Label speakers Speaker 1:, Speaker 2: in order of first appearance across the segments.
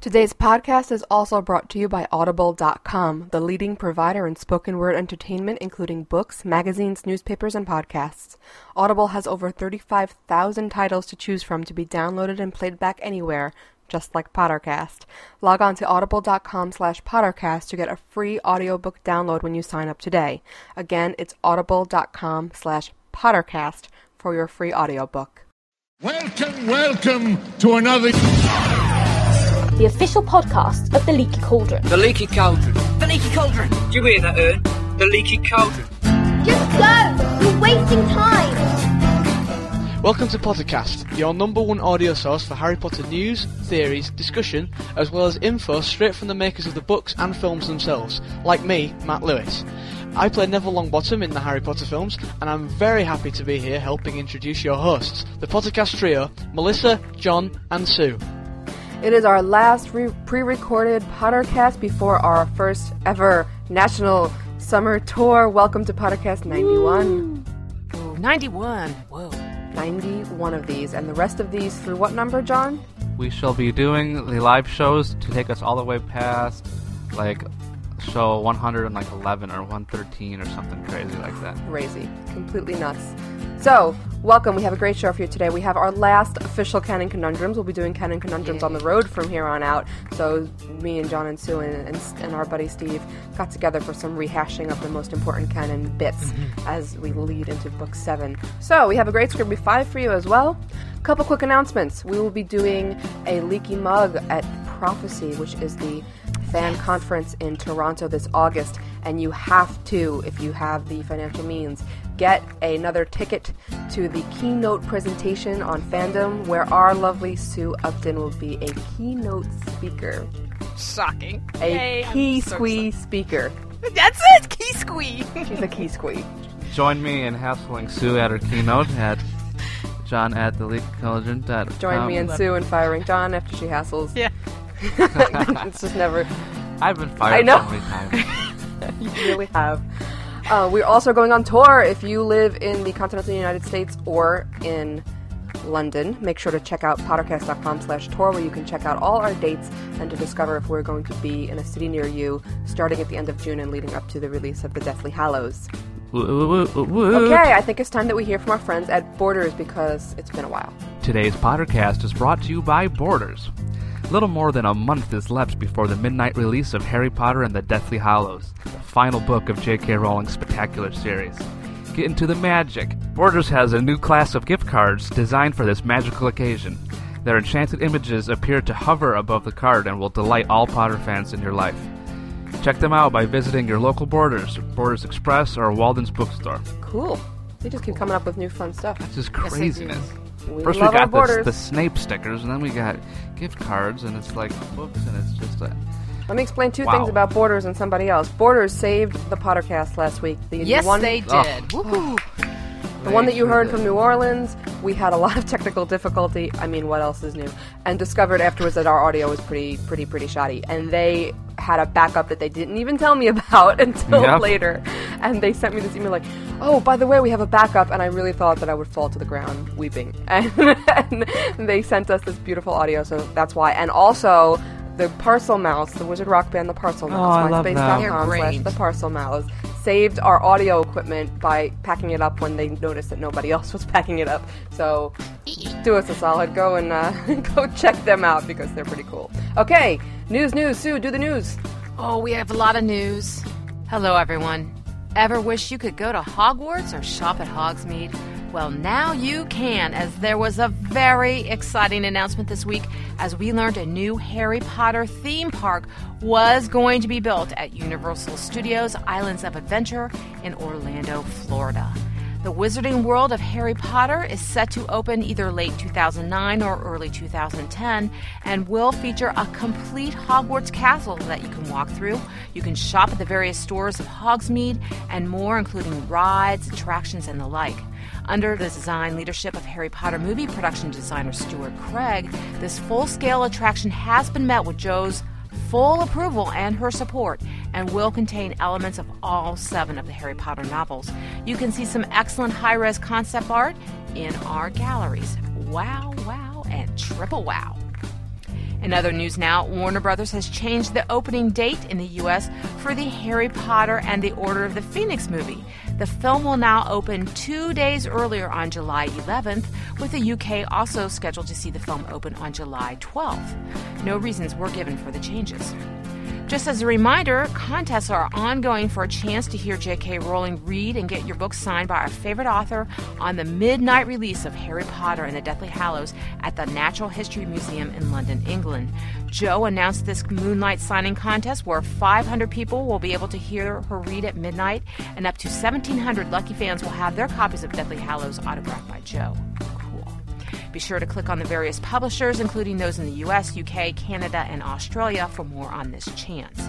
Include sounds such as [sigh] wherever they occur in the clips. Speaker 1: Today's podcast is also brought to you by Audible.com, the leading provider in spoken word entertainment, including books, magazines, newspapers, and podcasts. Audible has over 35,000 titles to choose from to be downloaded and played back anywhere, just like Pottercast. Log on to audible.com slash Pottercast to get a free audiobook download when you sign up today. Again, it's audible.com slash Pottercast for your free audiobook.
Speaker 2: Welcome, welcome to another.
Speaker 3: the official podcast of the Leaky Cauldron.
Speaker 4: The leaky cauldron.
Speaker 5: The leaky cauldron.
Speaker 4: Do you hear that, Ern? The leaky cauldron.
Speaker 6: Just go! You're wasting time!
Speaker 7: Welcome to Pottercast, your number one audio source for Harry Potter news, theories, discussion, as well as info straight from the makers of the books and films themselves, like me, Matt Lewis. I play Neville Longbottom in the Harry Potter films, and I'm very happy to be here helping introduce your hosts, the Pottercast trio, Melissa, John, and Sue.
Speaker 1: It is our last re- pre-recorded Pottercast before our first ever national summer tour. Welcome to Pottercast 91.
Speaker 5: Ooh, 91. Whoa.
Speaker 1: 91 of these, and the rest of these through what number, John?
Speaker 8: we shall be doing the live shows to take us all the way past like show 111 or 113 or something crazy like that.
Speaker 1: Crazy, completely nuts. So, welcome. We have a great show for you today. We have our last official Canon Conundrums. We'll be doing Canon Conundrums on the road from here on out. So, me and John and Sue and, and, and our buddy Steve got together for some rehashing of the most important Canon bits as we lead into Book 7. So, we have a great script be 5 for you as well. Couple quick announcements. We will be doing a leaky mug at Prophecy, which is the fan conference in Toronto this August, and you have to, if you have the financial means, get another ticket to the keynote presentation on fandom, where our lovely Sue Upton will be a keynote speaker,
Speaker 9: Shocking.
Speaker 1: a
Speaker 9: Yay, I'm
Speaker 1: key
Speaker 9: so
Speaker 1: squee speaker.
Speaker 9: excited. That's it, key squee.
Speaker 1: She's a key squee.
Speaker 8: Join me in hassling Sue at her keynote at John at the leakcollegian.com.
Speaker 1: Join me and Sue in firing John after she hassles.
Speaker 9: Yeah.
Speaker 1: [laughs] it's just never.
Speaker 8: I've been fired
Speaker 1: I know.
Speaker 8: so many times.
Speaker 1: [laughs] really have. Uh, we're also going on tour. If you live in the continental United States or in London, make sure to check out pottercast.com slash tour where you can check out all our dates and to discover if we're going to be in a city near you starting at the end of June and leading up to the release of The Deathly Hallows.
Speaker 8: Woo, woo, woo, woo, woo.
Speaker 1: Okay, I think it's time that we hear from our friends at Borders because it's been a while.
Speaker 8: Today's Pottercast is brought to you by Borders. Little more than a month is left before the midnight release of Harry Potter and the Deathly Hollows, the final book of J.K. Rowling's spectacular series. Get into the magic! Borders has a new class of gift cards designed for this magical occasion. Their enchanted images appear to hover above the card and will delight all Potter fans in your life. Check them out by visiting your local Borders, Borders Express, or Walden's bookstore.
Speaker 1: Cool. They just keep coming up with new fun stuff.
Speaker 8: That's just
Speaker 9: do.
Speaker 8: craziness.
Speaker 1: We
Speaker 8: First
Speaker 1: love
Speaker 8: we
Speaker 1: our
Speaker 8: got the,
Speaker 1: Borders.
Speaker 8: the Snape stickers, and then we got gift cards, and it's like books, and it's just a
Speaker 1: Let me explain two
Speaker 8: Wow.
Speaker 1: things about Borders and somebody else. Borders saved the Pottercast last week. The
Speaker 9: Yes,
Speaker 1: one
Speaker 9: they did.
Speaker 5: Ah.
Speaker 8: Oh.
Speaker 9: Woohoo.
Speaker 1: The one that you heard from New Orleans, we had a [laughs] lot of technical difficulty. I mean, what else is new? And discovered afterwards that our audio was pretty, pretty, pretty shoddy. And they had a backup that they didn't even tell me [laughs] about until
Speaker 8: Yep.
Speaker 1: later. And they sent me this email like, "Oh, by the way, we have a backup." And I really thought that I would fall to the ground weeping. [laughs] And, and they sent us this beautiful audio, so that's why. And also. The Parcel Mouse, the Wizard Rock Band, the Parcel Mouse,
Speaker 8: Oh, I love that.
Speaker 1: MySpace.com
Speaker 9: They're
Speaker 1: slash
Speaker 9: great.
Speaker 1: the parcel mouse saved our audio equipment by packing it up when they noticed that nobody [laughs] else was packing it up so do us a solid go and uh, [laughs] go check them out because they're pretty cool okay news news sue do the news
Speaker 9: Oh, we have a lot of news. Hello, everyone. Ever wish you could go to Hogwarts or shop at Hogsmeade? Well, now you can, as there was a very exciting announcement this week as we learned a new Harry Potter theme park was going to be built at Universal Studios Islands of Adventure in Orlando, Florida. The Wizarding World of Harry Potter is set to open either late 2009 or early 2010 and will feature a complete Hogwarts castle that you can walk through. You can shop at the various stores of Hogsmeade and more, including rides, attractions, and the like. Under the design leadership of Harry Potter movie production designer Stuart Craig, this full scale attraction has been met with Joe's full approval and her support and will contain elements of all seven of the Harry Potter novels. You can see some excellent high res concept art in our galleries. Wow, wow, and triple wow. In other news now, Warner Brothers has changed the opening date in the U.S. for the Harry Potter and the Order of the Phoenix movie. The film will now open two days earlier on July 11th, with the UK also scheduled to see the film open on July 12th. No reasons were given for the changes. Just as a reminder, contests are ongoing for a chance to hear J.K. Rowling read and get your book signed by our favorite author on the midnight release of Harry Potter and the Deathly Hallows at the Natural History Museum in London, England. Joe announced this moonlight signing contest where 500 people will be able to hear her read at midnight, and up to 1,700 lucky fans will have their copies of Deathly Hallows autographed by Joe. Cool. Be sure to click on the various publishers, including those in the US, UK, Canada, and Australia, for more on this chance.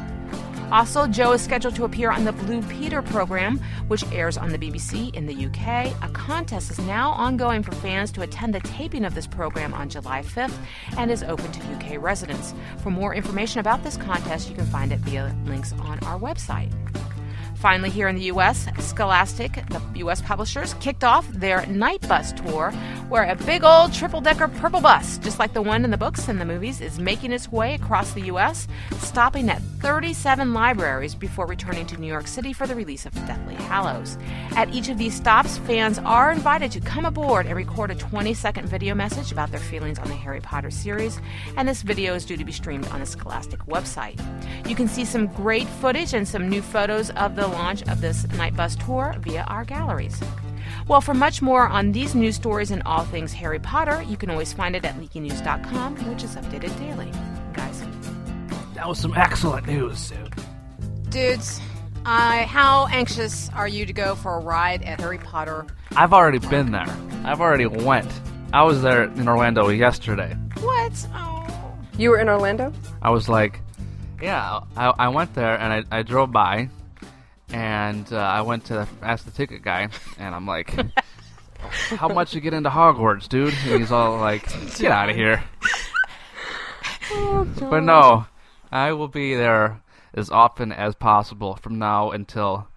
Speaker 9: Also, Joe is scheduled to appear on the Blue Peter program, which airs on the BBC in the UK. A contest is now ongoing for fans to attend the taping of this program on July 5th and is open to UK residents. For more information about this contest, you can find it via links on our website. Finally, here in the U.S., Scholastic, the U.S. publishers, kicked off their night bus tour, where a big old triple decker purple bus, just like the one in the books and the movies, is making its way across the U.S., stopping at 37 libraries before returning to New York City for the release of Deathly Hallows. At each of these stops, fans are invited to come aboard and record a 20 second video message about their feelings on the Harry Potter series, and this video is due to be streamed on the Scholastic website. You can see some great footage and some new photos of the launch of this night bus tour via our galleries. Well, for much more on these news stories and all things Harry Potter, you can always find it at leakynews.com, which is updated daily. Guys,
Speaker 8: That was some excellent news, Sue.
Speaker 9: dudes, uh, how anxious are you to go for a ride at Harry Potter?
Speaker 8: I've already been there. I've already went. I was there in Orlando yesterday.
Speaker 9: What? Oh.
Speaker 1: You were in Orlando?
Speaker 8: I was like, yeah, I, I went there and I, I drove by and uh, I went to ask the ticket guy and
Speaker 1: [laughs]
Speaker 8: I'm like, how much you get into Hogwarts, dude? And he's all like, get out of here.
Speaker 1: Oh,
Speaker 8: but no, I will be there as often as possible from now until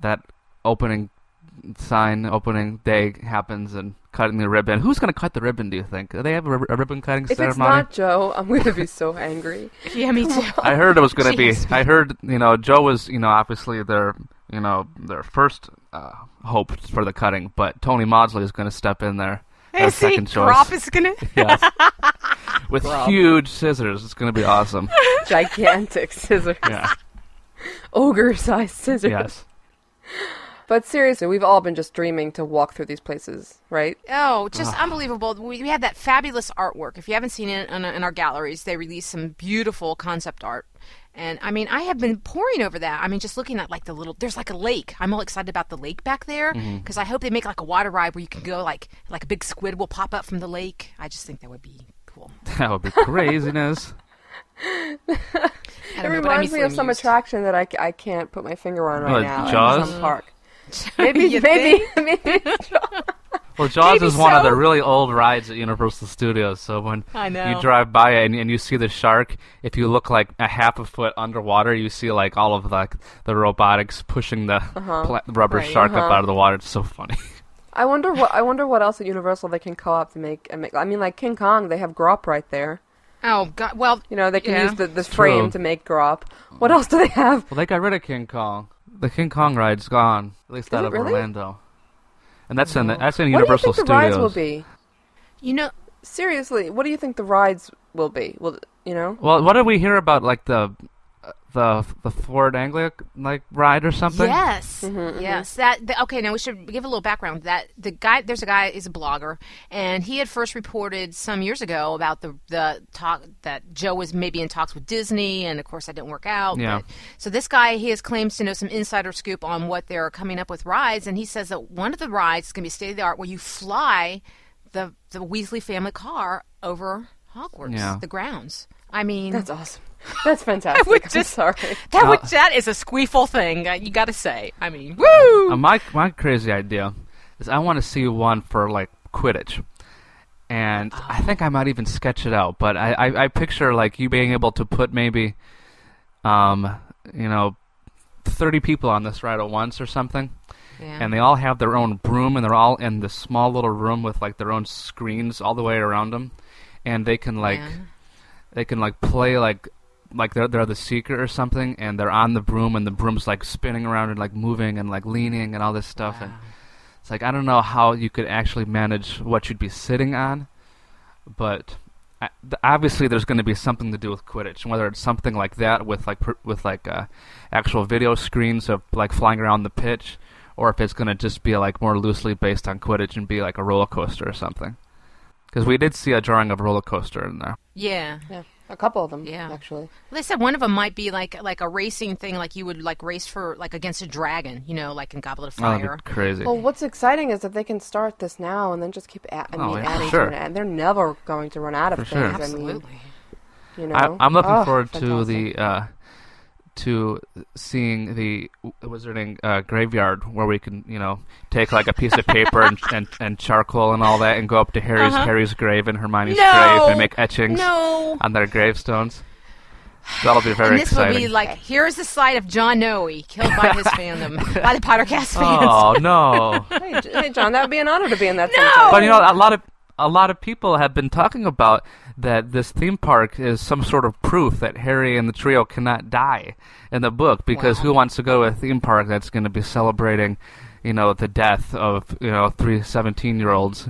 Speaker 8: that opening sign opening day happens and cutting the ribbon. Who's going to cut the ribbon, do you think? Do they have a, rib- a ribbon cutting
Speaker 1: If
Speaker 8: ceremony?
Speaker 1: it's not Joe, I'm going to be so
Speaker 8: [laughs]
Speaker 1: angry.
Speaker 9: Yeah, me too.
Speaker 8: I heard it was going to be. I heard you know Joe was you know obviously their you know their first uh, hope for the cutting, but Tony Maudsley is going to step in there as second choice
Speaker 9: is gonna.
Speaker 8: [laughs] Yes. with huge scissors. It's going to be awesome.
Speaker 1: Gigantic scissors.
Speaker 8: Yeah.
Speaker 1: Ogre sized scissors.
Speaker 8: [laughs] yes.
Speaker 1: But seriously, we've all been just dreaming to walk through these places, right?
Speaker 10: Oh, just unbelievable. We, we had that fabulous artwork. If you haven't seen it in, in our galleries, they released some beautiful concept art. And I mean, I have been poring over that. I mean, just looking at like the little, there's like a lake. I'm all excited about the lake back there because
Speaker 8: Mm-hmm.
Speaker 10: I hope they make like a water ride where you can go like, like a big squid will pop up from the lake. I just think that would be cool.
Speaker 8: That would be craziness.
Speaker 10: I
Speaker 1: It
Speaker 10: don't know, but I'm
Speaker 1: reminds me of
Speaker 10: easily
Speaker 1: some
Speaker 10: amused.
Speaker 1: attraction that I, c- I can't put my finger on right
Speaker 8: What,
Speaker 1: now.
Speaker 8: Jaws?
Speaker 1: At some [laughs] park. Maybe,
Speaker 10: You
Speaker 1: maybe, [laughs] maybe.
Speaker 8: Well, Jaws
Speaker 10: Maybe
Speaker 8: is one of the
Speaker 10: so.
Speaker 8: really old rides at Universal Studios. So when
Speaker 10: I know.
Speaker 8: you drive by it and, and you see the shark, if you look like a half a foot underwater, you see like all of the the robotics pushing the
Speaker 1: Uh-huh.
Speaker 8: pla- rubber shark up out of the water. It's so funny.
Speaker 1: I wonder what I wonder what else at Universal they can co-op to make and make. I mean, like King Kong, they have Grop right there.
Speaker 10: Oh, God. Well,
Speaker 1: You know, they can
Speaker 10: Yeah.
Speaker 1: use the, the frame to make Grop. What else do they have?
Speaker 8: [laughs] well, they got rid of King Kong. The King Kong ride's gone, at least out
Speaker 1: it
Speaker 8: of
Speaker 1: really?
Speaker 8: Orlando. And that's in the, that's in
Speaker 1: what do
Speaker 8: Universal
Speaker 1: you think the
Speaker 8: Studios.
Speaker 1: rides will be?
Speaker 10: you know,
Speaker 1: Seriously, what do you think the rides will be? Will you know?
Speaker 8: Well, what did we hear about like the the the Ford Anglia like ride or something?
Speaker 10: Yes, yes. That the, okay. Now we should give a little background. That the guy, there's a guy, is a blogger, and he had first reported some years ago about the the talk that Joe was maybe in talks with Disney, and of course that didn't work out.
Speaker 8: Yeah.
Speaker 10: but- so this guy, he has claims to know some insider scoop on what they're coming up with rides, and he says that one of the rides is going to be state of the art, where you fly the the Weasley family car over Hogwarts,
Speaker 8: Yeah.
Speaker 10: the grounds. I mean,
Speaker 1: That's awesome. [laughs]
Speaker 10: [laughs]
Speaker 1: That's fantastic. I
Speaker 10: would
Speaker 1: am
Speaker 10: just-
Speaker 1: sorry.
Speaker 10: that
Speaker 8: Uh,
Speaker 10: would, that is a squeeful thing. uh, You got to say. I mean, woo.
Speaker 8: Uh, my my crazy idea is I want to see one for like Quidditch, and I think I might even sketch it out. But I, I, I picture like you being able to put maybe, um, you know, thirty people on this ride at once or something,
Speaker 10: Yeah.
Speaker 8: and they all have their own broom and they're all in this small little room with like their own screens all the way around them, and they can like. They can like play like like they're they're the seeker or something, and they're on the broom, and the broom's like spinning around and like moving and like leaning and all this stuff, and it's like I don't know how you could actually manage what you'd be sitting on, but. I, th- obviously, there's going to be something to do with Quidditch, and whether it's something like that with like per, with like uh, actual video screens of like flying around the pitch, or if it's going to just be like more loosely based on Quidditch and be like a roller coaster or something. Because we did see a drawing of a roller coaster in there.
Speaker 9: Yeah.
Speaker 1: Yeah, a couple of them.
Speaker 9: Yeah.
Speaker 1: actually.
Speaker 9: They said one of them might be like like a racing thing, like you would like race for like against a dragon, you know, like in Goblet of
Speaker 8: Oh, that'd
Speaker 9: Fire.
Speaker 8: be crazy.
Speaker 1: Well, what's exciting is that they can start this now and then just keep at, I
Speaker 8: Oh,
Speaker 1: mean,
Speaker 8: yeah, for
Speaker 1: adding
Speaker 8: sure.
Speaker 1: to it. And they're never going to run out of
Speaker 8: For
Speaker 1: things.
Speaker 8: sure.
Speaker 1: I mean,
Speaker 9: Absolutely.
Speaker 1: you know.
Speaker 8: I, I'm looking
Speaker 1: Oh,
Speaker 8: forward to
Speaker 1: fantastic.
Speaker 8: the uh, to seeing the wizarding uh, graveyard where we can you know take like a piece of paper
Speaker 9: [laughs]
Speaker 8: and, and and charcoal and all that and go up to Harry's Harry's grave and Hermione's grave
Speaker 9: Uh-huh. No!
Speaker 8: and make etchings
Speaker 9: No.
Speaker 8: on their gravestones. That'll be very
Speaker 9: and this
Speaker 8: exciting.
Speaker 9: would be like here's the side of John Noe killed by his
Speaker 8: [laughs]
Speaker 9: fandom, by the Pottercast fans.
Speaker 8: oh no!
Speaker 1: Hey, J- hey, John, that would be an honor to be in that.
Speaker 9: No!
Speaker 1: sometime.
Speaker 8: But you know, a lot of a lot of people have been talking about that this theme park is some sort of proof that Harry and the trio cannot die in the book because who wants to go to a theme park that's going to be celebrating, you know, the death of you know three 17 year olds?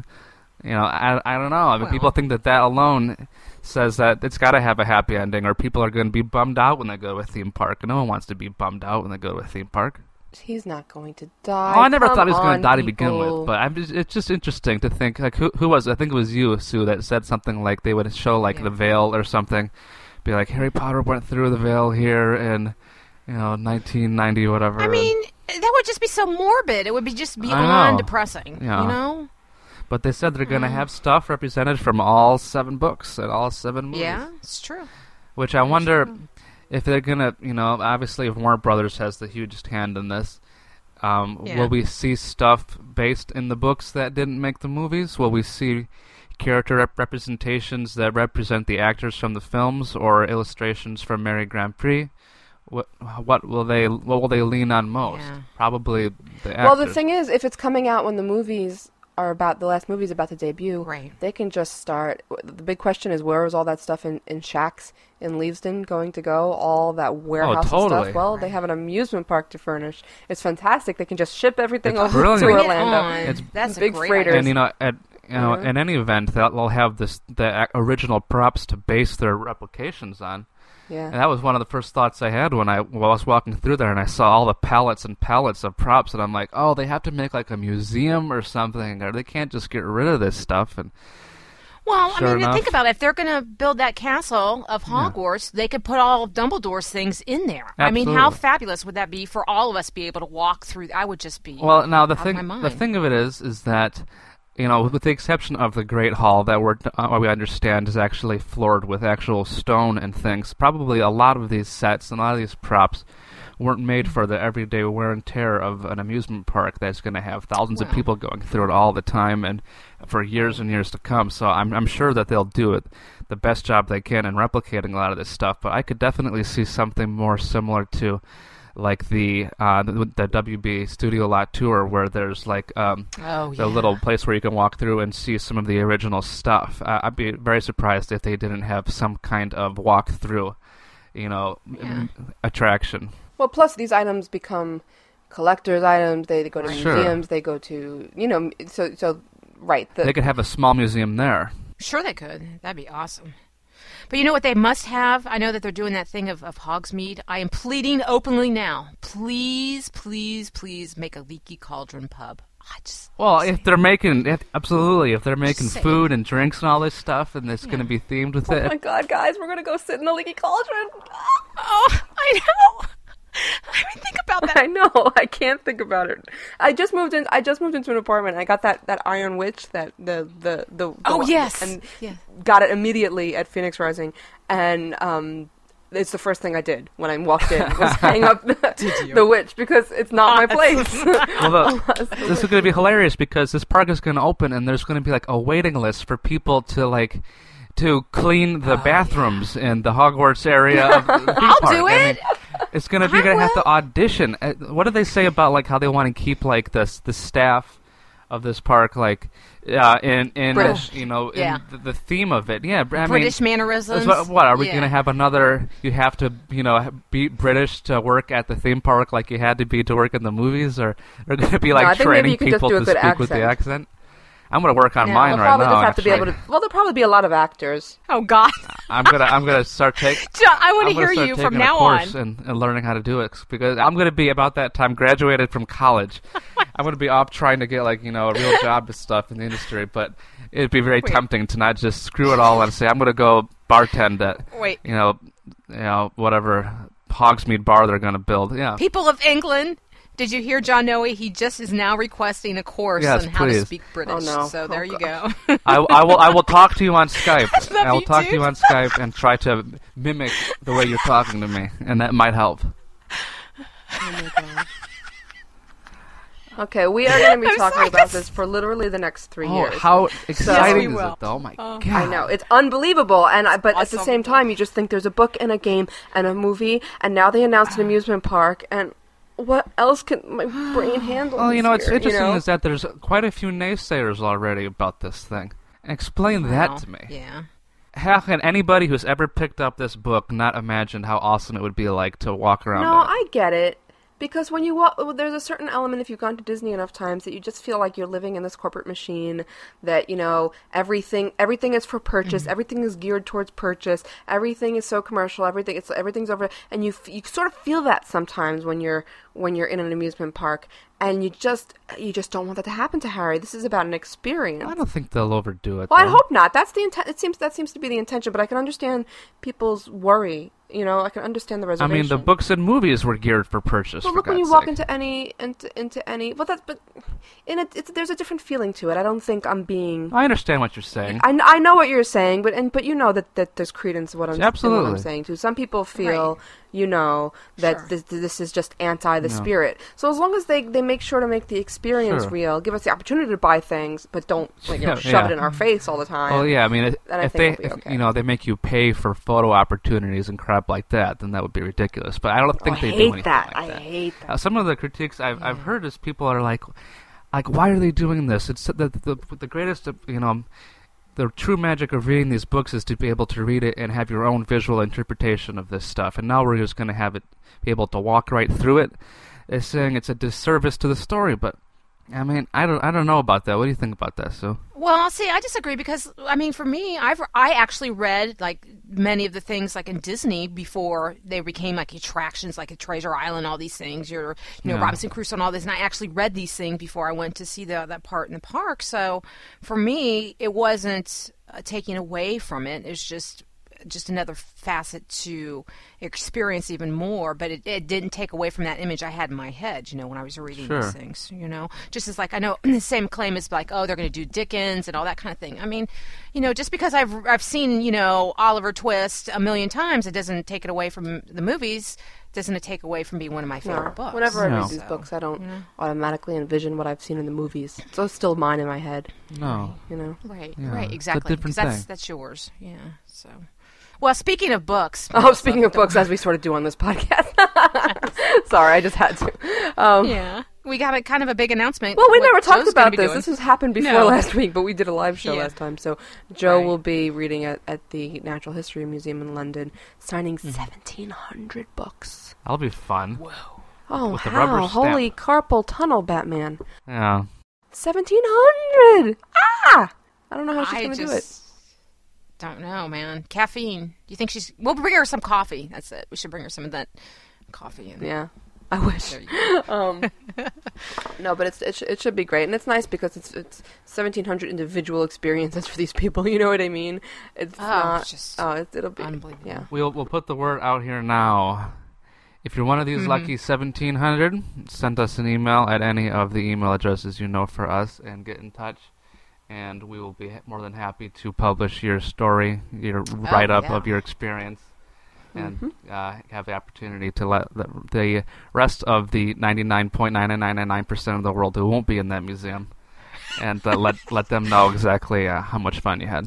Speaker 8: You know, I I don't know. I mean, people think that that alone says that it's got to have a happy ending, or people are going to be bummed out when they go to a theme park. And no one wants to be bummed out when they go to a theme park.
Speaker 1: he's not going to die.
Speaker 8: Oh, I never
Speaker 1: Come
Speaker 8: thought he was going
Speaker 1: on,
Speaker 8: to die to begin
Speaker 1: people.
Speaker 8: with, but I'm just, it's just interesting to think like who who was I think it was you Sue that said something like they would show like the veil or something, be like Harry Potter went through the veil here in you know 1990 whatever.
Speaker 9: I mean, that would just be so morbid. It would be just
Speaker 8: know.
Speaker 9: beyond depressing.
Speaker 8: Yeah.
Speaker 9: You know?
Speaker 8: but they said they're going to have stuff represented from all seven books and all seven movies.
Speaker 9: Yeah, it's true.
Speaker 8: Which I wonder if they're gonna, you know, obviously if Warner Brothers has the hugest hand in this, um,
Speaker 9: Yeah.
Speaker 8: will we see stuff based in the books that didn't make the movies? Will we see character rep- representations that represent the actors from the films or illustrations from Mary Grand Prix? What what will they what will they lean on most?
Speaker 9: Yeah.
Speaker 8: Probably the actors.
Speaker 1: Well, the thing is, if it's coming out when the movies are about the last movie's about to debut,
Speaker 9: Right.
Speaker 1: They can just start. The big question is, where is all that stuff in in shacks in Leavesden going to go? All that warehouse and
Speaker 8: Oh, totally.
Speaker 1: stuff. Well, they have an amusement park to furnish. It's fantastic. They can just ship everything
Speaker 8: It's
Speaker 1: over
Speaker 8: brilliant.
Speaker 1: to
Speaker 8: Bring it
Speaker 1: Orlando.
Speaker 9: on.
Speaker 8: It's
Speaker 9: That's a
Speaker 1: big
Speaker 9: great
Speaker 1: freighters.
Speaker 9: idea.
Speaker 8: and you know at you know
Speaker 9: Mm-hmm.
Speaker 8: in any event that they'll have this the a- original props to base their replications on.
Speaker 1: Yeah.
Speaker 8: And that was one of the first thoughts I had when I, while I was walking through there and I saw all the pallets and pallets of props and I'm like, oh, they have to make like a museum or something or they can't just get rid of this stuff. And
Speaker 9: Well,
Speaker 8: Sure
Speaker 9: I mean,
Speaker 8: enough.
Speaker 9: think about it. If they're going to build that castle of Hogwarts, they could put all of Dumbledore's things in there. I mean, how
Speaker 8: Absolutely.
Speaker 9: fabulous would that be for all of us to be able to walk through? I would just be.
Speaker 8: well, now the
Speaker 9: out of
Speaker 8: thing,
Speaker 9: my
Speaker 8: the
Speaker 9: mind.
Speaker 8: thing of it is, is that you know, with the exception of the Great Hall that we're, uh, we understand is actually floored with actual stone and things, probably a lot of these sets and a lot of these props weren't made for the everyday wear and tear of an amusement park that's going to have thousands of people going through it all the time and for years and years to come. So I'm, I'm sure that they'll do it the best job they can in replicating a lot of this stuff. But I could definitely see something more similar to like the uh, the, the WB Studio Lot tour where there's like um,
Speaker 9: Oh,
Speaker 8: the
Speaker 9: yeah.
Speaker 8: little place where you can walk through and see some of the original stuff. Uh, I'd be very surprised if they didn't have some kind of walk through, you know, m- attraction.
Speaker 1: Well, plus these items become collectors' items. They, they go to
Speaker 8: Sure.
Speaker 1: museums. They go to you know. m- So so right. The,
Speaker 8: They could have a small museum there.
Speaker 9: Sure, they could. That'd be awesome. But you know what they must have? I know that they're doing that thing of, of Hogsmeade. I am pleading openly now. Please, please, please make a leaky cauldron pub. I just
Speaker 8: Well, if they're making if, absolutely, if they're making
Speaker 9: saying.
Speaker 8: food and drinks and all this stuff, and it's going to be themed with
Speaker 1: oh my
Speaker 8: it.
Speaker 1: God, guys, we're gonna go sit in the leaky cauldron.
Speaker 9: Oh, I know. [laughs] I mean think
Speaker 8: [laughs]
Speaker 9: about
Speaker 1: [laughs]
Speaker 9: that.
Speaker 1: I know. I can't think about it. I just moved in. I just moved into an apartment. I got that, that Iron Witch that the the the, the
Speaker 9: Oh,
Speaker 1: one-
Speaker 9: yes.
Speaker 1: and
Speaker 9: Yeah.
Speaker 1: got it immediately at Phoenix Rising, and um, it's the first thing I did when I walked in
Speaker 9: [laughs]
Speaker 1: was hang up the, the witch because it's not my place. [laughs]
Speaker 9: [laughs]
Speaker 8: Well, the- this is going to be hilarious because this park is going to open, and there's going to be like a waiting list for people to like to clean the bathrooms in the Hogwarts area.
Speaker 9: [laughs]
Speaker 8: Of the theme
Speaker 9: Oh, I'll
Speaker 8: park.
Speaker 9: do
Speaker 8: I mean,
Speaker 9: it.
Speaker 8: it's gonna you're
Speaker 9: I
Speaker 8: gonna have to
Speaker 9: will.
Speaker 8: audition. Uh, What do they say about like how they want to keep like the s- the staff of this park, like uh, in in
Speaker 9: British.
Speaker 8: you know in
Speaker 9: Yeah.
Speaker 8: the, the theme of it. Yeah, br- I mean,
Speaker 9: British
Speaker 8: that's
Speaker 9: mannerisms.
Speaker 8: What, what are we
Speaker 9: Yeah.
Speaker 8: going to have another? You have to you know be British to work at the theme park like you had to be to work in the movies, or are going to be
Speaker 1: I
Speaker 8: like
Speaker 1: think maybe
Speaker 8: training
Speaker 1: you can just
Speaker 8: people
Speaker 1: do a
Speaker 8: to
Speaker 1: good
Speaker 8: speak with the
Speaker 1: accent.
Speaker 8: accent? I'm going to work on
Speaker 9: Yeah,
Speaker 8: mine
Speaker 1: They'll
Speaker 8: right
Speaker 1: probably
Speaker 8: now.
Speaker 1: just have to be
Speaker 8: actually.
Speaker 1: able to. Well, there'll probably be a lot of actors.
Speaker 9: Oh God,
Speaker 8: I'm gonna I'm gonna
Speaker 1: [laughs]
Speaker 8: start taking.
Speaker 9: John, I want
Speaker 8: I'm
Speaker 9: to
Speaker 8: gonna
Speaker 9: hear
Speaker 8: start
Speaker 9: you
Speaker 8: taking
Speaker 9: from
Speaker 8: a
Speaker 9: now
Speaker 8: course
Speaker 9: on.
Speaker 8: And, and learning how to do it 'cause- because I'm going to be about that time graduated from
Speaker 9: [laughs]
Speaker 8: college. I'm going to be off trying to get like you know a real job and stuff in the industry, but it'd be very tempting to not just screw it all and say I'm going to go bartend at
Speaker 9: Wait.
Speaker 8: you know you know whatever Hogsmeade bar they're going to build. Yeah,
Speaker 9: People of England, did you hear John Noe? He just is now requesting a course
Speaker 8: Yes,
Speaker 9: on how
Speaker 8: please.
Speaker 9: to speak British.
Speaker 1: no.
Speaker 9: So
Speaker 1: Oh,
Speaker 9: there you go.
Speaker 8: [laughs] I, I will I will talk to you on Skype.
Speaker 9: [laughs] I love
Speaker 8: I will
Speaker 9: you,
Speaker 8: talk to you
Speaker 9: dude.
Speaker 8: on Skype and try to mimic the way you're talking to me, and that might help.
Speaker 1: Okay, we are
Speaker 9: [laughs]
Speaker 1: going to be talking
Speaker 9: sorry,
Speaker 1: about this for literally the next three
Speaker 8: Oh,
Speaker 1: years.
Speaker 8: how exciting is
Speaker 9: will.
Speaker 8: it though? Oh my god!
Speaker 1: I know it's unbelievable, and I, but at the
Speaker 9: awesome.
Speaker 1: same time, you just think there's a book and a game and a movie, and now they announced
Speaker 8: [sighs]
Speaker 1: an amusement park, and what else can my
Speaker 8: [sighs]
Speaker 1: brain handle?
Speaker 8: Well, you know,
Speaker 1: this
Speaker 8: what's
Speaker 1: year,
Speaker 8: interesting
Speaker 1: know?
Speaker 8: is that there's quite a few naysayers already about this thing. Explain that to me.
Speaker 9: Yeah.
Speaker 8: How can anybody who's ever picked up this book not imagine how awesome it would be like to walk around?
Speaker 1: No,
Speaker 8: in it?
Speaker 1: I get it. Because when you walk, well, there's a certain element if you've gone to Disney enough times that you just feel like you're living in this corporate machine. That you know everything, everything is for purchase.
Speaker 8: Mm-hmm.
Speaker 1: Everything is geared towards purchase. Everything is so commercial. Everything, it's everything's over. And you, f- you sort of feel that sometimes when you're when you're in an amusement park, and you just you just don't want that to happen to Harry. This is about an experience.
Speaker 8: I don't think they'll overdo it.
Speaker 1: Well, I
Speaker 8: though.
Speaker 1: hope not. That's the intent. It seems that seems to be the intention. But I can understand people's worry. You know, I can understand the
Speaker 8: I
Speaker 1: reservation.
Speaker 8: mean, the books and movies were geared for purchase.
Speaker 1: Well,
Speaker 8: for
Speaker 1: look when
Speaker 8: God's
Speaker 1: you walk
Speaker 8: sake.
Speaker 1: into any into, into any. Well, that's but in a, it's, there's a different feeling to it. I don't think I'm being.
Speaker 8: I understand what you're saying.
Speaker 1: I, kn- I know what you're saying, but and but you know that, that there's credence to what I'm in what I'm
Speaker 8: Absolutely.
Speaker 1: saying too. Some people feel, you know, that this, this is just anti the spirit. So as long as they, they make sure to make the experience
Speaker 8: Sure.
Speaker 1: real, give us the opportunity to buy things, but
Speaker 8: [laughs]
Speaker 1: don't like you know,
Speaker 8: Yeah,
Speaker 1: shove
Speaker 8: yeah.
Speaker 1: it in our face all the time.
Speaker 8: well, Oh, yeah, I mean, if,
Speaker 1: Then I
Speaker 8: if they,
Speaker 1: think we'll be
Speaker 8: if,
Speaker 1: okay.
Speaker 8: you know, they make you pay for photo opportunities and crap like that, then that would be ridiculous. But I don't
Speaker 1: Oh, I
Speaker 8: think they do anything
Speaker 1: hate that.
Speaker 8: like
Speaker 1: I
Speaker 8: that.
Speaker 1: hate that.
Speaker 8: Uh, some of the critiques I've, I've heard is people are like, like, why are they doing this? It's the, the the greatest, uh, you know, the true magic of reading these books is to be able to read it and have your own visual interpretation of this stuff. And now we're just going to have it be able to walk right through it. They're saying it's a disservice to the story, but I mean, I don't, I don't know about that. What do you think about that, Sue?
Speaker 9: Well, see, I disagree because I mean, for me, I've I actually read like many of the things like in Disney before they became like attractions, like a Treasure Island, all these things. Your, you know,
Speaker 8: Yeah.
Speaker 9: Robinson Crusoe and all this, and I actually read these things before I went to see the, that part in the park. So for me, it wasn't uh, taking away from it. It's just just another facet to experience even more but it, it didn't take away from that image i had in my head you know when i was reading
Speaker 8: Sure.
Speaker 9: these things you know just as like i know [clears throat] the same claim is like oh they're going to do dickens and all that kind of thing i mean you know just because i've i've seen you know oliver twist a million times it doesn't take it away from the movies doesn't it take away from being one of my favorite books
Speaker 1: Whenever I
Speaker 8: No.
Speaker 1: read these books, I don't automatically envision what I've seen in the movies. So it's still mine in my head,
Speaker 8: No,
Speaker 1: you know.
Speaker 9: right
Speaker 8: Yeah, it's
Speaker 9: right
Speaker 8: a
Speaker 9: exactly
Speaker 8: different
Speaker 9: 'cause that's
Speaker 8: thing.
Speaker 9: that's yours yeah so well speaking of books [laughs]
Speaker 1: Oh, speaking of books, as we sort of do on this podcast. Sorry, I just had to. Um,
Speaker 9: yeah we got a kind of a big announcement
Speaker 1: Well, we
Speaker 9: what
Speaker 1: never
Speaker 9: Joe's
Speaker 1: talked
Speaker 9: gonna
Speaker 1: about
Speaker 9: be
Speaker 1: this.
Speaker 9: doing.
Speaker 1: This has happened before [laughs]
Speaker 9: No.
Speaker 1: last week, but we did a live show
Speaker 9: Yeah.
Speaker 1: last time. So Joe
Speaker 9: Right.
Speaker 1: will be reading at, at the Natural History Museum in London, signing
Speaker 9: Mm.
Speaker 1: 1,700 books.
Speaker 8: that'll be fun.
Speaker 1: Oh,
Speaker 8: With the rubber
Speaker 1: wow.
Speaker 8: stamp.
Speaker 1: Holy carpal tunnel, Batman.
Speaker 8: Yeah.
Speaker 1: 1,700! Ah! I don't know how she's
Speaker 9: I
Speaker 1: going to
Speaker 9: just
Speaker 1: do it.
Speaker 9: don't know, man. Caffeine. Do you think she's? We'll bring her some coffee. That's it. We should bring her some of that coffee. And
Speaker 1: Yeah, I wish.
Speaker 9: There you [laughs]
Speaker 1: um, no, but it's it, sh- it should be great, and it's nice because it's it's seventeen hundred individual experiences for these people. [laughs] You know what I mean? It's
Speaker 9: Oh,
Speaker 1: not
Speaker 9: it's just
Speaker 1: oh, it, it'll be
Speaker 9: unbelievable.
Speaker 1: Yeah,
Speaker 8: We'll we'll put the word out here now. If you're one of these lucky 1700, send us an email at any of the email addresses you know for us and get in touch. And we will be ha- more than happy to publish your story, your write up
Speaker 9: yeah.
Speaker 8: of your experience, and uh, have the opportunity to let the, the rest of the 99.999% of the world who won't be in that museum and uh, let, let them know exactly uh, how much fun you had.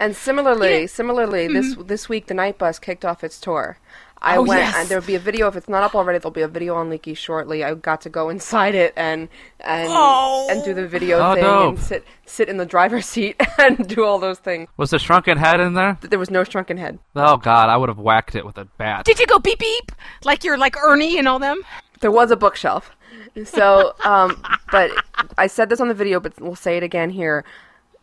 Speaker 1: And similarly, similarly, this this week the Night Bus kicked off its tour. I went
Speaker 9: Mm-hmm. Oh, yes.
Speaker 1: and there'll be a video if it's not up already. There'll be a video on Leaky shortly. I got to go inside it and and and do the video
Speaker 8: Oh,
Speaker 1: thing
Speaker 8: dope.
Speaker 1: and sit sit in the driver's [laughs] seat and do all those things.
Speaker 8: Was the shrunken head in there?
Speaker 1: There was no shrunken head.
Speaker 8: Oh god, I would have whacked it with a bat.
Speaker 9: Did you go beep beep like you're like Ernie and all them?
Speaker 1: There was a bookshelf. So, um, but I said this on the video, but we'll say it again here.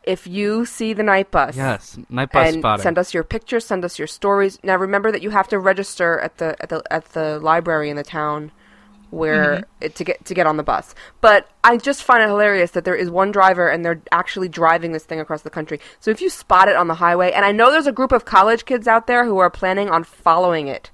Speaker 1: If you see the night bus,
Speaker 8: Yes, night bus
Speaker 1: and
Speaker 8: spotting.
Speaker 1: send us your pictures, send us your stories. Now remember that you have to register at the at the at the library in the town where
Speaker 8: Mm-hmm.
Speaker 1: it, to get to get on the bus. But I just find it hilarious that there is one driver and they're actually driving this thing across the country. So if you spot it on the highway, and I know there's a group of college kids out there who are planning on following it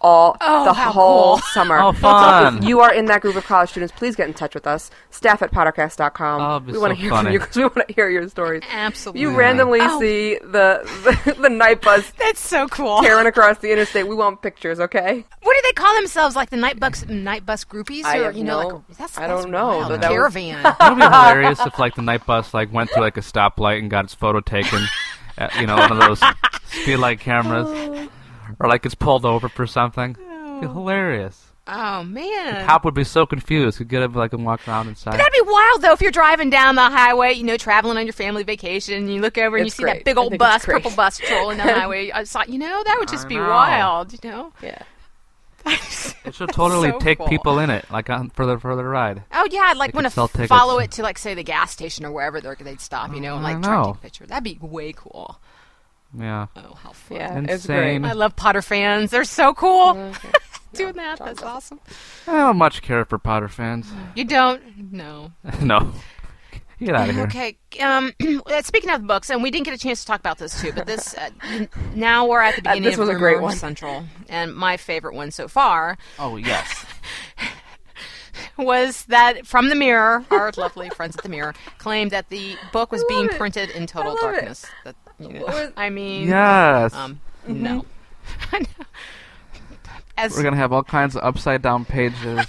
Speaker 1: all the
Speaker 9: Oh, how
Speaker 1: whole
Speaker 9: cool.
Speaker 8: [laughs]
Speaker 1: summer.
Speaker 8: Oh, fun.
Speaker 1: If you are in that group of college students, please get in touch with us. Staff at pottercast.com.
Speaker 8: Oh, it'd be
Speaker 1: we want to
Speaker 8: so
Speaker 1: hear
Speaker 8: funny.
Speaker 1: from you because we want to hear your
Speaker 9: [laughs]
Speaker 1: stories.
Speaker 9: Absolutely.
Speaker 1: You randomly
Speaker 9: Oh.
Speaker 1: see the, [laughs] the the night bus
Speaker 9: That's so cool.
Speaker 1: tearing across the interstate. We want pictures, okay?
Speaker 9: What do they call themselves? Like the night bus, night bus groupies,
Speaker 1: I
Speaker 9: or
Speaker 1: have
Speaker 9: you know,
Speaker 1: no-
Speaker 9: like that's,
Speaker 1: I
Speaker 9: that's
Speaker 1: don't know,
Speaker 9: wild.
Speaker 1: but
Speaker 9: A
Speaker 1: that was-
Speaker 9: caravan.
Speaker 1: [laughs]
Speaker 8: It would be hilarious if like the night bus like went through like a stoplight and got its photo taken. at, you know, one of those speedlight cameras, or like it's pulled over for something. It'd be hilarious.
Speaker 9: oh man.
Speaker 8: Cop would be so confused. Could get up like and walk around inside.
Speaker 9: That'd be wild though if you're driving down the highway, you know, traveling on your family vacation, and you look over and
Speaker 1: It's
Speaker 9: you see
Speaker 1: great.
Speaker 9: that big
Speaker 1: I
Speaker 9: old
Speaker 1: think it's
Speaker 9: bus,
Speaker 1: great.
Speaker 9: purple bus trolling down
Speaker 1: [laughs]
Speaker 9: the highway. I thought, you know, that would just
Speaker 8: I
Speaker 9: be
Speaker 8: know.
Speaker 9: wild, you know.
Speaker 1: Yeah.
Speaker 8: It should totally
Speaker 9: so
Speaker 8: take
Speaker 9: cool.
Speaker 8: people in it, like on for the for the ride.
Speaker 9: Oh yeah, I'd like
Speaker 8: could
Speaker 9: want to
Speaker 8: sell tickets.
Speaker 9: follow it to like say the gas station or wherever they're, they'd stop, you know, and
Speaker 8: I
Speaker 9: like try to
Speaker 8: know.
Speaker 9: take a picture. That'd be way cool.
Speaker 8: Yeah,
Speaker 9: Oh how fun!
Speaker 1: Yeah. It's great.
Speaker 8: insane.
Speaker 9: I love Potter fans. They're so cool. Doing that, that's awesome.
Speaker 8: I don't much care for Potter fans. [laughs]
Speaker 9: You don't? No.
Speaker 8: no, get out of here.
Speaker 9: Okay. Um, [clears throat] uh, speaking of books, and we didn't get a chance to talk about this too, but this uh, n- now we're at the beginning
Speaker 1: this
Speaker 9: of
Speaker 1: was a
Speaker 9: Rumor
Speaker 1: great one.
Speaker 9: Central, and my favorite one so far
Speaker 8: Oh yes,
Speaker 9: was that from the Mirror, our lovely friends at the Mirror, claimed that the book was being
Speaker 1: it.
Speaker 9: printed in
Speaker 1: I
Speaker 9: total
Speaker 1: love it.
Speaker 9: darkness. That, you know,
Speaker 1: was-
Speaker 9: I mean,
Speaker 8: yes. Mm-hmm.
Speaker 9: um, no. [laughs] I know. As
Speaker 8: We're gonna have all kinds of upside down pages. And,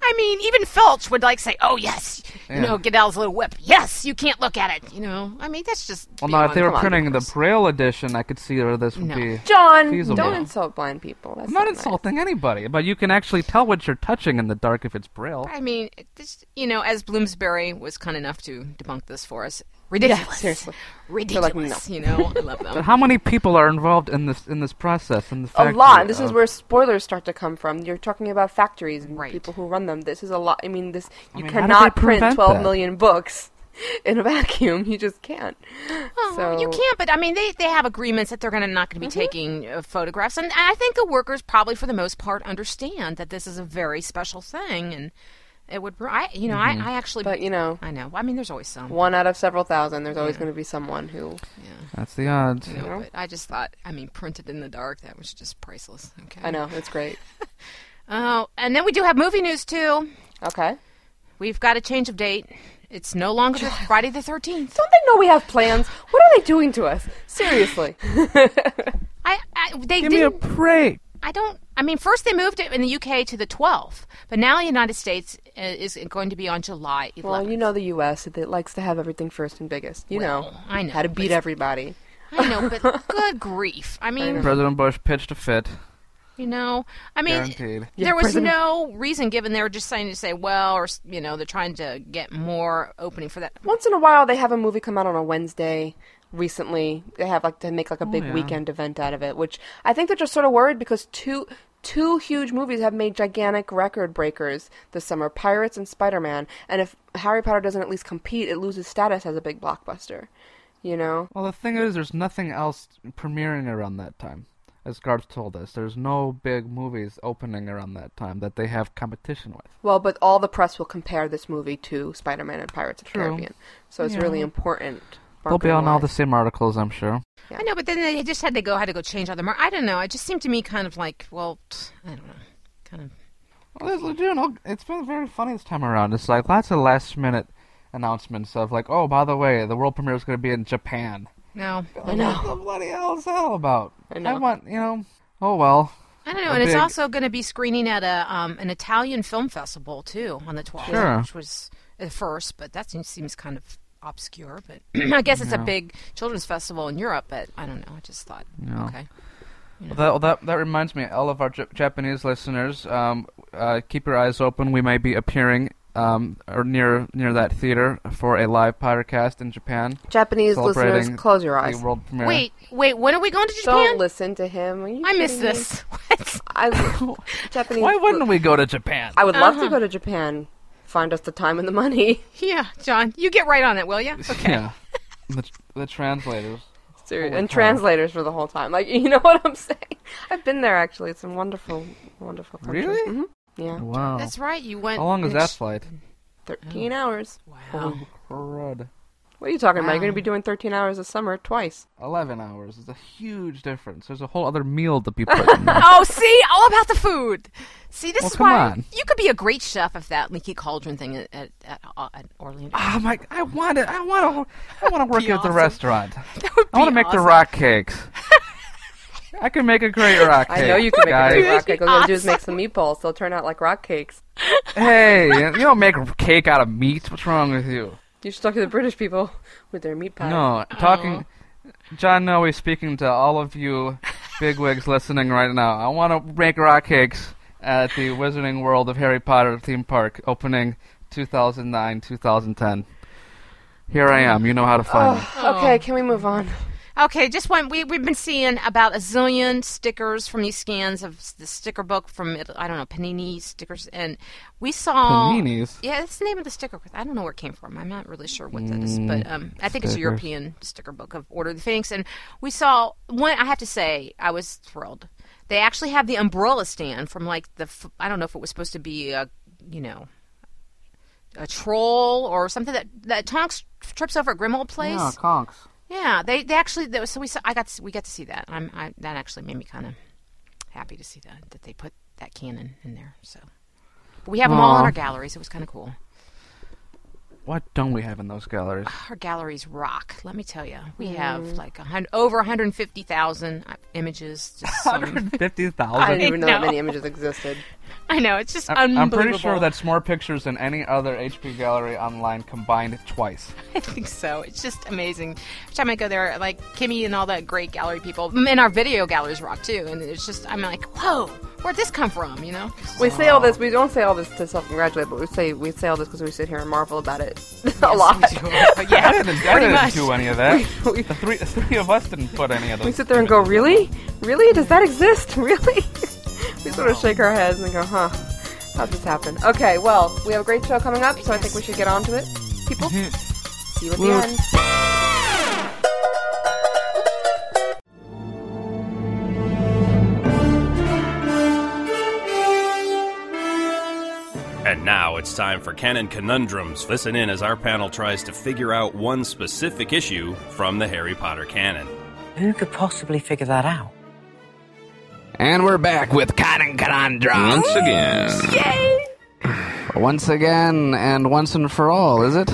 Speaker 9: I mean, even Filch would like say, "Oh yes,
Speaker 8: Yeah.
Speaker 9: you know, Goodell's little whip. Yes, you can't look at it." You know, I mean, that's just.
Speaker 8: well, now if
Speaker 9: beyond-
Speaker 8: they were
Speaker 9: come on,
Speaker 8: printing the
Speaker 9: gross.
Speaker 8: Braille edition, I could see where this would
Speaker 9: No.
Speaker 8: be.
Speaker 1: John,
Speaker 8: Feasible.
Speaker 1: don't
Speaker 8: No.
Speaker 1: insult blind people. That's
Speaker 8: I'm not
Speaker 1: nice.
Speaker 8: insulting anybody, but you can actually tell what you're touching in the dark if it's Braille.
Speaker 9: I mean, this, you know, as Bloomsbury was kind enough to debunk this for us, ridiculous,
Speaker 1: seriously.
Speaker 9: ridiculous.
Speaker 1: no.
Speaker 9: You know, I love
Speaker 8: [laughs]
Speaker 9: them.
Speaker 8: But how many people are involved in this in this process? In the
Speaker 1: A
Speaker 8: factory uh,
Speaker 1: lot. This is
Speaker 8: of-
Speaker 1: where spoilers start to come from. You're talking about factories and
Speaker 9: Right.
Speaker 1: people who run them. This is a lot. I mean, this you
Speaker 8: mean, how do they
Speaker 1: cannot print
Speaker 8: prevent
Speaker 1: 12
Speaker 8: that?
Speaker 1: million books [laughs] in a vacuum. You just can't. Oh,
Speaker 9: Well, you
Speaker 1: So-
Speaker 9: can't, but I mean, they, they have agreements that they're going to not going to be
Speaker 8: Mm-hmm.
Speaker 9: taking uh, photographs, and I think the workers probably, for the most part, understand that this is a very special thing, and it would, I, you know,
Speaker 8: Mm-hmm.
Speaker 9: I, I actually,
Speaker 1: But you know,
Speaker 9: I know. I mean, there's always some.
Speaker 1: one out of several thousand, there's always going to be someone who
Speaker 8: That's the odds.
Speaker 9: you know, but I just thought, I mean, printed in the dark, that was just priceless. Okay.
Speaker 1: I know. It's great.
Speaker 9: Oh, and then we do have movie news too.
Speaker 1: Okay.
Speaker 9: We've got a change of date. It's no longer the Friday the 13th.
Speaker 1: Don't they know we have plans? What are they doing to us? [laughs] Seriously.
Speaker 9: I, I they
Speaker 8: Give me a
Speaker 9: didn't.
Speaker 8: break.
Speaker 9: I I don't. I mean, first they moved it in the UK to the 12th, but now the United States uh, is going to be on July 11th.
Speaker 1: well, you know the U.S. It likes to have everything first and biggest. You know.
Speaker 9: I know,
Speaker 1: How to beat
Speaker 9: but-
Speaker 1: everybody.
Speaker 9: I know,
Speaker 1: [laughs]
Speaker 9: but good grief! I mean,
Speaker 8: President Bush pitched a fit.
Speaker 9: you know, I mean,
Speaker 8: Guaranteed.
Speaker 1: Yeah,
Speaker 9: there was
Speaker 1: President-
Speaker 9: no reason given. They were just saying to say, well, or s- you know, they're trying to get more opening for that.
Speaker 1: Once in a while, they have a movie come out on a Wednesday. Recently, they have like to make like a big
Speaker 8: Oh, yeah.
Speaker 1: weekend event out of it, which I think they're just sort of worried because two two huge movies have made gigantic record breakers this summer: Pirates and Spider Man. And if Harry Potter doesn't at least compete, it loses status as a big blockbuster. You know,
Speaker 8: Well, the thing is, there's nothing else premiering around that time. As Garbs told us, there's no big movies opening around that time that they have competition with.
Speaker 1: Well, but all the press will compare this movie to Spider-Man and Pirates of the
Speaker 8: True.
Speaker 1: Caribbean, so it's really important.
Speaker 8: They'll be on all the
Speaker 1: marketing-wise.
Speaker 8: same articles, I'm sure.
Speaker 9: I know, but then they just had to go, had to go change other mar I don't know. It just seemed to me kind of like, well, t- I don't know, kind of.
Speaker 8: Well, it's, you know, it's been very funny this time around. It's like lots of last minute announcements of like, oh, by the way, the world premiere is going to be in Japan.
Speaker 9: No,
Speaker 8: I know. What the bloody hell is that all about? I,
Speaker 1: know.
Speaker 8: want, you know, oh well.
Speaker 9: I don't
Speaker 8: A
Speaker 9: know, and it's
Speaker 8: big-
Speaker 9: also going to be screening at a um, an Italian film festival too on the twelfth,
Speaker 8: Sure.
Speaker 9: which was the first, but that seems, seems kind of obscure, but [clears throat] I guess it's a big children's festival in Europe. But I don't know. I just thought,
Speaker 8: No.
Speaker 9: okay,
Speaker 8: Well, that, well, that that reminds me, all of our J- Japanese listeners, um, uh, keep your eyes open. We may be appearing um, or near near that theater for a live podcast in Japan.
Speaker 1: Japanese listeners,
Speaker 8: celebrating
Speaker 1: close your eyes.
Speaker 8: The world premiere.
Speaker 9: wait, wait, when are we going to Japan?
Speaker 1: Don't listen to him. Are you
Speaker 9: I missed
Speaker 1: kidding me?
Speaker 9: this. [laughs] What?
Speaker 1: I Japanese.
Speaker 8: Why wouldn't we go to
Speaker 1: [laughs]
Speaker 8: Japan? [laughs]
Speaker 1: I would love
Speaker 9: Uh-huh.
Speaker 1: to go to Japan. Find us the time and the money. [laughs]
Speaker 9: Yeah, John, you get right on it,
Speaker 8: [laughs]
Speaker 9: will you?
Speaker 8: Yeah, the, tr- the translators.
Speaker 1: Serious. and translators for the whole time. Like [laughs] you know what I'm saying? I've been there actually. It's a wonderful, wonderful country.
Speaker 8: Really?
Speaker 1: Mhm. Yeah.
Speaker 8: Wow.
Speaker 9: That's right. You went.
Speaker 8: How long is
Speaker 9: and
Speaker 8: that
Speaker 9: sh-
Speaker 8: flight?
Speaker 1: Thirteen hours.
Speaker 9: Wow.
Speaker 8: Crud.
Speaker 1: What are you talking about? You're
Speaker 9: Wow.
Speaker 1: going to be doing thirteen hours a summer twice.
Speaker 8: Eleven hours is a huge difference. There's a whole other meal to be put
Speaker 9: [laughs]
Speaker 8: in. there.
Speaker 9: Oh, see, all about the food. See, this
Speaker 8: Well,
Speaker 9: is
Speaker 8: come
Speaker 9: why
Speaker 8: on.
Speaker 9: you could be a great chef if that leaky cauldron thing at at, at, uh, at Orlando.
Speaker 8: Ah, my! I want it. I want to. I want to work at the
Speaker 9: awesome.
Speaker 8: restaurant.
Speaker 9: [laughs] That would
Speaker 8: I want to
Speaker 9: be
Speaker 8: make the
Speaker 9: awesome.
Speaker 8: rock cakes. I can make a great rock cake.
Speaker 1: I know you can make
Speaker 8: guys.
Speaker 1: a great rock cake. All you got to do is make some meatballs. They'll turn out like rock cakes.
Speaker 8: Hey, you don't make cake out of meat. What's wrong with you?
Speaker 1: You should talk to the British people [laughs] with their meat pies.
Speaker 8: No, talking. John Noe speaking to all of you bigwigs listening right now. I want to make rock cakes at the Wizarding World of Harry Potter theme park opening 2009 2010. Here I am. You know how to find me.
Speaker 1: Okay, can we move on?
Speaker 9: Okay, just one. We we've been seeing about a zillion stickers from these scans of s- the sticker book from Ita- I don't know Panini stickers, and we saw
Speaker 8: Paninis?
Speaker 9: Yeah, that's the name of the sticker. I don't know where it came from. I'm not really sure what that is, but um, I think it's
Speaker 8: stickers.
Speaker 9: a European sticker book of Order of the Phoenix. And we saw one. I have to say, I was thrilled. They actually have the umbrella stand from like the f- I don't know if it was supposed to be a you know a troll or something that that Tonks trips over at Grimald Place.
Speaker 8: Yeah, conks.
Speaker 9: Yeah, they they actually that was, so we saw I got to, we got to see that. I'm I, that actually made me kind of happy to see that that they put that cannon in there. So but we have them all in
Speaker 8: Aw.
Speaker 9: our galleries. It was kind of cool.
Speaker 8: What don't we have in those galleries?
Speaker 9: Our galleries rock. Let me tell you,
Speaker 1: Mm-hmm.
Speaker 9: we have like a hundred over 150,000 uh, images.
Speaker 1: [laughs]
Speaker 9: Just [laughs] some,
Speaker 8: 50,000?
Speaker 1: I didn't even know that
Speaker 9: know.
Speaker 1: many images existed.
Speaker 9: [laughs] I know it's just
Speaker 8: I'm
Speaker 9: unbelievable.
Speaker 8: I'm pretty sure that's more pictures than any other HP gallery online combined twice.
Speaker 9: [laughs] I think so. It's just amazing. Every time I go there, like Kimmy and all that great gallery people, and our video galleries rock too. And it's just I'm like, whoa, where'd this come from? You know.
Speaker 1: We say all this. We don't say all this to self-congratulate, but we say we say all this because we sit here and marvel about it [laughs] a lot.
Speaker 9: yeah,
Speaker 8: I didn't, I
Speaker 9: pretty
Speaker 8: didn't
Speaker 9: much.
Speaker 8: do any of that.
Speaker 1: [laughs] we-
Speaker 8: the, three, the three of us didn't put any of those.
Speaker 1: We sit there and go, "Really? Really? Does that exist? [laughs] Really?" we sort of shake our heads and go, "Huh? How'd this happen?" Okay. Well, we have a great show coming up, so I think we should get on to it, people. See you at the
Speaker 8: Woot.
Speaker 1: end.
Speaker 2: And now it's time for Canon Conundrums. Listen in as our panel tries to figure out one specific issue from the Harry Potter canon.
Speaker 5: [gasps] Who could possibly figure that out?
Speaker 6: And we're back with Conan Conundrum. Once again.
Speaker 8: Once again, and once and for all, is it?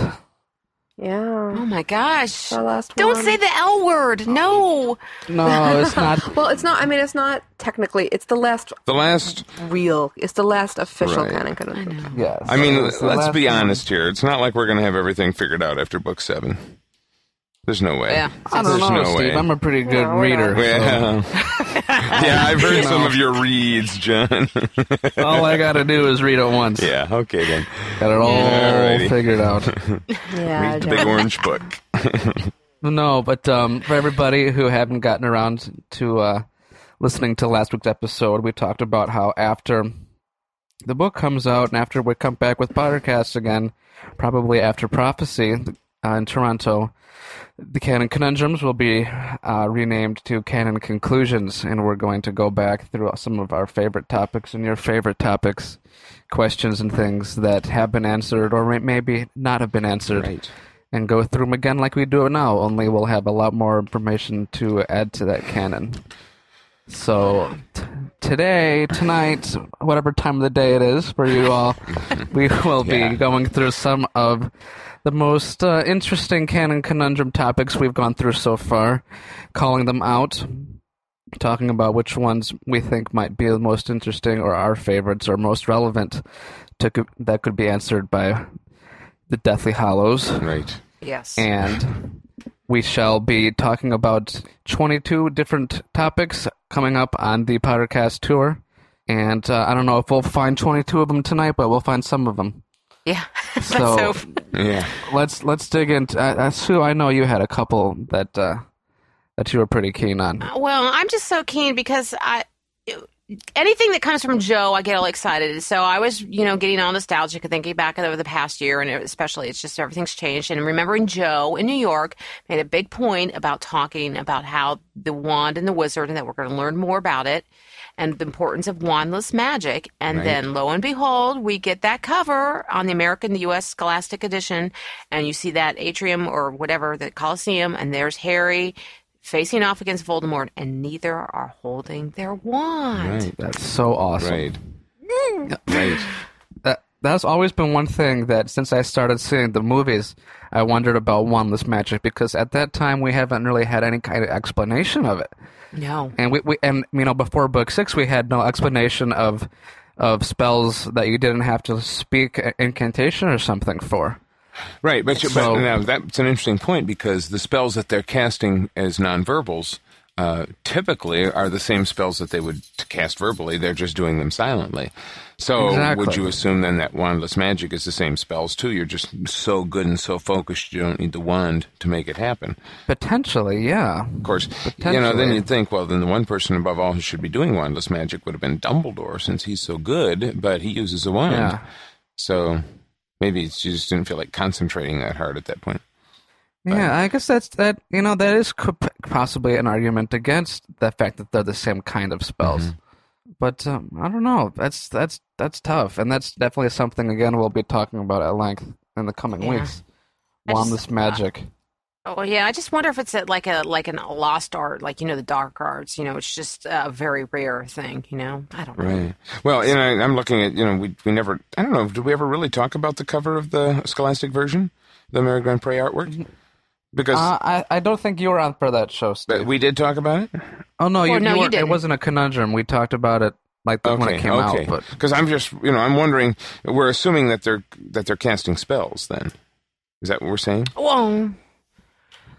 Speaker 1: Yeah.
Speaker 9: Oh my gosh.
Speaker 1: Our last
Speaker 9: Don't
Speaker 1: one.
Speaker 9: say the L word. No.
Speaker 8: No,
Speaker 6: [laughs]
Speaker 8: it's not.
Speaker 1: Well, it's not. I mean, it's not technically. It's the last
Speaker 6: The last.
Speaker 1: real. It's the last official
Speaker 6: Right.
Speaker 1: canon conundrum.
Speaker 8: yes.
Speaker 6: I mean,
Speaker 8: It's the
Speaker 6: let's
Speaker 8: last
Speaker 6: be
Speaker 8: one.
Speaker 6: honest here. It's not like we're going to have everything figured out after book seven. There's no way.
Speaker 9: Yeah.
Speaker 8: I don't
Speaker 6: There's
Speaker 8: know,
Speaker 6: no
Speaker 8: Steve.
Speaker 6: way.
Speaker 8: I'm a pretty good
Speaker 1: No, we're
Speaker 8: reader.
Speaker 6: Yeah.
Speaker 9: [laughs]
Speaker 6: yeah, I've heard some of your reads, John.
Speaker 8: so all I gotta do is read it once.
Speaker 6: yeah, okay then.
Speaker 8: Got it all
Speaker 6: Alrighty.
Speaker 8: figured out.
Speaker 1: Yeah.
Speaker 6: The big orange book.
Speaker 8: No, but um, for everybody who hadn't gotten around to uh, listening to last week's episode, we talked about how after the book comes out and after we come back with Pottercast again, probably after Prophecy uh, in Toronto, the Canon Conundrums will be uh, renamed to Canon Conclusions, and we're going to go back through some of our favorite topics and your favorite topics, questions and things that have been answered or may- maybe not have been answered and go through them again like we do now. Only we'll have a lot more information to add to that canon. So t- today, tonight, whatever time of the day it is for you all, we will be going through some of the most uh, interesting canon conundrum topics we've gone through so far, calling them out. Talking about which ones we think might be the most interesting or our favorites or most relevant to, that could be answered by the Deathly Hollows
Speaker 6: Right.
Speaker 4: Yes.
Speaker 8: And we shall be talking about 22 different topics coming up on the Pottercast tour. And uh, I don't know if we'll find 22 of them tonight, but we'll find some of them.
Speaker 9: Yeah. [laughs]
Speaker 8: So-
Speaker 9: Let's hope.
Speaker 6: Yeah.
Speaker 8: Let's let's dig into. Uh, uh, Sue, I know you had a couple that uh, that you were pretty keen on.
Speaker 9: Well, I'm just so keen because I anything that comes from Joe, I get all excited. So I was, you know, getting all nostalgic and thinking back over the past year, and especially it's just everything's changed. And remembering Joe in New York made a big point about talking about how the wand and the wizard, and that we're going to learn more about it. And the importance of wandless magic. And
Speaker 11: Right.
Speaker 9: then lo and behold, we get that cover on the American, the U.S. Scholastic Edition. And you see that atrium or whatever, the Coliseum. And there's Harry facing off against Voldemort. And neither are holding their wand.
Speaker 8: That's so awesome.
Speaker 6: Right.
Speaker 8: Right. That that's always been one thing that since I started seeing the movies, I wondered about wandless magic because at that time we haven't really had any kind of explanation of it.
Speaker 9: No.
Speaker 8: And we, we and you know before book six we had no explanation of of spells that you didn't have to speak a- incantation or something for.
Speaker 6: Right, but, you,
Speaker 8: So-
Speaker 6: but now that's an interesting point because the spells that they're casting as nonverbals uh, typically are the same spells that they would t- cast verbally. They're just doing them silently. So
Speaker 8: Exactly.
Speaker 6: Oh, would you assume then that wandless magic is the same spells too? You're just so good and so focused, you don't need the wand to make it happen.
Speaker 8: Potentially, yeah.
Speaker 6: Of course, you know, then
Speaker 8: Potentially.
Speaker 6: you'd think, well, then the one person above all who should be doing wandless magic would have been Dumbledore since he's so good, but he uses a wand.
Speaker 8: Yeah.
Speaker 6: So maybe she just didn't feel like concentrating that hard at that point.
Speaker 8: Yeah, I guess that's that. You know, that is co- possibly an argument against the fact that they're the same kind of spells.
Speaker 6: Mm-hmm.
Speaker 8: But um, I don't know. That's that's that's tough, and that's definitely something again we'll be talking about at length in the coming
Speaker 9: Yeah.
Speaker 8: weeks.
Speaker 9: I just-
Speaker 8: Wandless magic.
Speaker 9: Oh yeah, I just wonder if it's a, like a like an a lost art, like you know the dark arts. You know, it's just a very rare thing. You know, I don't know.
Speaker 6: Right. Well, you know, I'm looking at, you know, we, we never, I don't know, did we ever really talk about the cover of the Scholastic version? The Mary Grand Prey artwork? Because
Speaker 8: Uh, I I don't think you were on for that show, Steve.
Speaker 6: we did talk about it.
Speaker 8: Oh no, you,
Speaker 6: Well, no, you
Speaker 8: weren't- It
Speaker 6: didn't.
Speaker 8: wasn't a conundrum. We talked about it like the, when it came
Speaker 6: okay.
Speaker 8: out, but
Speaker 6: Because I'm just, you know, I'm wondering, we're assuming that they're, that they're casting spells then. Is that what we're saying?
Speaker 9: Well,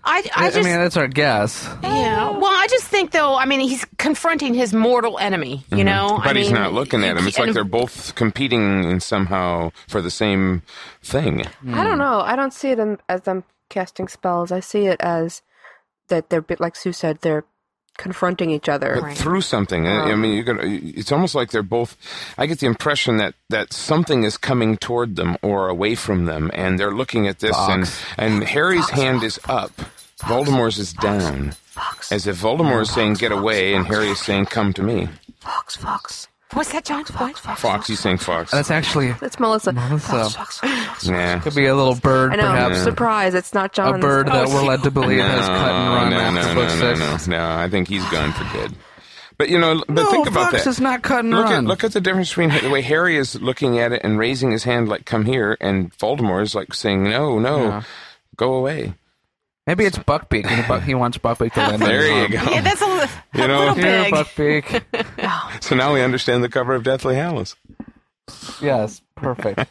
Speaker 9: I I just
Speaker 8: mean that's our guess.
Speaker 9: yeah. Well, I just think though. I mean, he's confronting his mortal enemy. You
Speaker 6: Mhm.
Speaker 9: know,
Speaker 6: but
Speaker 9: I
Speaker 6: he's
Speaker 9: mean,
Speaker 6: not looking at him. It's like
Speaker 9: and-
Speaker 6: they're both competing in somehow for the same thing.
Speaker 1: I
Speaker 8: Hmm.
Speaker 1: don't know. I don't see it in, as them casting spells. I see it as that they're bit like Sue said. They're confronting each other.
Speaker 6: But through something. I- I
Speaker 1: Um,
Speaker 6: mean, you could, it's almost like they're both. I get the impression that that something is coming toward them or away from them, and they're looking at this.
Speaker 8: Fox.
Speaker 6: And and Harry's hand is up, Voldemort's is down, as if Voldemort is saying "get away" and Harry is saying "come to me."
Speaker 1: Fox, Fox.
Speaker 9: What's that, John? What?
Speaker 6: Fox, he's saying "fox."
Speaker 8: that's actually
Speaker 1: That's Melissa.
Speaker 8: Melissa.
Speaker 6: Yeah.
Speaker 8: Could be a little bird,
Speaker 1: I know.
Speaker 8: perhaps.
Speaker 1: Surprise! It's not John. Oh,
Speaker 8: A bird
Speaker 1: [laughs]
Speaker 8: that we're led to believe has cut and run
Speaker 6: no,
Speaker 8: after
Speaker 6: no,
Speaker 8: book
Speaker 6: no,
Speaker 8: six.
Speaker 6: No, no, no, I think he's gone for good. But you know, but
Speaker 8: No,
Speaker 6: think about
Speaker 8: Fox
Speaker 6: that.
Speaker 8: is not cut and
Speaker 6: look At,
Speaker 8: run.
Speaker 6: look at the difference between the way Harry is looking at it and raising his hand like "come here," and Voldemort is like saying "no, no, [laughs]
Speaker 8: Yeah.
Speaker 6: go away."
Speaker 8: Maybe it's Buckbeak, and Buck, he wants Buckbeak to land
Speaker 6: [laughs]
Speaker 8: on
Speaker 6: There
Speaker 8: his
Speaker 6: you
Speaker 8: arm.
Speaker 6: go.
Speaker 9: Yeah, that's a, li-
Speaker 6: [laughs] You
Speaker 9: a
Speaker 6: know-
Speaker 9: little
Speaker 6: Yeah,
Speaker 9: big.
Speaker 6: but-
Speaker 8: Buckbeak.
Speaker 6: So now we understand the cover of Deathly Hallows
Speaker 8: Yes, perfect.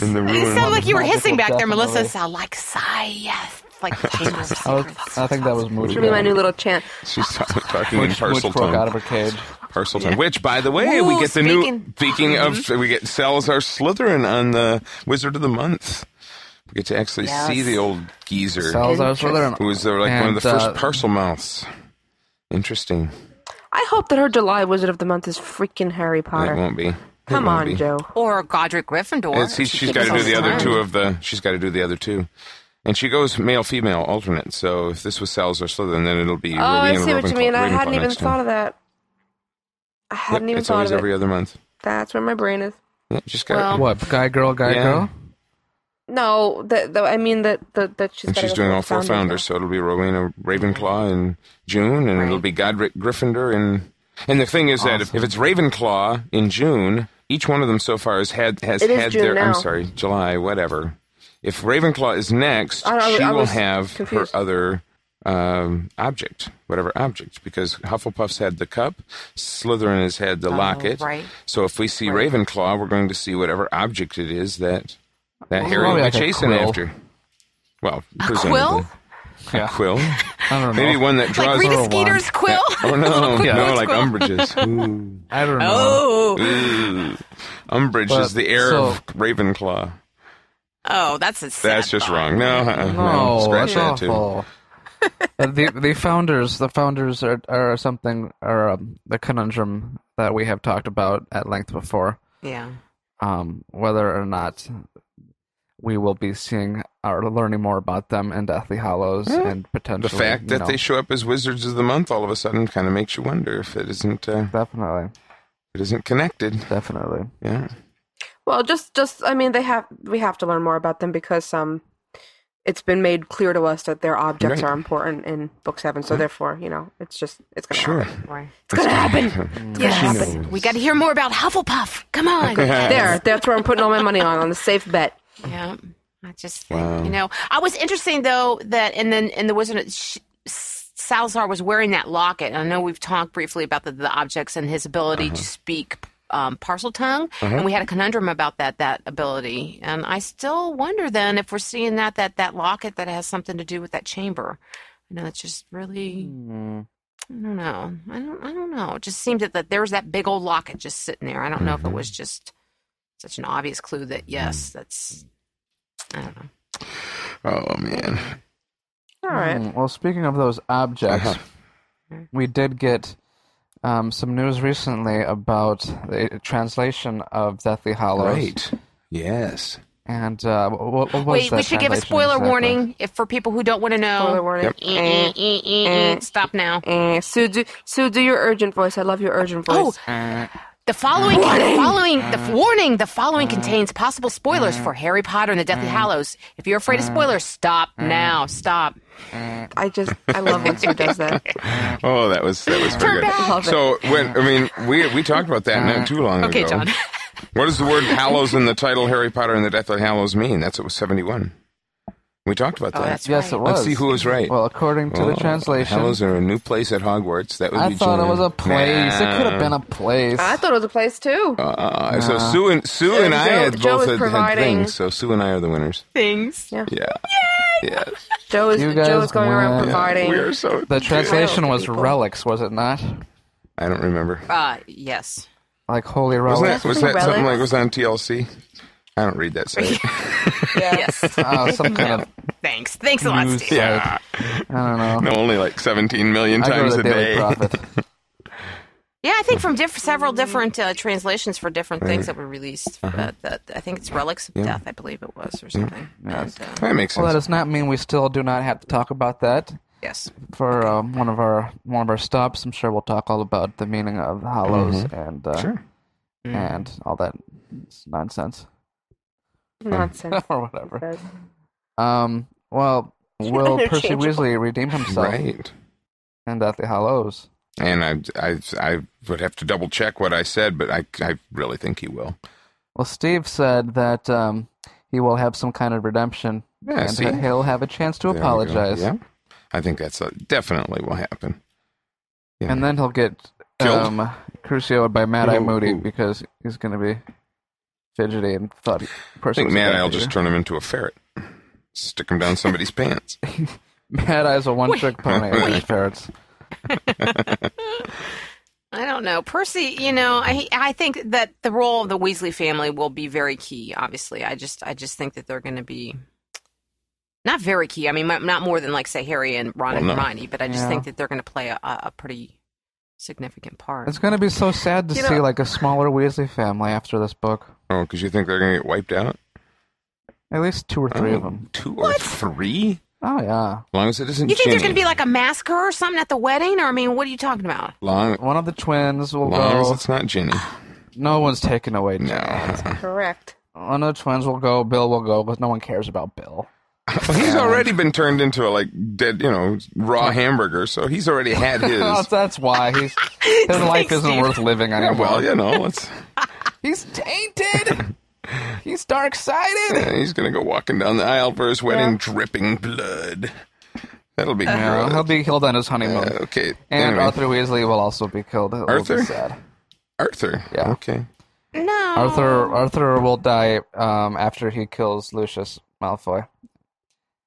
Speaker 6: in the
Speaker 9: It
Speaker 6: ruin.
Speaker 9: sounded like you were hissing back there,
Speaker 8: Definitely.
Speaker 9: Melissa. Sound like sigh, yes,
Speaker 6: [laughs]
Speaker 9: like chamber of
Speaker 8: I, was,
Speaker 9: secrets.
Speaker 8: I think that was Mooch.
Speaker 1: Should be my new little chant.
Speaker 6: She's ta- talking in
Speaker 8: Mooch, Mooch
Speaker 6: parcel
Speaker 8: broke
Speaker 6: tongue.
Speaker 8: out of her cage.
Speaker 6: Parcel time. Which, by the way, we
Speaker 9: Ooh,
Speaker 6: get the new.
Speaker 9: speaking-
Speaker 6: Speaking
Speaker 1: Mm-hmm.
Speaker 6: of, we get Salazar Slytherin on the Wizard of the Month. We get to actually
Speaker 9: Yes.
Speaker 6: see the old geezer.
Speaker 8: Salazar Slytherin.
Speaker 6: Who was uh, like one of the
Speaker 8: And,
Speaker 6: first
Speaker 8: uh,
Speaker 6: parcel mouths. Interesting.
Speaker 1: I hope that her July Wizard of the Month is freaking Harry Potter.
Speaker 6: It won't be. It
Speaker 1: Come
Speaker 6: won't
Speaker 1: on,
Speaker 6: be.
Speaker 1: Joe.
Speaker 9: Or Godric Gryffindor.
Speaker 6: It's- he's-
Speaker 9: She
Speaker 6: she's
Speaker 9: keeps
Speaker 6: got to
Speaker 9: us
Speaker 6: do the
Speaker 9: on
Speaker 6: other
Speaker 9: time.
Speaker 6: two of the. She's got to do the other two, and she goes male female alternate. So if this was Salazar Slytherin, then it'll be.
Speaker 1: Oh, I see what you mean. I hadn't even
Speaker 6: of.
Speaker 1: thought of that. I hadn't even
Speaker 6: it's
Speaker 1: thought
Speaker 6: always
Speaker 1: of it.
Speaker 6: every other month.
Speaker 1: That's where my brain is.
Speaker 6: Yeah, just got
Speaker 9: Well-
Speaker 8: What, guy, girl, guy,
Speaker 6: Yeah.
Speaker 8: girl?
Speaker 1: No, that though I mean that that that she's.
Speaker 6: and
Speaker 1: gotta go
Speaker 6: she's doing
Speaker 1: for
Speaker 6: all four
Speaker 1: founders.
Speaker 6: founders, so it'll be Rowena Ravenclaw in June, and it'll
Speaker 9: Right.
Speaker 6: be Godric Gryffindor in. And the thing is that if, if it's Ravenclaw in June, each one of them so far has had has
Speaker 1: It is
Speaker 6: had
Speaker 1: June
Speaker 6: their.
Speaker 1: now.
Speaker 6: I'm sorry, July, whatever. If Ravenclaw is next,
Speaker 1: I- I-
Speaker 6: she
Speaker 1: I
Speaker 6: will
Speaker 1: was
Speaker 6: have
Speaker 1: confused.
Speaker 6: her other um, object, whatever object, because Hufflepuff's had the cup, Slytherin has had the
Speaker 9: Oh,
Speaker 6: locket.
Speaker 9: right.
Speaker 6: So if we see Ravenclaw, we're going to see whatever object it is that that
Speaker 8: Well,
Speaker 6: Harry
Speaker 8: probably
Speaker 6: will be
Speaker 8: like a
Speaker 6: chasing
Speaker 8: quill.
Speaker 6: after. Well,
Speaker 9: A
Speaker 6: presumably.
Speaker 9: quill?
Speaker 6: A
Speaker 8: [laughs]
Speaker 6: quill?
Speaker 8: I don't
Speaker 6: Maybe one that draws
Speaker 9: Rita Skeeter's [laughs] quill?
Speaker 6: [laughs] Oh no,
Speaker 9: quick
Speaker 6: no,
Speaker 9: notes
Speaker 6: like
Speaker 9: quill.
Speaker 6: umbrages. Ooh.
Speaker 8: I don't
Speaker 9: know.
Speaker 6: [laughs]
Speaker 9: Oh.
Speaker 6: Ooh. Umbrage
Speaker 8: But,
Speaker 6: is the heir
Speaker 8: so-
Speaker 6: of Ravenclaw.
Speaker 9: Oh, that's a sad
Speaker 6: That's just
Speaker 9: thought.
Speaker 6: wrong. No, uh,
Speaker 8: No,
Speaker 6: scratch that
Speaker 8: Oh, that's
Speaker 6: too.
Speaker 8: awful. Uh, the the founders the founders are are something are um, the conundrum that we have talked about at length before.
Speaker 9: Yeah.
Speaker 8: Um, whether or not we will be seeing or learning more about them in Deathly Hollows and
Speaker 6: The
Speaker 8: potentially
Speaker 6: fact
Speaker 8: you
Speaker 6: that
Speaker 8: know,
Speaker 6: they show up as Wizards of the Month all of a sudden kind of makes you wonder if it isn't uh,
Speaker 8: definitely
Speaker 6: it isn't connected.
Speaker 8: definitely
Speaker 6: Yeah.
Speaker 1: Well, just just I mean they have we have to learn more about them because um it's been made clear to us that their objects
Speaker 6: Right.
Speaker 1: are important in book 7 so therefore, you know, it's just it's going to
Speaker 6: Sure.
Speaker 1: happen.
Speaker 9: It's gonna happen.
Speaker 6: She
Speaker 9: Yes.
Speaker 6: knows.
Speaker 9: We got to hear more about Hufflepuff.
Speaker 6: [laughs]
Speaker 9: Come on.
Speaker 1: There, that's where I'm putting all my money on on the safe bet.
Speaker 9: Yeah, I just think,
Speaker 6: Wow.
Speaker 9: you know, I was interesting though that and then in the Wizard sh- Salazar was wearing that locket. And I know we've talked briefly about the, the objects and his ability to speak um, parcel tongue, and we had a conundrum about that that ability. And I still wonder then if we're seeing that that that locket that has something to do with that chamber. You know, it's just really. I don't know. I don't. I don't know. It just seemed that, that there was that big old locket just sitting there. I don't know if it was just such an obvious clue that yes, that's. I don't know.
Speaker 6: Oh man.
Speaker 1: All right.
Speaker 8: Mm, Well, speaking of those objects,
Speaker 6: Uh-huh.
Speaker 8: we did get um, some news recently about the translation of Deathly Hollows.
Speaker 6: Right. Yes.
Speaker 8: And uh, what, what was
Speaker 9: Wait,
Speaker 8: that
Speaker 9: we should give a
Speaker 8: translation
Speaker 9: spoiler
Speaker 8: exactly?
Speaker 9: warning if for people who don't want to
Speaker 1: Spoiler
Speaker 9: know.
Speaker 1: warning.
Speaker 9: Eh, eh, eh, eh, eh, Stop now.
Speaker 1: Eh, Sue, do, Sue, do your urgent voice. I love your urgent voice.
Speaker 9: Oh, the following, the following, the f- warning. The following contains possible spoilers for Harry Potter and the Deathly Hallows. If you're afraid of spoilers, stop now. Stop.
Speaker 1: I just, I love when Sue does that.
Speaker 6: Oh, that was that was pretty
Speaker 9: Turn back.
Speaker 6: good.
Speaker 1: Love it.
Speaker 6: So when I mean we we talked about that
Speaker 8: Uh-huh.
Speaker 6: not too long
Speaker 9: Okay,
Speaker 6: ago. [laughs]
Speaker 9: John.
Speaker 8: Oh,
Speaker 6: What does the word "hallows" in the title "Harry Potter and the Deathly Hallows" mean? That's what was seventy-one. We talked about
Speaker 9: Oh,
Speaker 6: that.
Speaker 9: that's
Speaker 8: Yes,
Speaker 9: right.
Speaker 8: it was.
Speaker 6: Let's see who was right.
Speaker 8: Well, according to
Speaker 6: Well,
Speaker 8: the translation,
Speaker 6: Hallows are a new place at Hogwarts. That would
Speaker 8: I
Speaker 6: be
Speaker 8: thought
Speaker 6: Jane.
Speaker 8: it was a place. It could have been a
Speaker 1: [laughs]
Speaker 8: place.
Speaker 1: I thought it was a place too.
Speaker 6: Uh, So Sue and Sue and I
Speaker 1: Joe-
Speaker 6: had
Speaker 1: Joe
Speaker 6: both
Speaker 1: is
Speaker 6: had, had
Speaker 1: providing-
Speaker 6: things. So Sue and I are the winners.
Speaker 9: Things.
Speaker 6: Yeah. Yes.
Speaker 1: Joe is,
Speaker 8: You guys
Speaker 1: Joe is going around
Speaker 8: win.
Speaker 1: providing.
Speaker 6: We are so.
Speaker 8: the translation was
Speaker 1: people.
Speaker 8: relics, was it not?
Speaker 6: I don't remember.
Speaker 9: Uh, yes.
Speaker 8: Like holy
Speaker 1: Oh,
Speaker 6: Was
Speaker 8: relics.
Speaker 6: that was that something like was on TLC? I don't read that
Speaker 1: [laughs]
Speaker 6: site.
Speaker 9: Yes.
Speaker 8: Oh,
Speaker 6: [laughs]
Speaker 8: some kind of
Speaker 9: Thanks. Thanks a lot,
Speaker 8: news
Speaker 9: Steve.
Speaker 8: site. I don't know.
Speaker 6: No, only like 17 million
Speaker 8: I go
Speaker 6: times
Speaker 8: to
Speaker 6: a
Speaker 8: the Daily
Speaker 6: day. [laughs]
Speaker 8: Prophet.
Speaker 9: Yeah, I think from diff- several different uh, translations for different things that were released. Uh, that, I think it's Relics of Death, I believe it was, or something. And, uh,
Speaker 6: That makes sense.
Speaker 8: Well, that does not mean we still do not have to talk about that.
Speaker 9: yes.
Speaker 8: For um, one of our one of our stops, I'm sure we'll talk all about the meaning of the hollows and uh,
Speaker 6: Mm-hmm. Sure.
Speaker 8: and all that nonsense
Speaker 1: Nonsense.
Speaker 8: or whatever. Um, well, will Percy Weasley redeem himself
Speaker 6: Right.
Speaker 8: in Deathly Hollows?
Speaker 6: And I, I, I would have to double check what I said, but I, I really think he will.
Speaker 8: Well, Steve said that um, he will have some kind of redemption
Speaker 6: Yeah,
Speaker 8: and
Speaker 6: see?
Speaker 8: that he'll have a chance to
Speaker 6: There we go.
Speaker 8: apologize,
Speaker 6: Yeah. I think that's uh definitely will happen. Yeah.
Speaker 8: and then he'll get
Speaker 6: Killed?
Speaker 8: um, crucioed by Mad Eye
Speaker 6: Ooh,
Speaker 8: Moody
Speaker 6: ooh.
Speaker 8: because he's going to be fidgety and thought.
Speaker 6: I think Mad Eye'll just turn him into a ferret, stick him down
Speaker 8: [laughs]
Speaker 6: somebody's pants.
Speaker 8: Mad Eye's a one
Speaker 6: [laughs]
Speaker 8: trick pony.
Speaker 6: Wait.
Speaker 8: ferrets.
Speaker 9: I don't know. Percy, you know, I I think that the role of the Weasley family will be very key, obviously. I just I just think that they're going to be not very key. I mean, m- not more than like say Harry and Ron and
Speaker 6: Well, no.
Speaker 9: Hermione, but I just
Speaker 8: Yeah.
Speaker 9: think that they're going to play a, a a pretty significant part.
Speaker 8: It's going to be so sad to
Speaker 1: You
Speaker 8: see
Speaker 1: know-
Speaker 8: like a smaller Weasley family after this book.
Speaker 6: Oh, because you think they're going to get wiped out?
Speaker 8: At least two or three of
Speaker 6: Oh,
Speaker 8: them.
Speaker 6: Two or three?
Speaker 8: Oh yeah,
Speaker 6: As long as it isn't
Speaker 9: you think there's
Speaker 6: Ginny.
Speaker 9: going to be like a massacre or something at the wedding? Or I mean, what are you talking about?
Speaker 6: long,
Speaker 8: one of the twins will
Speaker 6: long as
Speaker 8: go.
Speaker 6: it's not
Speaker 8: [sighs]
Speaker 6: Ginny.
Speaker 8: No one's taken away. Jack.
Speaker 6: No.
Speaker 1: Correct.
Speaker 8: One of the twins will go. Bill will go, but no one cares about Bill.
Speaker 6: [laughs] Well, he's already been turned into a like dead, you know,
Speaker 8: [laughs]
Speaker 6: raw hamburger, so he's already had his.
Speaker 8: Oh, that's why
Speaker 6: [laughs]
Speaker 8: he's his life isn't worth living
Speaker 6: Yeah,
Speaker 8: anymore.
Speaker 6: well, you know, let's.
Speaker 8: He's
Speaker 6: [laughs]
Speaker 8: tainted. he's dark sided.
Speaker 6: yeah, he's gonna go walking down the aisle for his wedding, dripping blood. That'll be
Speaker 8: No,
Speaker 6: gross.
Speaker 8: he'll be killed on his honeymoon.
Speaker 6: Uh, okay.
Speaker 8: and
Speaker 6: anyway.
Speaker 8: Arthur Weasley will also be killed. It will be
Speaker 6: Arthur?
Speaker 8: sad.
Speaker 6: Arthur.
Speaker 8: Yeah.
Speaker 6: Okay.
Speaker 9: No.
Speaker 6: Oh.
Speaker 8: Arthur Arthur will die um, after he kills Lucius Malfoy,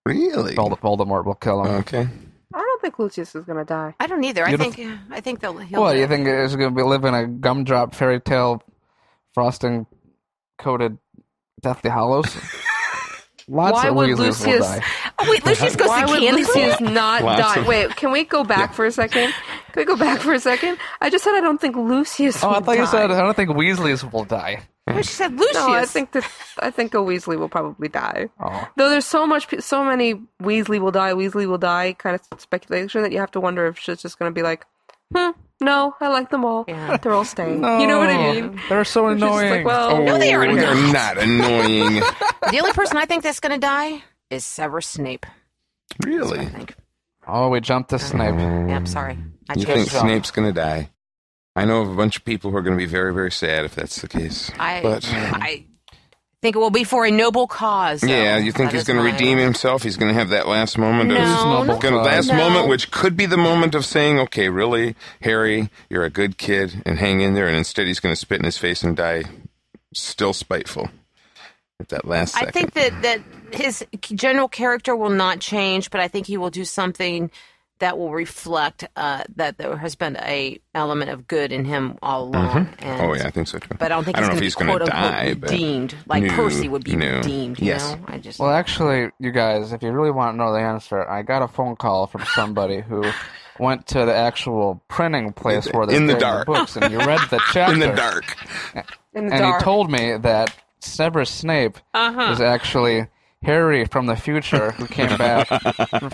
Speaker 6: Really?
Speaker 8: Vold- Voldemort will kill him.
Speaker 6: Okay.
Speaker 1: I don't think Lucius is gonna die.
Speaker 9: I don't either. I
Speaker 8: You don't-
Speaker 9: think I think they'll. He'll
Speaker 8: Well, you think it's going to be living a gumdrop fairy tale, frosting coated
Speaker 6: [laughs]
Speaker 8: Deathly Hollows? Lots
Speaker 1: Why
Speaker 8: of
Speaker 1: would
Speaker 8: reasons will
Speaker 1: Lucius-
Speaker 8: die.
Speaker 9: Oh
Speaker 8: [laughs]
Speaker 9: wait, Lucius goes
Speaker 1: Why
Speaker 9: to
Speaker 1: would
Speaker 9: Canada.
Speaker 1: Lucius not
Speaker 8: Lots
Speaker 1: die?
Speaker 8: of-
Speaker 1: Wait, can we go back for a second? Can we go back for a second? I just said I don't think Lucius.
Speaker 8: Oh, I
Speaker 1: will
Speaker 8: thought you
Speaker 1: die.
Speaker 8: said I don't think Weasleys will die.
Speaker 9: she said Lucius.
Speaker 1: No, Oh, I think that I think a Weasley will probably die.
Speaker 8: Oh,
Speaker 1: Though there's so much, pe- so many Weasley will die, Weasley will die kind of speculation that you have to wonder if she's just going to be like, hmm, no, I like them all. They're all staying. You know what I mean?
Speaker 8: They're so
Speaker 1: She's just like,
Speaker 8: annoying.
Speaker 1: well,
Speaker 6: oh,
Speaker 9: they are
Speaker 6: [laughs] they're not annoying.
Speaker 9: the only person I think that's going to die is Severus Snape.
Speaker 6: really? Mm.
Speaker 8: oh, we jumped to
Speaker 6: Mm-hmm.
Speaker 8: Snape.
Speaker 9: Yeah, I'm sorry. I
Speaker 6: You
Speaker 9: changed.
Speaker 6: think
Speaker 8: Yes, uh,
Speaker 6: Snape's going to die? I know of a bunch of people who are going to be very, very sad if that's the case.
Speaker 9: I,
Speaker 6: but
Speaker 9: I think it will be for a noble cause. though.
Speaker 6: yeah, you think
Speaker 9: That
Speaker 6: he's
Speaker 9: is
Speaker 6: going to
Speaker 9: my-
Speaker 6: redeem himself? He's going to have that last moment
Speaker 9: No,
Speaker 6: of
Speaker 9: no,
Speaker 6: gonna- last
Speaker 9: no.
Speaker 6: moment, which could be the moment of saying, "Okay, really, Harry, you're a good kid, and hang in there." And instead, he's going to spit in his face and die, still spiteful. At that last second,
Speaker 9: I think that that his general character will not change, but I think he will do something that will reflect uh, that there has been a element of good in him all along. And,
Speaker 6: oh yeah, I think so too.
Speaker 9: But I don't think
Speaker 6: know if
Speaker 9: he's
Speaker 6: he's
Speaker 9: going to
Speaker 6: gonna
Speaker 9: be quote
Speaker 6: die.
Speaker 9: unquote
Speaker 6: but-
Speaker 9: redeemed, like
Speaker 6: No,
Speaker 9: Percy would be
Speaker 6: no.
Speaker 9: redeemed. You
Speaker 6: Yes.
Speaker 9: know, I just
Speaker 8: Well, actually, you guys, if you really want to know the answer, I got a phone call from somebody
Speaker 6: [laughs]
Speaker 8: who went to the actual printing place where they
Speaker 6: In the
Speaker 8: saved
Speaker 6: dark.
Speaker 8: books, and you read the
Speaker 6: [laughs]
Speaker 8: chapter
Speaker 6: in the dark.
Speaker 1: In the
Speaker 8: and
Speaker 1: dark.
Speaker 8: he told me that Severus Snape is actually Harry from the future who
Speaker 6: [laughs]
Speaker 8: came back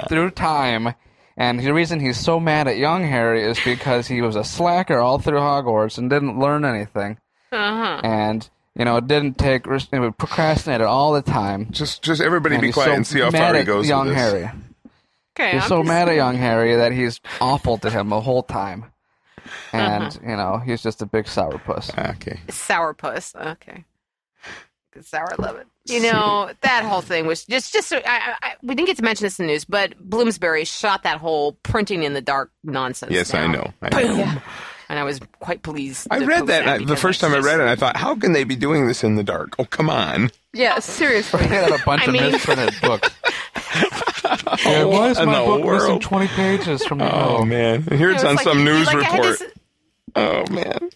Speaker 8: through time. And the reason he's so mad at young Harry is because he was a slacker all through Hogwarts and didn't learn anything. Uh-huh. And, you know, didn't take, you know, procrastinated all the time.
Speaker 6: Just, just everybody
Speaker 8: And
Speaker 6: be
Speaker 8: he's
Speaker 6: quiet
Speaker 8: so
Speaker 6: and see how
Speaker 8: mad
Speaker 6: far he
Speaker 8: at
Speaker 6: goes.
Speaker 8: Young
Speaker 6: with this.
Speaker 8: Harry. He's so mad at young Harry that he's awful to him the whole time. And, you know, he's just a big sourpuss.
Speaker 6: [laughs] Ah, Okay.
Speaker 9: sourpuss. Okay. Sour love it. You know that whole thing was just just I, I, I- we didn't get to mention this in the news, but Bloomsbury shot that whole printing in the dark nonsense.
Speaker 6: Yes, I
Speaker 9: down.
Speaker 6: know. I, know.
Speaker 9: and I was quite pleased.
Speaker 6: I
Speaker 9: to
Speaker 6: read
Speaker 9: post
Speaker 6: that and I- the
Speaker 9: because
Speaker 6: first
Speaker 9: it's
Speaker 6: time I
Speaker 9: just-
Speaker 6: read it. I thought, how can they be doing this in the dark? Oh, come on. [laughs]
Speaker 1: Yeah, seriously.
Speaker 8: They had a bunch
Speaker 9: I
Speaker 8: of
Speaker 9: mean-
Speaker 8: misprinted books. Yeah, why is
Speaker 6: in
Speaker 8: my
Speaker 6: the
Speaker 8: book missing
Speaker 6: world?
Speaker 8: 20 pages from
Speaker 6: [laughs]
Speaker 8: the
Speaker 6: Oh man, And here
Speaker 9: It
Speaker 6: it's
Speaker 9: was
Speaker 6: on
Speaker 9: like-
Speaker 6: some news
Speaker 9: like, I had
Speaker 6: report.
Speaker 9: this-
Speaker 6: Oh man.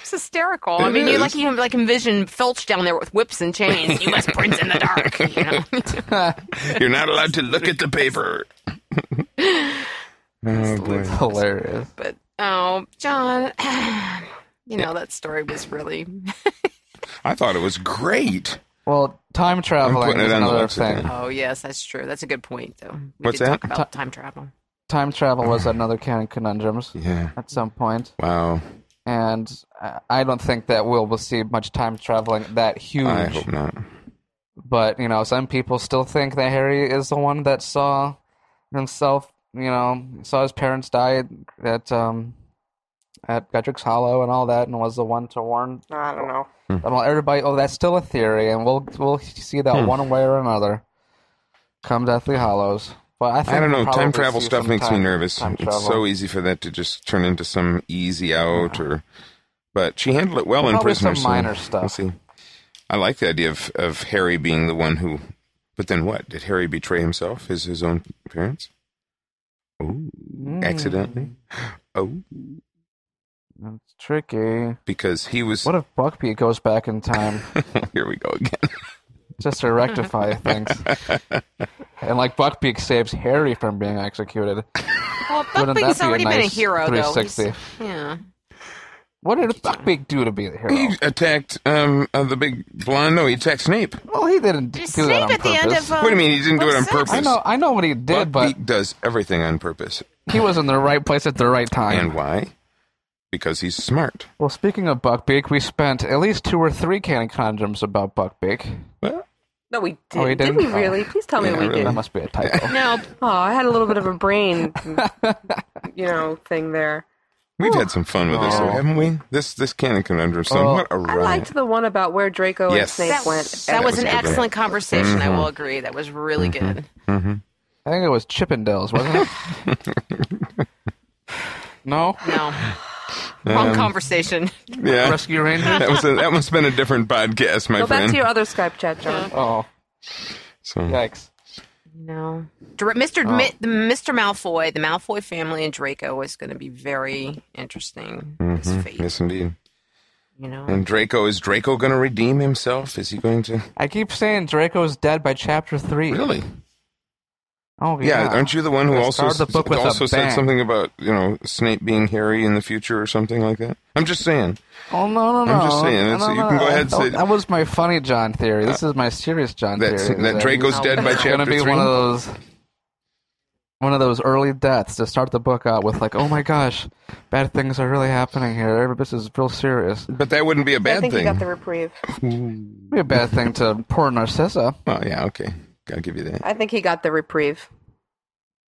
Speaker 9: It's hysterical. I
Speaker 6: It
Speaker 9: mean, you
Speaker 6: is.
Speaker 9: like you like envision Filch down there with whips and chains. You must print in the dark. You know?
Speaker 6: [laughs] You're not allowed to look at the paper. oh, boy.
Speaker 8: Hilarious.
Speaker 9: But oh, John, [sighs] you know that story was really.
Speaker 6: I thought it was great.
Speaker 8: Well, time
Speaker 6: I'm
Speaker 8: traveling
Speaker 6: putting
Speaker 8: is
Speaker 6: it on the
Speaker 8: another
Speaker 6: lexicon.
Speaker 8: thing.
Speaker 9: Oh yes, that's true. That's a good point, though. We
Speaker 6: What's
Speaker 9: did
Speaker 6: that?
Speaker 9: talk about time travel.
Speaker 8: Time travel was another canon conundrums
Speaker 6: Uh-huh. Yeah.
Speaker 8: at some point,
Speaker 6: Wow.
Speaker 8: and I- I don't think that we'll, we'll see much time traveling that huge.
Speaker 6: I hope not.
Speaker 8: But you know, some people still think that Harry is the one that saw himself. You know, saw his parents die at um, at Godric's Hollow and all that, and was the one to warn
Speaker 1: I don't know.
Speaker 6: Hmm.
Speaker 8: And well, everybody, oh, that's still a theory, and we'll we'll see that
Speaker 6: Hmm.
Speaker 8: one way or another. Come Deathly Hollows, but I, think
Speaker 6: I don't know.
Speaker 8: we'll
Speaker 6: Time
Speaker 8: probably
Speaker 6: travel
Speaker 8: see
Speaker 6: stuff
Speaker 8: some
Speaker 6: makes me
Speaker 8: time-
Speaker 6: nervous.
Speaker 8: time
Speaker 6: It's
Speaker 8: travel.
Speaker 6: so e- easy for that to just turn into some easy out or. But she handled it well in
Speaker 8: Probably
Speaker 6: Prisoners.
Speaker 8: some minor
Speaker 6: We'll
Speaker 8: stuff.
Speaker 6: see. I like the idea of, of Harry being the one who. But then what? Did Harry betray himself? His his own parents? Oh,
Speaker 8: Hmm.
Speaker 6: accidentally. Oh,
Speaker 8: It's tricky.
Speaker 6: because he was.
Speaker 8: What if Buckbeak goes back in time
Speaker 6: [laughs] Here we go again.
Speaker 8: [laughs] just to rectify things? And like Buckbeak saves Harry from being executed.
Speaker 9: Well,
Speaker 8: Wouldn't that
Speaker 9: Buckbeak's
Speaker 8: be a
Speaker 9: already been a
Speaker 8: nice
Speaker 9: hero, though. He's-
Speaker 8: 360?
Speaker 9: Yeah.
Speaker 8: What did Buckbeak do to be the hero?
Speaker 6: He attacked um uh, the big blonde. No, he attacked Snape.
Speaker 8: well, he didn't do
Speaker 9: There's
Speaker 8: that
Speaker 9: Snape
Speaker 8: on
Speaker 9: at the end
Speaker 8: purpose.
Speaker 9: of. Uh,
Speaker 6: What do you mean he didn't do it on
Speaker 9: Buck's
Speaker 6: purpose?
Speaker 9: Sex.
Speaker 8: I know, I know what he did, but
Speaker 6: Buckbeak does everything on purpose.
Speaker 8: he was in the right place at the right time.
Speaker 6: And why? Because he's smart.
Speaker 8: Well, speaking of Buckbeak, we spent at least two or three canon conundrums about Buckbeak.
Speaker 6: Well,
Speaker 1: No, we did.
Speaker 8: Oh, we
Speaker 1: did
Speaker 8: didn't?
Speaker 1: we
Speaker 8: Oh.
Speaker 1: really? Please tell me
Speaker 6: Yeah,
Speaker 1: we
Speaker 6: really.
Speaker 1: did.
Speaker 8: That must be a typo.
Speaker 9: No,
Speaker 1: Oh, I had a little bit of a brain, [laughs] you know, thing there.
Speaker 6: we've had some fun with this,
Speaker 8: Oh.
Speaker 6: haven't we? This this canon conundrum. Son,
Speaker 8: Oh.
Speaker 6: what a
Speaker 1: I
Speaker 6: riot!
Speaker 1: liked the one about where Draco
Speaker 6: Yes.
Speaker 1: and Snape
Speaker 9: that,
Speaker 1: went.
Speaker 9: that was an
Speaker 6: was a good
Speaker 9: excellent conversation.
Speaker 6: Mm-hmm.
Speaker 9: I will agree. That was really good.
Speaker 8: I think it was Chippendales, wasn't it?
Speaker 6: [laughs]
Speaker 8: no?
Speaker 9: No, wrong
Speaker 6: Um,
Speaker 9: conversation.
Speaker 6: [laughs] yeah,
Speaker 8: Rescue
Speaker 6: [laughs]
Speaker 8: Rangers?
Speaker 6: that was a, that must have been a different podcast, my
Speaker 1: Go back
Speaker 6: friend.
Speaker 1: to your other Skype chat, John.
Speaker 8: Oh,
Speaker 6: so,
Speaker 8: yikes.
Speaker 9: No. Dra- Mr.
Speaker 6: Oh.
Speaker 9: Mi- the Mr. Malfoy, the Malfoy family, and Draco is going to be very interesting.
Speaker 6: Mhm. Yes, indeed.
Speaker 9: You know.
Speaker 6: And Draco is Draco going to redeem himself? Is he going to?
Speaker 8: I keep saying Draco's dead by chapter three.
Speaker 6: Really?
Speaker 8: Oh yeah.
Speaker 6: Yeah, aren't you the one who
Speaker 8: I
Speaker 6: also
Speaker 8: started the book with a
Speaker 6: also said
Speaker 8: bang.
Speaker 6: something about you know Snape being Harry in the future or something like that? I'm just saying.
Speaker 8: Oh no no no!
Speaker 6: I'm just saying, it's-
Speaker 8: No, no,
Speaker 6: you can
Speaker 8: no,
Speaker 6: go ahead and
Speaker 8: no.
Speaker 6: say-
Speaker 8: that was my funny John theory. This is my serious John
Speaker 6: That's-
Speaker 8: theory. is
Speaker 6: that Draco's
Speaker 8: he's-
Speaker 6: dead by
Speaker 8: it's gonna
Speaker 6: chapter
Speaker 8: be
Speaker 6: three?
Speaker 8: one of those, one of those early deaths to start the book out with, like, oh my gosh, bad things are really happening here. This is real serious.
Speaker 6: But that wouldn't be a
Speaker 1: I think you got the reprieve.
Speaker 8: be a bad thing to [laughs] poor Narcissa.
Speaker 6: Oh yeah, okay. I'll give you that.
Speaker 1: I think he got the reprieve.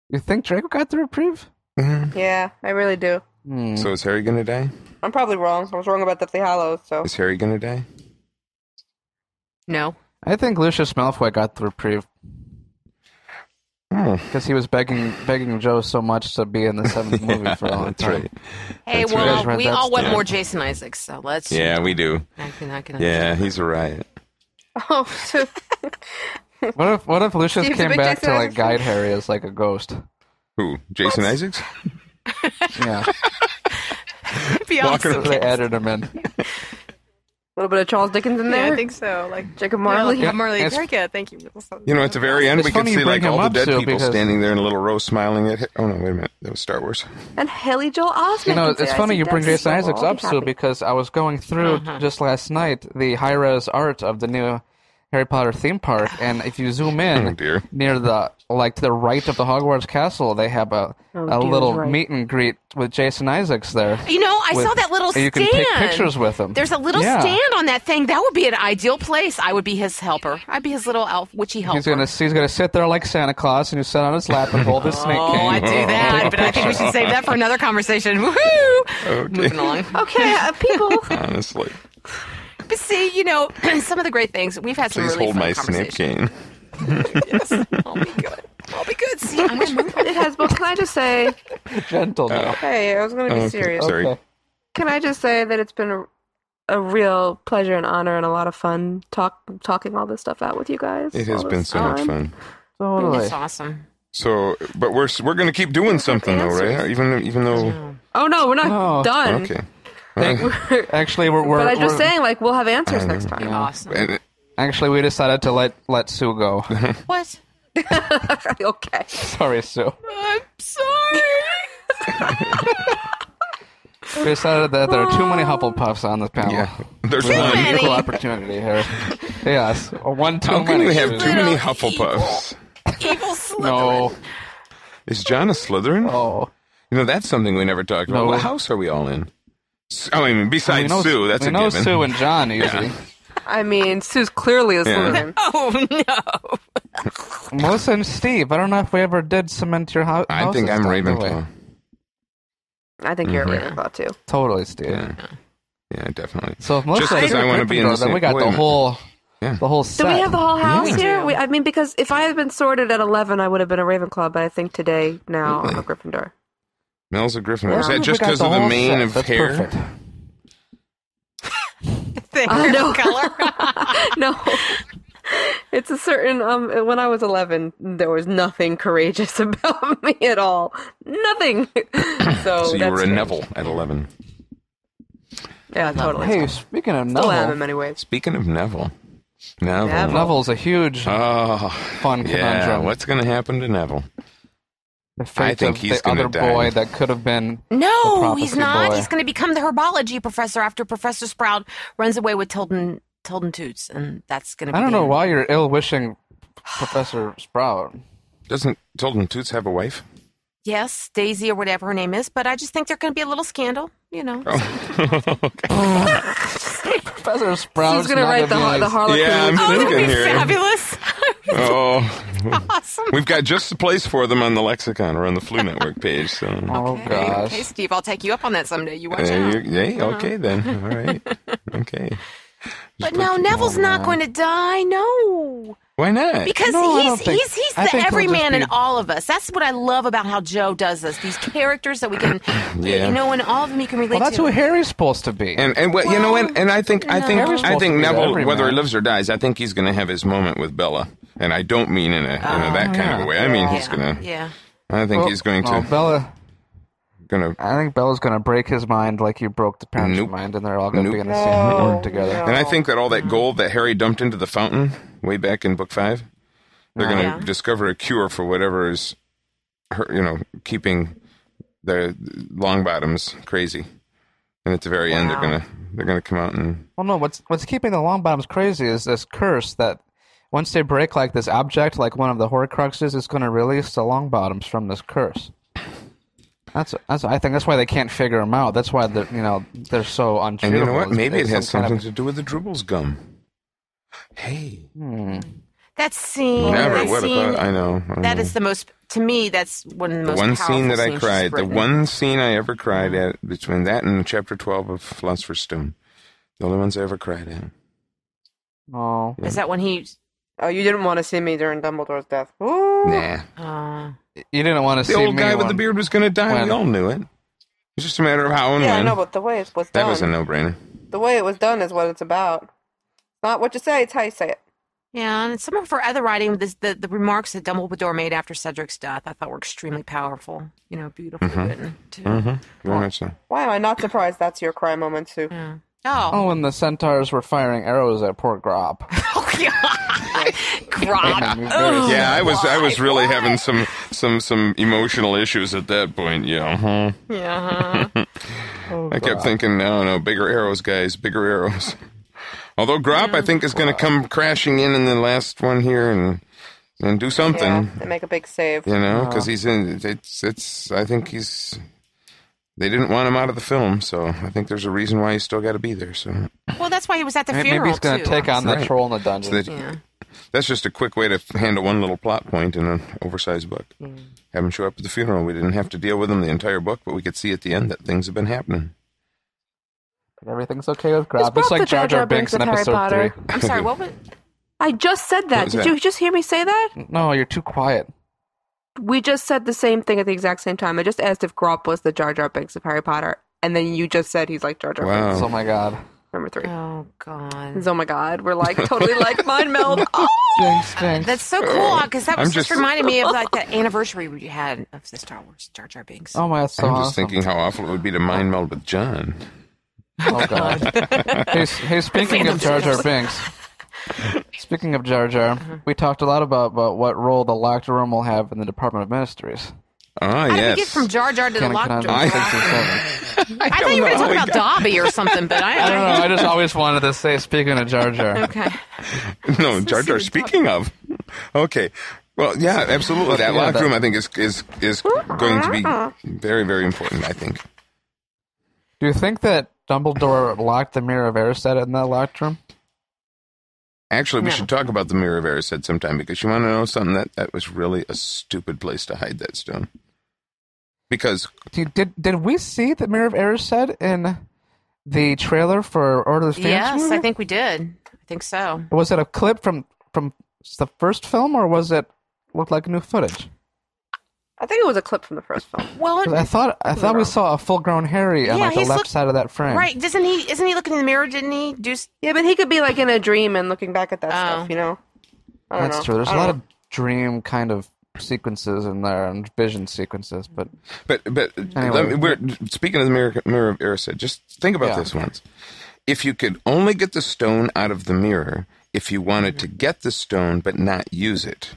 Speaker 8: You think Draco got the reprieve?
Speaker 1: Yeah, I really do.
Speaker 8: Mm.
Speaker 6: So is Harry going to die?
Speaker 1: I'm probably wrong. I was wrong about Deathly Hallows, so.
Speaker 6: Is Harry going to die?
Speaker 9: No.
Speaker 8: I think Lucius Malfoy got the reprieve.
Speaker 6: Hmm.
Speaker 8: Because he was begging begging Joe so much to be in the
Speaker 6: [laughs]
Speaker 8: seventh movie for a long
Speaker 6: That's
Speaker 8: time.
Speaker 6: right.
Speaker 9: Hey,
Speaker 8: That's
Speaker 9: well,
Speaker 8: right.
Speaker 9: we all want
Speaker 6: Yeah.
Speaker 9: more Jason Isaacs, so let's.
Speaker 6: Yeah, we do.
Speaker 9: I can, I can
Speaker 6: Yeah, he's a riot.
Speaker 1: Oh, so-
Speaker 8: What if what if Lucius
Speaker 1: Steve's a
Speaker 8: came
Speaker 1: big
Speaker 8: back
Speaker 1: Jason
Speaker 8: to like
Speaker 1: Isaacs
Speaker 8: guide Harry as like a ghost?
Speaker 6: Who? Jason Isaacs?
Speaker 8: Yeah.
Speaker 9: [laughs] Be
Speaker 8: So They added him in.
Speaker 9: [laughs]
Speaker 1: A [laughs] little bit of Charles Dickens in there?
Speaker 12: I think so. Like
Speaker 1: Jacob Marley?
Speaker 12: Yeah, Marley
Speaker 8: It's-
Speaker 12: Draka. Thank you.
Speaker 6: You know, at the very end,
Speaker 8: It's
Speaker 6: we can
Speaker 8: funny you
Speaker 6: see like
Speaker 8: bring
Speaker 6: all
Speaker 8: him
Speaker 6: the
Speaker 8: up,
Speaker 6: dead
Speaker 8: Sue,
Speaker 6: people
Speaker 8: because-
Speaker 6: standing there in a little row, smiling at. Hi- Oh no, wait a minute, that was Star
Speaker 8: [laughs]
Speaker 6: Wars.
Speaker 1: And Haley Joel Osment.
Speaker 8: You know,
Speaker 1: can say
Speaker 8: it's
Speaker 1: I
Speaker 8: funny
Speaker 1: see
Speaker 8: you bring
Speaker 1: death.
Speaker 8: Jason
Speaker 1: We'll
Speaker 8: Isaacs
Speaker 1: all be
Speaker 8: up, Sue,
Speaker 1: happy.
Speaker 8: because I was going through
Speaker 9: Uh-huh.
Speaker 8: just last night the high res art of the new Harry Potter theme park, and if you zoom
Speaker 6: [laughs]
Speaker 8: in
Speaker 6: Oh, dear.
Speaker 8: near the like to the right of the Hogwarts Castle, they have a
Speaker 9: Oh,
Speaker 8: a
Speaker 9: dear,
Speaker 8: little
Speaker 9: he's right.
Speaker 8: meet and greet with Jason Isaacs there.
Speaker 9: You know, I
Speaker 8: with-
Speaker 9: saw that little
Speaker 8: and
Speaker 9: stand.
Speaker 8: You can take pictures with him.
Speaker 9: There's a little
Speaker 8: Yeah.
Speaker 9: stand on that thing. That would be an ideal place. I would be his helper. I'd be his little elf, witchy helper.
Speaker 8: He's gonna he's gonna sit there like Santa Claus, and you sit on his lap and hold his snake.
Speaker 9: Oh,
Speaker 8: cane.
Speaker 9: I do that, but I think we should save that for another conversation. Woohoo! Moving along. Okay, uh, people.
Speaker 6: [laughs] Honestly,
Speaker 9: But see, you know, [clears throat] some of the great things we've had some
Speaker 6: please
Speaker 9: really
Speaker 6: hold
Speaker 9: fun
Speaker 6: my snap cane.
Speaker 9: conversations. I'll be good. See, I'm gonna move.
Speaker 1: It has, but can I just say,
Speaker 8: Gentle
Speaker 6: Uh,
Speaker 1: [laughs]
Speaker 8: now.
Speaker 1: hey, I was going to be
Speaker 8: Okay,
Speaker 1: serious.
Speaker 8: sorry. Okay.
Speaker 1: Can I just say that it's been a, a real pleasure and honor and a lot of fun talk talking all this stuff out with you guys.
Speaker 6: It has
Speaker 1: all
Speaker 6: been
Speaker 1: this
Speaker 6: so much
Speaker 1: time.
Speaker 6: fun.
Speaker 8: Totally.
Speaker 9: That's awesome.
Speaker 6: So, but we're we're gonna keep doing something though, right? Even even though.
Speaker 1: Oh, no, we're
Speaker 9: [laughs]
Speaker 1: not done.
Speaker 6: Okay.
Speaker 8: Actually, we're, we're
Speaker 1: but I'm just
Speaker 8: we're-
Speaker 1: saying, like, we'll have answers next
Speaker 8: Oh,
Speaker 1: time.
Speaker 6: uh,
Speaker 9: Awesome.
Speaker 8: Actually, we decided to let let Sue
Speaker 6: [laughs]
Speaker 8: go. [laughs]
Speaker 9: What?
Speaker 1: okay.
Speaker 8: Sorry, Sue.
Speaker 9: I'm sorry.
Speaker 8: We decided that there are too many Hufflepuffs on this panel. [laughs]
Speaker 6: Yeah. There's
Speaker 8: we have
Speaker 6: one.
Speaker 8: an equal
Speaker 1: [laughs]
Speaker 8: opportunity here. Yes, one too
Speaker 6: How can
Speaker 8: many.
Speaker 6: you have too many
Speaker 8: Susan.
Speaker 6: Hufflepuffs?
Speaker 9: Evil slip.
Speaker 8: No,
Speaker 6: Is John a Slytherin?
Speaker 8: Oh.
Speaker 6: You know, that's something we never talked about.
Speaker 8: No.
Speaker 6: What house are we all in? S- I mean, besides
Speaker 8: We know-
Speaker 6: Sue, that's
Speaker 8: we
Speaker 6: a
Speaker 8: know
Speaker 6: given.
Speaker 8: Sue and John usually.
Speaker 1: I mean, Sue's clearly a
Speaker 6: Yeah.
Speaker 1: Slytherin.
Speaker 9: Oh, [laughs] no.
Speaker 8: Melissa and Steve. I don't know if we ever did cement your house.
Speaker 6: [laughs] I think I'm Ravenclaw.
Speaker 1: I think
Speaker 8: Mm-hmm.
Speaker 1: you're a
Speaker 6: Mhm.
Speaker 1: Ravenclaw, too.
Speaker 8: Totally, Steve.
Speaker 6: Yeah, definitely.
Speaker 8: So if
Speaker 6: Just
Speaker 8: Melissa
Speaker 6: because
Speaker 8: is
Speaker 6: I want to be in the
Speaker 8: Gryffindor, then
Speaker 6: same.
Speaker 8: we got
Speaker 6: wait a
Speaker 8: the
Speaker 6: minute.
Speaker 8: whole,
Speaker 6: Yeah.
Speaker 8: the whole set.
Speaker 1: Do we have the whole house
Speaker 8: Yeah.
Speaker 1: here? We, I mean, because if I had been sorted at 11, I would have been a Ravenclaw, but I think today, now, I'm a Gryffindor.
Speaker 6: Mel's a Gryffindor.
Speaker 1: Yeah.
Speaker 6: Is
Speaker 1: We
Speaker 6: that just
Speaker 1: got
Speaker 6: because
Speaker 1: the
Speaker 6: of the
Speaker 1: whole
Speaker 6: mane
Speaker 1: set.
Speaker 6: of
Speaker 1: That's
Speaker 6: hair?
Speaker 1: perfect.
Speaker 12: Thing
Speaker 1: Uh, no.
Speaker 12: color.
Speaker 1: no. It's a certain um when I was 11 there was nothing courageous [laughs] about me at all. [laughs]
Speaker 8: [coughs]
Speaker 1: Nothing. so
Speaker 6: so you
Speaker 1: that's
Speaker 6: were a Neville at 11.
Speaker 1: Yeah, totally.
Speaker 8: Hey, speaking of
Speaker 1: Still am
Speaker 8: Neville,
Speaker 1: in many ways.
Speaker 6: Speaking of Neville. Neville.
Speaker 1: Neville.
Speaker 8: Neville's a huge
Speaker 6: Oh,
Speaker 8: fun
Speaker 6: yeah.
Speaker 8: conundrum.
Speaker 6: What's going to happen to Neville?
Speaker 8: the fate
Speaker 6: I think
Speaker 8: of
Speaker 6: he's
Speaker 8: the
Speaker 6: gonna
Speaker 8: other
Speaker 6: die.
Speaker 8: boy that could have been. the
Speaker 9: No,
Speaker 8: prophecy
Speaker 9: he's not.
Speaker 8: Boy.
Speaker 9: He's going to become the herbology professor after Professor Sprout runs away with Tilden Tilden Toots, and that's going to be.
Speaker 8: I don't
Speaker 9: the
Speaker 8: know
Speaker 9: end.
Speaker 8: why you're ill wishing Professor Sprout.
Speaker 6: Doesn't Tilden Toots have a wife? [laughs]
Speaker 9: Yes, Daisy or whatever her name is, but I just think there's going to be a little scandal. You know,
Speaker 1: Oh,
Speaker 8: Professor Sprout's
Speaker 1: gonna
Speaker 8: not
Speaker 1: write the-
Speaker 8: nice.
Speaker 1: the Harlequin
Speaker 6: Yeah, I'm
Speaker 9: oh, that'd
Speaker 6: thinking
Speaker 9: be
Speaker 6: here.
Speaker 9: fabulous. [laughs]
Speaker 6: Oh.
Speaker 9: awesome.
Speaker 6: We've got just the place for them on the lexicon or on the Flu Network page. So.
Speaker 8: Oh gosh.
Speaker 9: [laughs] Okay, Steve, I'll take you up on that someday. You watch
Speaker 6: There
Speaker 9: out.
Speaker 6: you- yeah,
Speaker 9: Uh-huh.
Speaker 6: okay then. All
Speaker 9: [laughs]
Speaker 6: right. Okay.
Speaker 9: But no, Neville's not going to die. No,
Speaker 6: Why not?
Speaker 9: because
Speaker 8: No, I
Speaker 9: he's,
Speaker 8: don't think-
Speaker 9: he's he's
Speaker 8: I
Speaker 9: the
Speaker 8: think he'll
Speaker 9: everyman
Speaker 8: just be-
Speaker 9: in all of us. That's what I love about how Joe does this. These characters that we
Speaker 6: [clears throat]
Speaker 9: can,
Speaker 6: Yeah.
Speaker 9: you know, and all of them you can relate
Speaker 8: Well, that's
Speaker 9: to.
Speaker 8: who Harry's supposed to be.
Speaker 6: And and what you know what? And I think I think
Speaker 8: Harry's
Speaker 6: I
Speaker 8: supposed
Speaker 6: think
Speaker 8: to be the
Speaker 6: Neville,
Speaker 8: everyman.
Speaker 6: whether he lives or dies, I think he's going to have his moment with Bella. and I don't mean in a, in a that kind of a way. I mean he's gonna.
Speaker 9: Oh, Yeah.
Speaker 6: I think
Speaker 8: Well,
Speaker 6: he's going to.
Speaker 8: well, Oh, Bella.
Speaker 6: Gonna.
Speaker 8: I think Bella's gonna break his mind like you broke the parents'
Speaker 6: Nope.
Speaker 8: mind, and they're all gonna be
Speaker 6: Nope.
Speaker 8: in the same room together.
Speaker 6: And
Speaker 9: Oh.
Speaker 6: I think that all that gold that Harry dumped into the fountain way back in book five, they're
Speaker 8: Yeah.
Speaker 6: going to
Speaker 8: Yeah.
Speaker 6: discover a cure for whatever is, hurt- you know, keeping the long bottoms crazy. And at the very end, they're
Speaker 8: Wow.
Speaker 6: gonna they're gonna come out and
Speaker 8: Well, Oh, no. What's what's keeping the long bottoms crazy is this curse that once they break like this object, like one of the Horcruxes, it's going to release the long bottoms from this curse. That's that's I think that's why they can't figure them out. That's why they're you know they're so untreatable.
Speaker 6: and you know what?
Speaker 8: is
Speaker 6: Maybe it
Speaker 8: it's
Speaker 6: has
Speaker 8: some
Speaker 6: something
Speaker 8: kind
Speaker 6: to do with the Drubal's gum. Hey,
Speaker 8: Hmm.
Speaker 9: That scene.
Speaker 6: never
Speaker 9: that
Speaker 6: would have
Speaker 9: scene-
Speaker 6: thought. I know. I
Speaker 9: That
Speaker 6: know.
Speaker 9: is the most. To me, that's one of the,
Speaker 6: the
Speaker 9: most
Speaker 6: one scene
Speaker 9: powerful
Speaker 6: that I
Speaker 9: scenes
Speaker 6: cried,
Speaker 9: she's
Speaker 6: the
Speaker 9: written.
Speaker 6: one scene I ever cried at between that and chapter 12 of Philosopher's Stone. The only ones I ever cried at.
Speaker 8: Oh.
Speaker 9: Is that when he?
Speaker 1: Oh, you didn't want to see me during Dumbledore's death. Ooh.
Speaker 6: Nah.
Speaker 9: Uh,
Speaker 8: of- you didn't want to
Speaker 6: The
Speaker 8: see
Speaker 6: old
Speaker 8: me
Speaker 6: guy with the
Speaker 8: when-
Speaker 6: beard was going to die.
Speaker 8: when-
Speaker 6: we all knew it. It's just a matter of how and
Speaker 1: Yeah, I
Speaker 6: when.
Speaker 1: know, but the way it was
Speaker 6: that
Speaker 1: done,
Speaker 6: was a no brainer.
Speaker 1: the way it was done is what it's about. It's not what you say; it's how you say it.
Speaker 9: yeah, and some of her other writing, this, the the remarks that Dumbledore made after Cedric's death, I thought were extremely powerful. You know, beautifully written. Too.
Speaker 6: Mm-hmm. Very much so.
Speaker 1: Why am I not surprised? That's your cry moment too.
Speaker 9: Oh. [laughs]
Speaker 8: Oh, [laughs] when the centaurs were firing arrows at poor Grob.
Speaker 9: Grob.
Speaker 6: oh,
Speaker 1: oh,
Speaker 6: yeah, I was I was really having some some some emotional issues at that point. Yeah. Oh, huh.
Speaker 9: Yeah.
Speaker 6: Mm-hmm. I kept thinking, no, no, bigger arrows, guys, bigger arrows. [laughs] Although Grop,
Speaker 1: Mm.
Speaker 6: I think, is going to come crashing in in the last one here and and do something.
Speaker 1: Yeah, they make a big save.
Speaker 6: you know, because he's in. It's it's. I think he's. They didn't want him out of the film, so I think there's a reason why he's still got to be there. So
Speaker 9: Well, that's why he was at the
Speaker 8: Maybe
Speaker 9: funeral
Speaker 8: he's gonna
Speaker 9: too.
Speaker 8: take on the
Speaker 6: Right.
Speaker 8: troll in the
Speaker 6: So
Speaker 8: dungeon.
Speaker 6: that- that's just a quick way to handle one little plot point in an oversized book. Have him show up at the funeral. We didn't have to deal with him the entire book, but we could see at the end that things have been happening.
Speaker 8: But Everything's okay with Grob. It's
Speaker 1: brought
Speaker 8: like
Speaker 1: the
Speaker 8: Jar
Speaker 1: Jar
Speaker 8: Jar
Speaker 1: Jar Binks
Speaker 8: Binks in
Speaker 1: of Harry
Speaker 8: episode
Speaker 1: Potter.
Speaker 8: three.
Speaker 9: I'm sorry.
Speaker 8: [laughs]
Speaker 9: What was?
Speaker 1: I just said that.
Speaker 6: was
Speaker 1: Did
Speaker 6: that?
Speaker 1: you just hear me say that?
Speaker 8: No, you're too quiet.
Speaker 1: We just said the same thing at the exact same time. I just asked if Grop was the Jar Jar Binks of Harry Potter, and then you just said he's like Jar Jar
Speaker 6: Wow.
Speaker 1: Binks.
Speaker 8: Oh my god.
Speaker 1: Number three.
Speaker 9: Oh God.
Speaker 1: Oh my God, we're like totally
Speaker 8: [laughs]
Speaker 1: like mind meld. Oh,
Speaker 8: Jinx, jinx.
Speaker 9: That's so cool because that was
Speaker 6: I'm
Speaker 9: just,
Speaker 6: just-
Speaker 9: reminding
Speaker 8: [laughs]
Speaker 9: me of like the anniversary we had of the Star Wars Jar Jar Binks.
Speaker 8: Oh my, that's so
Speaker 6: I'm just
Speaker 8: awesome.
Speaker 6: thinking how awful it would be to mind meld with John. [laughs]
Speaker 8: Oh god. hey, s- hey, speaking of Jar Jar Binks. Speaking of Jar Jar,
Speaker 9: Uh-huh.
Speaker 8: we talked a lot about, about what role the locked room will have in the Department of
Speaker 9: [laughs]
Speaker 8: Ministries.
Speaker 6: Ah,
Speaker 9: How did
Speaker 6: yes.
Speaker 9: we get from Jar Jar to the
Speaker 8: Canon
Speaker 9: locked
Speaker 8: Conundrum
Speaker 9: door?
Speaker 8: 6 and 7.
Speaker 9: I, thought you were going to talk
Speaker 8: [laughs]
Speaker 9: about Dobby or something, but I,
Speaker 8: I don't know. I just always wanted to say, speaking of Jar Jar,
Speaker 9: okay.
Speaker 6: [laughs] no, Jar Jar. Speaking of, okay, well, yeah, absolutely. That
Speaker 8: Yeah,
Speaker 6: locked
Speaker 8: that-
Speaker 6: room, I think, is is is going to be very, very important. I think.
Speaker 8: do you think that Dumbledore locked the Mirror of Erised in that locked room?
Speaker 6: Actually, we should talk about the Mirror of Erised sometime because you want to know something that that was really a stupid place to hide that stone. Because
Speaker 8: Did did, did we see the Mirror of Erised in the trailer for Order of the Phoenix?
Speaker 9: Yes,
Speaker 8: movie?
Speaker 9: I think we did. I think so.
Speaker 8: Was it a clip from from the first film, or was it looked like new footage?
Speaker 1: I think it was a clip from the first film.
Speaker 9: Well,
Speaker 8: 'Cause I thought I thought we saw a full grown Harry on
Speaker 9: Yeah,
Speaker 8: like the
Speaker 9: he's
Speaker 8: left
Speaker 9: look-
Speaker 8: side of that frame.
Speaker 9: right? Doesn't he? Isn't he looking in the mirror? Didn't he do? s-
Speaker 1: Yeah, but he could be like in a dream and looking back at
Speaker 9: Oh.
Speaker 1: that stuff, you know. I don't
Speaker 8: That's
Speaker 1: know.
Speaker 8: true. There's
Speaker 1: I
Speaker 8: a
Speaker 1: don't
Speaker 8: lot
Speaker 1: know.
Speaker 8: of dream kind of sequences in there and vision sequences, but
Speaker 6: But but let me, we're speaking of the mirror, mirror of Erised. Just think about
Speaker 8: Yeah.
Speaker 6: this once. If you could only get the stone out of the mirror, if you wanted to get the stone but not use it,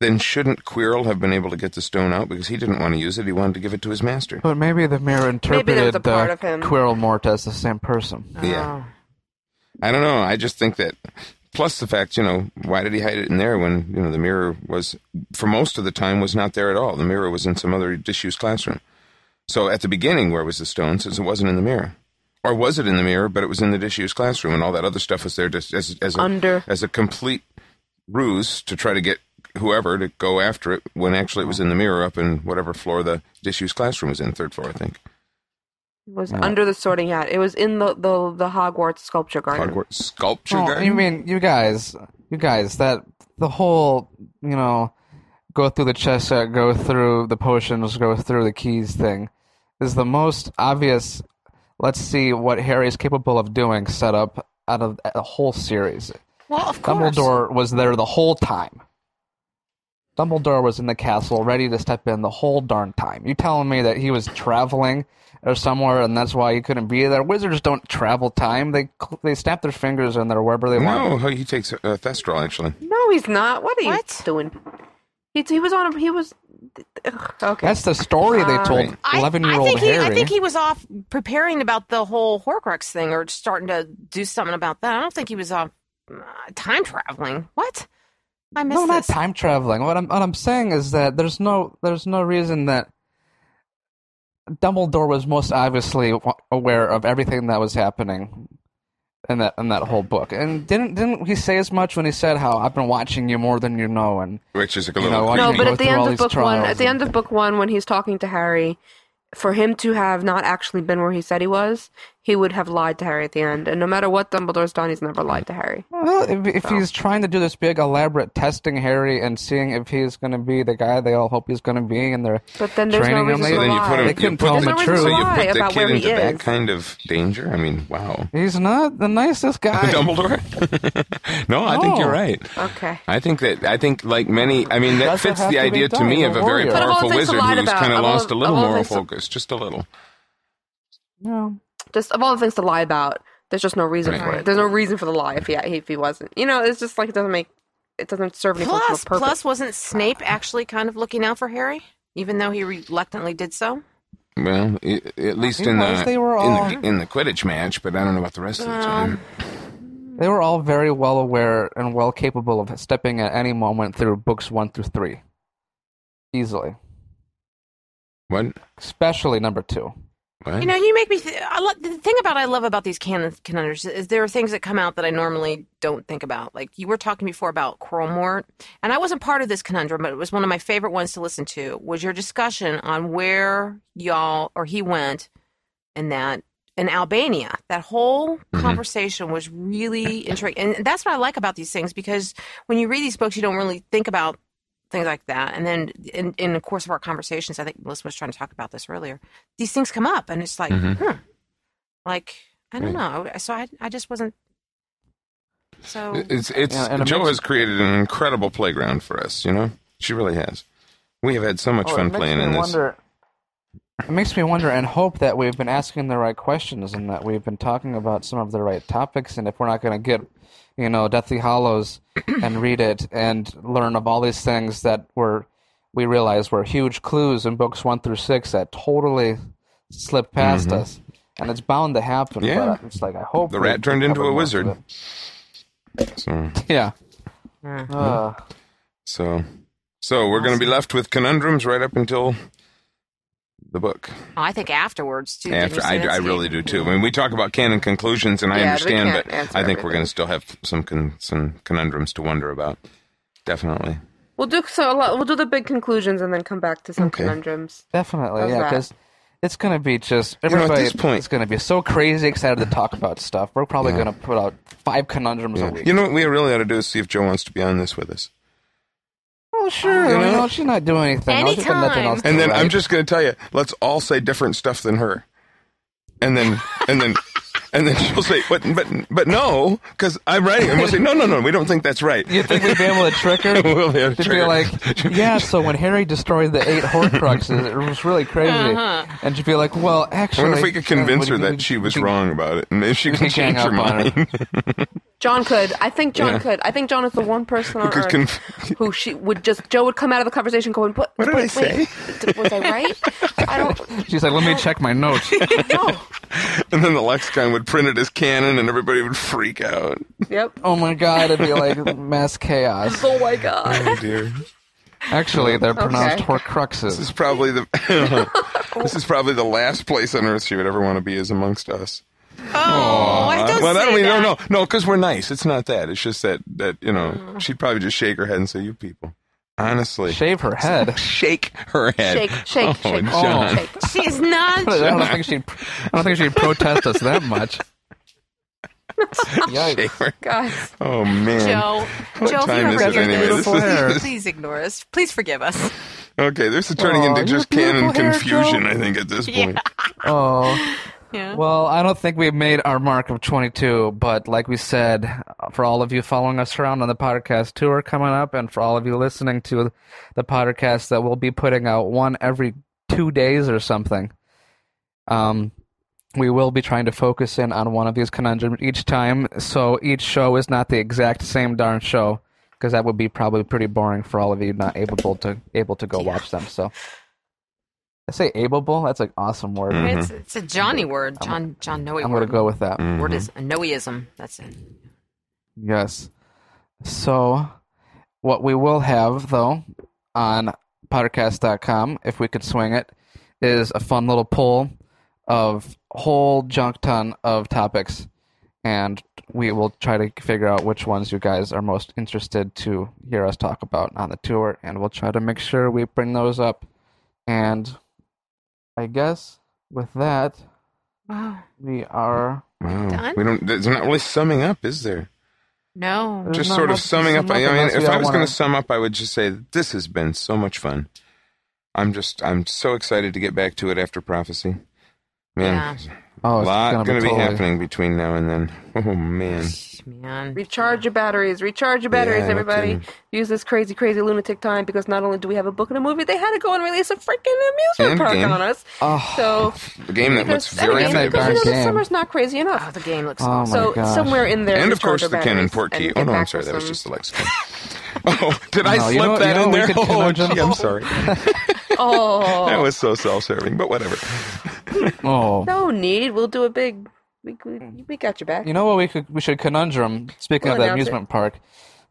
Speaker 6: then shouldn't Quirrell have been able to get the stone out because he didn't want to use it? He wanted to give it to his master.
Speaker 8: but maybe the mirror interpreted
Speaker 1: a part of
Speaker 8: the
Speaker 1: him.
Speaker 8: Quirrell Mort as the same person.
Speaker 6: Yeah. I don't know. I just think that. Plus the fact, you know, why did he hide it in there when you know the mirror was, for most of the time, was not there at all. The mirror was in some other disused classroom. So at the beginning, where was the stone? Since it wasn't in the mirror, or was it in the mirror? But it was in the disused classroom, and all that other stuff was there just as as a,
Speaker 1: Under.
Speaker 6: as a complete ruse to try to get whoever to go after it. When actually it was in the mirror up in whatever floor the disused classroom was in, third floor, I think.
Speaker 1: It was under the Sorting Hat. It was in the the, the Hogwarts sculpture garden.
Speaker 6: Hogwarts sculpture
Speaker 8: Oh,
Speaker 6: garden.
Speaker 8: you mean you guys? You guys that the whole you know go through the chess set, go through the potions, go through the keys thing is the most obvious. Let's see what Harry is capable of doing. Set up out of a whole series.
Speaker 9: Well, of course.
Speaker 8: Dumbledore was there the whole time. Dumbledore was in the castle, ready to step in the whole darn time. You telling me that he was traveling or somewhere, and that's why he couldn't be there? Wizards don't travel time; they cl- they snap their fingers and they're wherever they
Speaker 6: No,
Speaker 8: want.
Speaker 6: he takes uh, Thestral actually.
Speaker 1: No, he's not. What are you doing? He, he was on. A, he was. ugh, okay.
Speaker 8: That's the story they
Speaker 1: Uh,
Speaker 8: told
Speaker 9: I- I
Speaker 8: eleven-year-old
Speaker 9: think he,
Speaker 8: Harry.
Speaker 9: I think he was off preparing about the whole Horcrux thing, or starting to do something about that. I don't think he was off uh, time traveling. What? I missed
Speaker 8: no, not
Speaker 9: this.
Speaker 8: time traveling. What I'm what I'm saying is that there's no there's no reason that Dumbledore was most obviously wa- aware of everything that was happening in that in that whole book. And didn't didn't he say as much when he said how I've been watching you more than you know and
Speaker 6: Which is like a
Speaker 8: You
Speaker 6: little
Speaker 8: know, I
Speaker 6: creepy.
Speaker 8: can
Speaker 1: no, but
Speaker 8: go
Speaker 1: at the
Speaker 8: through
Speaker 1: end
Speaker 8: all
Speaker 1: of
Speaker 8: these
Speaker 1: book one,
Speaker 8: trials
Speaker 1: at the
Speaker 8: and-
Speaker 1: end of book one, when he's talking to Harry, for him to have not actually been where he said he was, he would have lied to Harry at the end. And no matter what Dumbledore's done, he's never lied to Harry.
Speaker 8: Well, if, if
Speaker 1: So.
Speaker 8: he's trying to do this big elaborate testing Harry and seeing if he's going to be the guy they all hope he's going to be, and they're
Speaker 1: But then there's no
Speaker 8: training him.
Speaker 1: reason
Speaker 8: later.
Speaker 1: to
Speaker 6: then you put him.
Speaker 8: they
Speaker 6: you
Speaker 8: couldn't
Speaker 6: put
Speaker 8: tell
Speaker 6: the,
Speaker 8: him the
Speaker 1: reason
Speaker 8: truth.
Speaker 6: so you
Speaker 1: lie
Speaker 6: put the
Speaker 1: about
Speaker 6: kid
Speaker 1: where he
Speaker 6: into that
Speaker 1: is.
Speaker 6: kind of danger. I mean, wow.
Speaker 8: He's not the nicest guy.
Speaker 6: [laughs] Dumbledore. [laughs] no, I think you're
Speaker 8: No.
Speaker 6: right.
Speaker 1: Okay.
Speaker 6: I think that I think like many. I mean, that
Speaker 8: That's what
Speaker 6: fits
Speaker 8: has
Speaker 6: the
Speaker 8: to be
Speaker 6: idea to
Speaker 8: done.
Speaker 6: me
Speaker 8: He's
Speaker 6: of
Speaker 8: a
Speaker 6: a very
Speaker 8: warrior. But
Speaker 1: of all
Speaker 6: powerful
Speaker 1: things to
Speaker 6: wizard
Speaker 1: lie
Speaker 6: who's
Speaker 1: about,
Speaker 6: kind
Speaker 1: of
Speaker 6: of
Speaker 1: all-
Speaker 6: lost a little
Speaker 1: of all
Speaker 6: moral
Speaker 1: things to-
Speaker 6: focus, just a little.
Speaker 8: No.
Speaker 1: Just of all the things to lie about, there's just no reason
Speaker 6: Right.
Speaker 1: for it. There's no reason for the lie if he if he wasn't. You know, it's just like it doesn't make it doesn't serve any functional
Speaker 9: Plus,
Speaker 1: purpose.
Speaker 9: plus, wasn't Snape actually kind of looking out for Harry, even though he reluctantly did so?
Speaker 6: Well, i at least
Speaker 8: He
Speaker 6: in
Speaker 8: was,
Speaker 6: the,
Speaker 8: they were
Speaker 6: in
Speaker 8: all-
Speaker 6: the in the Quidditch match, but I don't know about the rest of the
Speaker 1: Uh,
Speaker 6: time.
Speaker 8: They were all very well aware and well capable of stepping at any moment through books one through three, easily,
Speaker 6: What?
Speaker 8: especially number two.
Speaker 6: What?
Speaker 9: You know, you make me. Th- I lo- the thing about I love about these canon conundrums is there are things that come out that I normally don't think about. Like you were talking before about Coralmort, and I wasn't part of this conundrum, but it was one of my favorite ones to listen to. Was your discussion on where y'all or he went in that in Albania? That whole conversation was really intriguing, and that's what I like about these things because when you read these books, you don't really think about things like that. And then in, in the course of our conversations, I think Melissa was trying to talk about this earlier. These things come up, and it's like,
Speaker 6: Mhm.
Speaker 9: hmm, like I don't know. So I, I just wasn't. So
Speaker 6: It's it's
Speaker 8: Yeah, and it
Speaker 6: Joe
Speaker 8: makes-
Speaker 6: has created an incredible playground for us. You know, she really has. We have had so much
Speaker 8: Oh, it
Speaker 6: fun
Speaker 8: makes
Speaker 6: playing
Speaker 8: me
Speaker 6: in this.
Speaker 8: wonder- It makes me wonder and hope that we've been asking the right questions and that we've been talking about some of the right topics. And if we're not going to get, you know,
Speaker 6: [clears throat]
Speaker 8: Deathly Hollows and read it and learn of all these things that were we realized were huge clues in books one through six that totally slipped past us, and it's bound to happen.
Speaker 6: Mm-hmm. Yeah.
Speaker 8: but it's like I hope
Speaker 6: The
Speaker 8: we
Speaker 6: rat turned into
Speaker 8: covered
Speaker 6: a
Speaker 8: most
Speaker 6: wizard.
Speaker 8: of it. [laughs]
Speaker 6: So
Speaker 8: Yeah.
Speaker 9: Mm.
Speaker 8: Uh,
Speaker 6: so so we're going to be left with conundrums right up until the book.
Speaker 9: I think afterwards too.
Speaker 6: After I, I really do too. I mean, we talk about canon conclusions, and I
Speaker 1: Yeah, we
Speaker 6: understand,
Speaker 1: can't
Speaker 6: but I
Speaker 1: answer
Speaker 6: think we're going to still have some con- some conundrums to wonder about. Definitely.
Speaker 1: we'll do so a lot, we'll do the big conclusions and then come back to some
Speaker 6: Okay.
Speaker 1: conundrums.
Speaker 8: Definitely,
Speaker 1: How's
Speaker 8: yeah,
Speaker 1: that?
Speaker 8: because it's going to be just
Speaker 6: know, at
Speaker 8: everybody.
Speaker 6: this point-
Speaker 8: it's going to be so crazy excited to talk about stuff. We're probably
Speaker 6: Yeah.
Speaker 8: going to put out five conundrums a
Speaker 6: Yeah.
Speaker 8: week.
Speaker 6: You know what we really ought to do is see if Joe wants to be on this with us.
Speaker 8: oh sure,
Speaker 6: You
Speaker 8: you
Speaker 6: know-
Speaker 8: know she's not doing anything. I'll just have nothing else to
Speaker 6: And then I'm
Speaker 8: write.
Speaker 6: just going to tell you, let's all say different stuff than her. And then, and then, and then she'll say, but, but, but no, because I'm writing. And we'll say, no, no, no, we don't think that's right.
Speaker 8: You think we'd be able to trick her?
Speaker 6: [laughs] We'll be able to
Speaker 8: She'd
Speaker 6: trick
Speaker 8: be
Speaker 6: her. [laughs]
Speaker 8: like, yeah. So when Harry destroyed the eight Horcruxes,
Speaker 6: [laughs]
Speaker 8: it was really crazy.
Speaker 1: Uh-huh.
Speaker 8: And she'd be like, well,
Speaker 6: I
Speaker 8: actually,
Speaker 6: wonder if we could
Speaker 8: uh,
Speaker 6: convince
Speaker 8: would
Speaker 6: her
Speaker 8: you-
Speaker 6: that she was
Speaker 8: would you-
Speaker 6: wrong about it. And maybe [laughs] she
Speaker 8: [laughs] we
Speaker 6: can
Speaker 8: could gang
Speaker 6: change her
Speaker 8: up on her.
Speaker 6: mind.
Speaker 1: John could. I think John
Speaker 6: Yeah.
Speaker 1: could. I think John is the one person on
Speaker 6: could
Speaker 1: earth
Speaker 6: conf-
Speaker 1: who she would just Joe would come out of the conversation going, "What?
Speaker 6: What did
Speaker 1: wait,
Speaker 6: I
Speaker 1: wait, d- was I
Speaker 6: [laughs]
Speaker 1: right? I don't.
Speaker 8: [laughs] She's like, let me check my notes.
Speaker 1: No.
Speaker 6: And then the lexicon would print it as canon and everybody would freak out.
Speaker 1: Yep.
Speaker 8: oh my god, it'd be like mass chaos.
Speaker 1: Oh my god.
Speaker 6: Oh dear.
Speaker 8: Actually, they're pronounced
Speaker 1: Okay.
Speaker 8: Horcruxes.
Speaker 6: This is probably the, [laughs] this is probably the last place on earth she would ever want to be is amongst us.
Speaker 9: Oh, I don't
Speaker 6: well,
Speaker 9: say
Speaker 6: that we
Speaker 9: that.
Speaker 6: no, no, no, because we're nice. It's not that. It's just that that you know she'd probably just shake her head and say, "You people, honestly,
Speaker 8: Shave her head.
Speaker 6: shake her head,
Speaker 1: Shake, shake,
Speaker 6: oh,
Speaker 1: shake,
Speaker 6: John.
Speaker 1: shake.
Speaker 9: She is not.
Speaker 8: I don't think she'd. I don't think she'd protest us that much.
Speaker 6: Shake
Speaker 8: Yikes!
Speaker 6: her.
Speaker 1: Guys,
Speaker 6: Oh man,
Speaker 9: Joe,
Speaker 6: What
Speaker 9: Joe, if you
Speaker 6: time is
Speaker 9: ever
Speaker 6: it
Speaker 9: hear
Speaker 6: anyway?
Speaker 9: this,
Speaker 6: This is-
Speaker 9: please, please ignore us. Please forgive us.
Speaker 6: [laughs] okay, this is turning
Speaker 8: Aw,
Speaker 6: into
Speaker 8: you
Speaker 6: just
Speaker 8: have
Speaker 6: canon
Speaker 8: beautiful hair,
Speaker 6: confusion.
Speaker 8: Joe.
Speaker 6: I think at this point,
Speaker 8: Oh
Speaker 9: Yeah.
Speaker 8: well, I don't think we've made our mark of 22, but like we said, for all of you following us around on the podcast tour coming up, and for all of you listening to the podcast that we'll be putting out one every two days or something. Um, we will be trying to focus in on one of these conundrums each time, so each show is not the exact same darn show because that would be probably pretty boring for all of you not able to able to go watch them. So I say able. That's an awesome word.
Speaker 9: It's, it's a Johnny word. John John Noe.
Speaker 8: Mm-hmm. I'm going to go Mm-hmm. with that.
Speaker 9: Word is a Noeism. That's it.
Speaker 8: Yes. So, what we will have, though, on podcast.com, if we could swing it, is a fun little poll of whole junk ton of topics. And we will try to figure out which ones you guys are most interested to hear us talk about on the tour. And we'll try to make sure we bring those up. And I guess with that,
Speaker 9: Wow.
Speaker 8: we are.
Speaker 6: Wow.
Speaker 9: Done?
Speaker 6: We don't. There's not really summing up, is there?
Speaker 9: No.
Speaker 6: just sort of summing up. I mean, if I was going
Speaker 8: wanna-
Speaker 6: to sum up, I would just say that this has been so much fun. I'm just, I'm so excited to get back to it after prophecy. Man,
Speaker 4: Yeah.
Speaker 8: Oh,
Speaker 6: a
Speaker 8: it's
Speaker 6: lot
Speaker 8: gonna
Speaker 6: going
Speaker 8: be
Speaker 6: to be,
Speaker 8: totally-
Speaker 6: happening between now and then. Oh man,
Speaker 4: Recharge your batteries. Recharge your batteries,
Speaker 6: Yeah, no
Speaker 4: everybody.
Speaker 6: kidding.
Speaker 4: Use this crazy, crazy lunatic time because not only do we have a book and a movie, they had to go and release a freaking amusement
Speaker 6: And a
Speaker 4: park
Speaker 6: game.
Speaker 4: on us. So
Speaker 6: a game that looks
Speaker 4: because- and a
Speaker 6: very
Speaker 4: game,
Speaker 6: fabulous.
Speaker 4: because, you know, the summer's not crazy enough. Oh,
Speaker 9: the game looks
Speaker 6: Oh, awesome. my
Speaker 4: so
Speaker 6: gosh.
Speaker 4: somewhere in there.
Speaker 6: and of
Speaker 4: recharge
Speaker 6: course
Speaker 4: your
Speaker 6: the Canon
Speaker 4: batteries
Speaker 6: port key.
Speaker 4: and
Speaker 6: Oh no,
Speaker 4: get
Speaker 6: I'm
Speaker 4: back
Speaker 6: sorry,
Speaker 4: with
Speaker 6: that was
Speaker 4: some-
Speaker 6: just the lexicon. [laughs] oh, did I
Speaker 8: No,
Speaker 6: slip
Speaker 8: you know what-
Speaker 6: that
Speaker 8: you know
Speaker 6: in
Speaker 8: what we
Speaker 6: there?
Speaker 8: could
Speaker 6: Oh,
Speaker 8: conundrum-
Speaker 6: gee, I'm [laughs] sorry.
Speaker 4: Oh.
Speaker 6: That was so self-serving, but whatever.
Speaker 8: Oh.
Speaker 4: No need. We'll do a big. We, we,
Speaker 6: Mm.
Speaker 4: we got your back.
Speaker 8: You know what we could we should conundrum. Speaking
Speaker 4: We'll
Speaker 8: of the
Speaker 4: announce it.
Speaker 8: amusement park,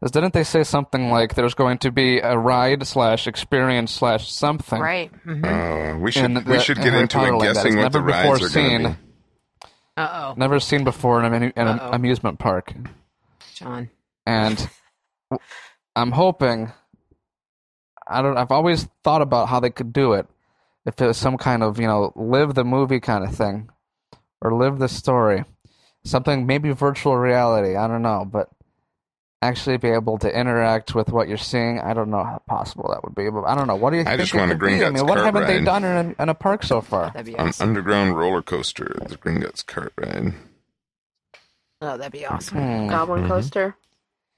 Speaker 8: is didn't they say something like there's going to be a ride slash experience slash something?
Speaker 9: Right. Mm-hmm.
Speaker 6: Uh, we
Speaker 8: in
Speaker 6: should we
Speaker 8: the-
Speaker 6: should
Speaker 8: in
Speaker 6: get
Speaker 8: Harry
Speaker 6: into
Speaker 8: Potter
Speaker 6: it
Speaker 8: land that
Speaker 6: guessing
Speaker 8: is
Speaker 6: what the
Speaker 8: never before
Speaker 6: rides are going to
Speaker 8: seen.
Speaker 6: be.
Speaker 9: Uh oh,
Speaker 8: Never seen before in an, amu- in an
Speaker 9: Uh-oh.
Speaker 8: amusement park,
Speaker 9: John.
Speaker 8: and w- I'm hoping. I don't. I've always thought about how they could do it, if it was some kind of you know live the movie kind of thing, or live the story, something maybe virtual reality. I don't know, but actually be able to interact with what you're seeing. I don't know how possible that would be, but I don't know. What do you?
Speaker 6: I
Speaker 8: think
Speaker 6: just
Speaker 8: it
Speaker 6: want a
Speaker 8: could be? I
Speaker 6: Gringotts
Speaker 8: mean, what
Speaker 6: cart
Speaker 8: haven't they
Speaker 6: ride.
Speaker 8: done in a, in a park so far?
Speaker 6: An underground roller coaster at the Green Guts cart ride.
Speaker 9: Oh, that'd be awesome.
Speaker 8: Hmm.
Speaker 4: Goblin coaster.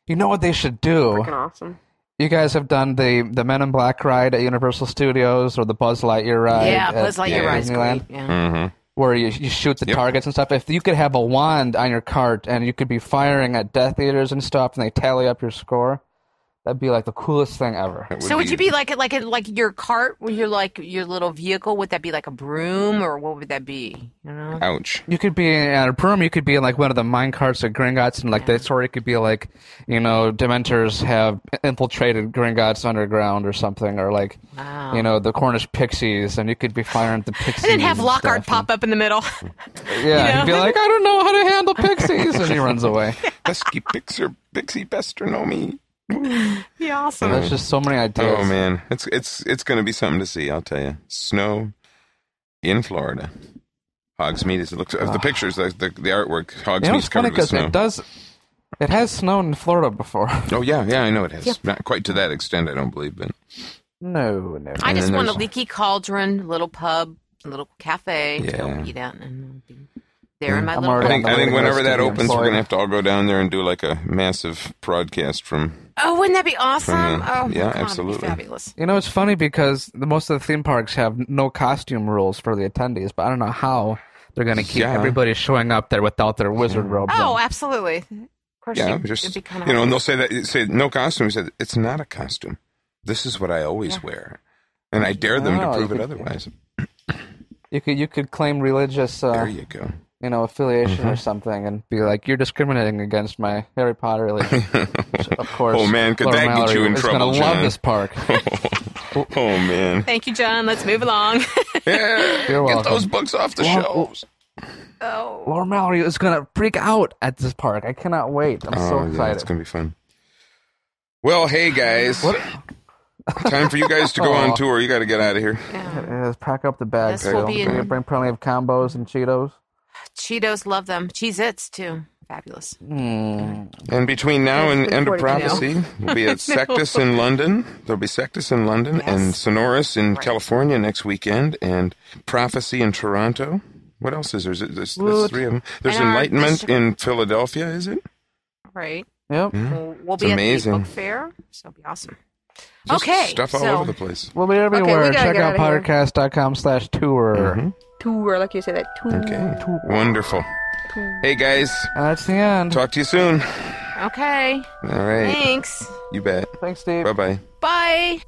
Speaker 8: You know what they should do?
Speaker 4: Freaking awesome.
Speaker 8: You guys have done the the Men in Black ride at Universal Studios or the Buzz Lightyear ride.
Speaker 9: Yeah,
Speaker 8: at
Speaker 9: Buzz Lightyear ride's
Speaker 8: Disneyland,
Speaker 9: great, yeah.
Speaker 8: Where you, you shoot the targets and stuff. If you could have a wand on your cart and you could be firing at Death Eaters and stuff, and they tally up your score, that'd be like the coolest thing ever.
Speaker 9: so would you be like like like your cart? Would you like your little vehicle? Would that be like a broom or what would that be? You know.
Speaker 6: Ouch.
Speaker 8: You could be in a broom. You could be in like one of the mine carts at Gringotts, and like that story could be like, you know, Dementors have infiltrated Gringotts underground or something, or like,
Speaker 9: Wow.
Speaker 8: you know, the Cornish Pixies, and you could be firing at the Pixies.
Speaker 9: [laughs] And then have
Speaker 8: and stuff.
Speaker 9: Lockhart pop up in the middle. [laughs]
Speaker 8: Yeah,
Speaker 9: You
Speaker 8: he'd be
Speaker 9: know?
Speaker 8: like, I don't know how to
Speaker 9: [laughs]
Speaker 8: handle pixies, and he runs away.
Speaker 6: Pesky Pixer, Pixie Pestronomy.
Speaker 9: be
Speaker 8: So
Speaker 9: awesome.
Speaker 8: there's just so many ideas.
Speaker 6: Oh man, it's it's it's going to be something to see. I'll tell you. Snow in Florida. Hogsmeade is it looks of the pictures, the, the the artwork.
Speaker 8: Ah. You know,
Speaker 6: Hogsmeade's
Speaker 8: it's funny
Speaker 6: covered with
Speaker 8: because
Speaker 6: snow.
Speaker 8: it does. It has snowed in Florida before. [laughs]
Speaker 6: Oh yeah, yeah, I know it has.
Speaker 9: Yeah.
Speaker 6: Not quite to that extent, I don't believe, but
Speaker 8: No, no.
Speaker 9: I
Speaker 6: And
Speaker 9: just
Speaker 6: then
Speaker 9: want a
Speaker 6: there's-
Speaker 9: leaky caldron, little pub, little cafe to go
Speaker 6: Yeah.
Speaker 9: eat at, and I'll be there in my
Speaker 8: Mm-hmm. I'm
Speaker 9: little.
Speaker 8: already
Speaker 6: I think
Speaker 8: on
Speaker 6: I
Speaker 8: the way
Speaker 6: think
Speaker 8: to go
Speaker 6: whenever
Speaker 8: to
Speaker 6: that
Speaker 8: the
Speaker 6: opens, we're going to
Speaker 8: employer.
Speaker 6: have to all go down there and do like a massive broadcast from.
Speaker 9: Oh, wouldn't that be awesome?
Speaker 6: From the-
Speaker 9: oh, my
Speaker 6: yeah,
Speaker 9: God, it'd be
Speaker 6: absolutely.
Speaker 9: fabulous.
Speaker 8: You know, it's funny because the, most of the theme parks have no costume rules for the attendees, but I don't know how they're going to keep
Speaker 6: Yeah.
Speaker 8: everybody showing up there without their wizard robes.
Speaker 9: Oh,
Speaker 8: on.
Speaker 9: absolutely. Of course,
Speaker 6: Yeah,
Speaker 9: you, it'd
Speaker 6: just
Speaker 9: be kind of
Speaker 6: you know, and they'll say that say no costume. He said it's not a costume. This is what I always wear, and I dare them
Speaker 8: Oh,
Speaker 6: to
Speaker 8: you
Speaker 6: prove it
Speaker 8: could-
Speaker 6: otherwise.
Speaker 8: you could you could claim religious,
Speaker 6: There
Speaker 8: uh,
Speaker 6: you Mm-hmm. go. [laughs]
Speaker 8: you know, affiliation or something, and be like, you're discriminating against my Harry
Speaker 6: [laughs]
Speaker 8: Potter religion. Which, of course.
Speaker 6: Oh man, could
Speaker 8: Laura
Speaker 6: that get
Speaker 8: Mallory
Speaker 6: you in
Speaker 8: is
Speaker 6: trouble?
Speaker 8: gonna love
Speaker 6: John?
Speaker 8: this park.
Speaker 6: oh man,
Speaker 9: Thank you, John. Let's
Speaker 13: [laughs]
Speaker 9: move along.
Speaker 8: You're
Speaker 6: get
Speaker 8: welcome.
Speaker 6: those books off the
Speaker 8: Well,
Speaker 6: shelves.
Speaker 9: [laughs] oh,
Speaker 8: Laura Mallory is gonna freak out at this park. I cannot wait. I'm so
Speaker 6: oh yeah, it's
Speaker 8: excited.
Speaker 6: gonna be fun. Well, hey guys,
Speaker 8: What-
Speaker 6: time for you guys to go
Speaker 8: Aw.
Speaker 6: on tour. You got to get out of here.
Speaker 8: Yeah, pack up the bag.
Speaker 9: This will be
Speaker 8: We're gonna
Speaker 9: in-
Speaker 8: bring plenty of combos and Cheetos.
Speaker 9: Cheetos, love them. Cheez Its, too. Fabulous.
Speaker 8: Mm.
Speaker 6: And between now and
Speaker 4: been
Speaker 6: End of
Speaker 4: 40 now.
Speaker 6: Prophecy, we'll be
Speaker 8: [laughs]
Speaker 6: at Sectus in London. There'll be Sectus in London
Speaker 9: Yes.
Speaker 6: and Sonorous in
Speaker 9: Right.
Speaker 6: California next weekend, and Prophecy in Toronto. What else is there? Is it- There's, there's
Speaker 8: Woot.
Speaker 6: three of them. There's
Speaker 9: And our
Speaker 6: Enlightenment
Speaker 9: district-
Speaker 6: in Philadelphia, is it?
Speaker 9: Right.
Speaker 14: Yep.
Speaker 13: We'll, we'll
Speaker 6: Hmm. It's
Speaker 13: be
Speaker 6: amazing.
Speaker 13: at the book fair, so it'll be awesome.
Speaker 6: Just
Speaker 13: okay,
Speaker 6: stuff all
Speaker 13: so-
Speaker 6: over the place.
Speaker 14: We'll be
Speaker 15: we
Speaker 14: everywhere.
Speaker 15: gotta
Speaker 14: Check
Speaker 15: get
Speaker 14: out
Speaker 15: outta here.
Speaker 14: podcast.com slash tour.
Speaker 15: Tour, like you say that. Tour. Tour.
Speaker 6: Wonderful. Hey guys,
Speaker 14: that's the end.
Speaker 6: Talk to you soon.
Speaker 13: Okay.
Speaker 6: All right.
Speaker 13: Thanks.
Speaker 6: You bet.
Speaker 14: Thanks, Steve.
Speaker 6: Bye bye.
Speaker 13: Bye.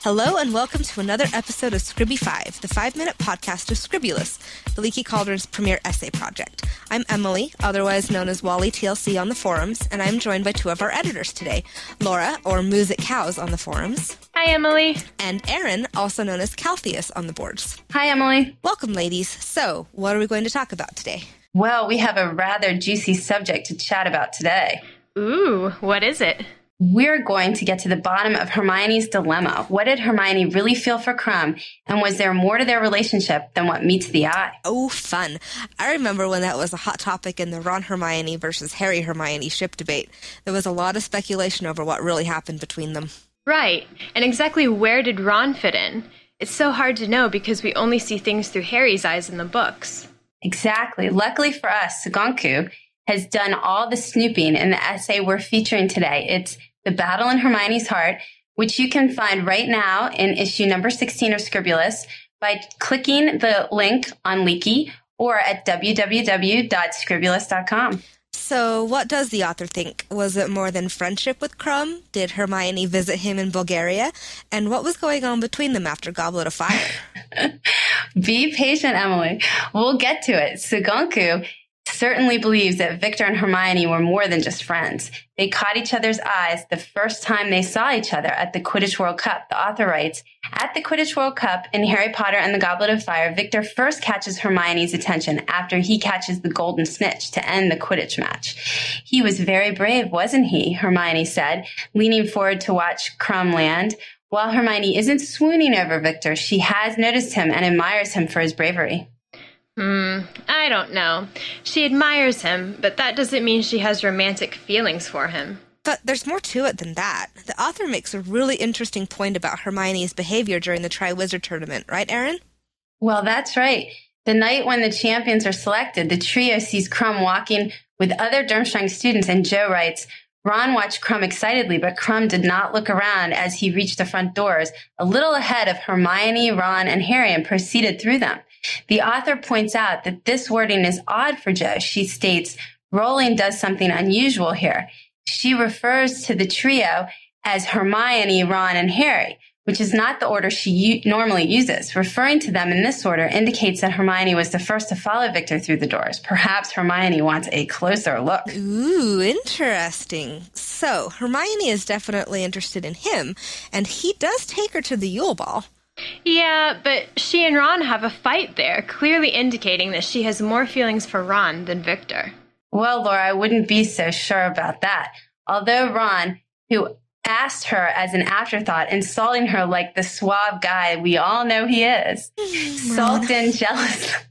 Speaker 1: Hello and welcome to another episode of Scribby 5, the five minute podcast of Scribulous, the Leaky Cauldron's premier essay project. I'm Emily, otherwise known as Wally TLC on the forums, and I'm joined by two of our editors today Laura, or Moose at Cows on the forums. Hi, Emily. And Erin, also known as Caltheus on the boards. Hi, Emily. Welcome, ladies. So, what are we going to talk about today?
Speaker 9: Well, we have a rather juicy subject to chat about today. Ooh, what is it? We're going to get to the bottom of Hermione's dilemma. What did Hermione really feel for Crumb? And was there more to their relationship than what meets the eye?
Speaker 1: Oh, fun. I remember when that was a hot topic in the Ron Hermione versus Harry Hermione ship debate. There was a lot of speculation over what really happened between them.
Speaker 8: Right, and exactly where did Ron fit in? It's so hard to know because we only see things through Harry's eyes in the books.
Speaker 9: Exactly. Luckily for us, Sugonku has done all the snooping in the essay we're featuring today. It's The Battle in Hermione's Heart, which you can find right now in issue number 16 of Scribulous by clicking the link on Leaky or at www.scribulous.com.
Speaker 1: So, what does the author think? Was it more than friendship with Crumb? Did Hermione visit him in Bulgaria? And what was going on between them after Goblet of Fire?
Speaker 9: [laughs] Be patient, Emily. We'll get to it. Sugonku certainly believes that Victor and Hermione were more than just friends. They caught each other's eyes the first time they saw each other at the Quidditch World Cup. The author writes At the Quidditch World Cup in Harry Potter and the Goblet of Fire, Victor first catches Hermione's attention after he catches the Golden Snitch to end the Quidditch match. He was very brave, wasn't he? Hermione said, leaning forward to watch Crumb land. While Hermione isn't swooning over Victor, she has noticed him and admires him for his bravery.
Speaker 8: Hmm, I don't know. She admires him, but that doesn't mean she has romantic feelings for him.
Speaker 1: But there's more to it than that. The author makes a really interesting point about Hermione's behavior during the Triwizard Tournament, right, Aaron?
Speaker 9: Well, that's right. The night when the champions are selected, the trio sees Crumb walking with other Durmstrang students, and Joe writes, Ron watched Crumb excitedly, but Crumb did not look around as he reached the front doors, a little ahead of Hermione, Ron, and Harry, and proceeded through them. The author points out that this wording is odd for Joe. She states, Rowling does something unusual here. She refers to the trio as Hermione, Ron, and Harry, which is not the order she u- normally uses. Referring to them in this order indicates that Hermione was the first to follow Victor through the doors. Perhaps Hermione wants a closer look.
Speaker 1: Ooh, interesting. So, Hermione is definitely interested in him, and he does take her to the Yule Ball.
Speaker 8: Yeah, but she and Ron have a fight there, clearly indicating that she has more feelings for Ron than Victor.
Speaker 9: Well, Laura, I wouldn't be so sure about that. Although Ron, who asked her as an afterthought, insulting her like the suave guy we all know he is, sulked in jealous. [laughs]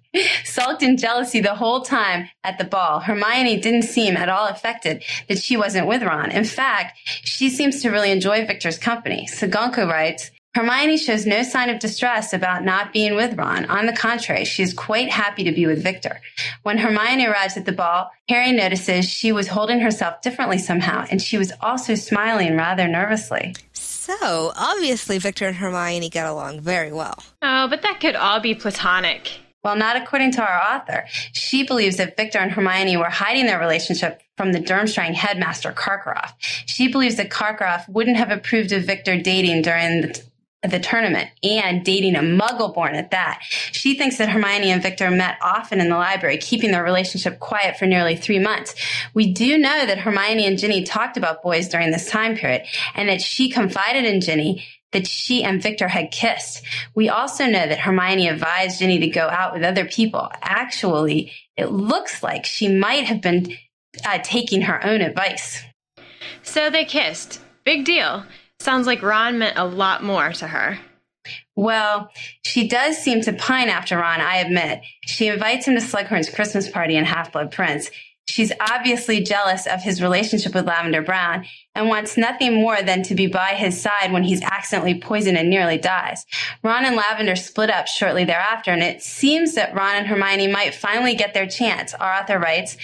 Speaker 9: Sulked in jealousy the whole time at the ball. Hermione didn't seem at all affected that she wasn't with Ron. In fact, she seems to really enjoy Victor's company. Sagonko writes, Hermione shows no sign of distress about not being with Ron. On the contrary, she is quite happy to be with Victor. When Hermione arrives at the ball, Harry notices she was holding herself differently somehow, and she was also smiling rather nervously.
Speaker 1: So, obviously, Victor and Hermione get along very well.
Speaker 8: Oh, but that could all be platonic.
Speaker 9: Well, not according to our author. She believes that Victor and Hermione were hiding their relationship from the Durmstrang headmaster, Karkaroff. She believes that Karkaroff wouldn't have approved of Victor dating during the, the tournament and dating a muggle born at that. She thinks that Hermione and Victor met often in the library, keeping their relationship quiet for nearly three months. We do know that Hermione and Ginny talked about boys during this time period and that she confided in Ginny that she and Victor had kissed. We also know that Hermione advised Ginny to go out with other people. Actually, it looks like she might have been uh, taking her own advice.
Speaker 8: So they kissed. Big deal. Sounds like Ron meant a lot more to her.
Speaker 9: Well, she does seem to pine after Ron, I admit. She invites him to Slughorn's Christmas party in Half Blood Prince. She's obviously jealous of his relationship with Lavender Brown and wants nothing more than to be by his side when he's accidentally poisoned and nearly dies. Ron and Lavender split up shortly thereafter, and it seems that Ron and Hermione might finally get their chance, our author writes.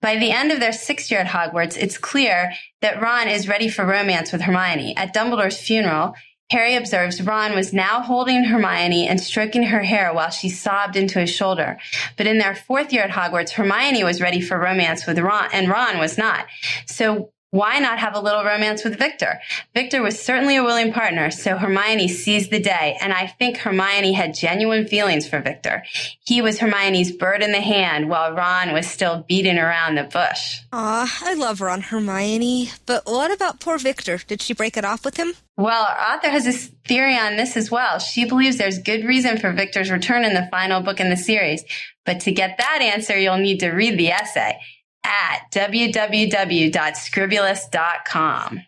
Speaker 9: By the end of their sixth year at Hogwarts, it's clear that Ron is ready for romance with Hermione. At Dumbledore's funeral, Harry observes Ron was now holding Hermione and stroking her hair while she sobbed into his shoulder. But in their fourth year at Hogwarts, Hermione was ready for romance with Ron, and Ron was not. So why not have a little romance with Victor? Victor was certainly a willing partner, so Hermione seized the day, and I think Hermione had genuine feelings for Victor. He was Hermione's bird in the hand while Ron was still beating around the bush.
Speaker 16: Aw, I love Ron Hermione. But what about poor Victor? Did she break it off with him?
Speaker 9: Well, our author has this theory on this as well. She believes there's good reason for Victor's return in the final book in the series. But to get that answer, you'll need to read the essay at www.scribulous.com.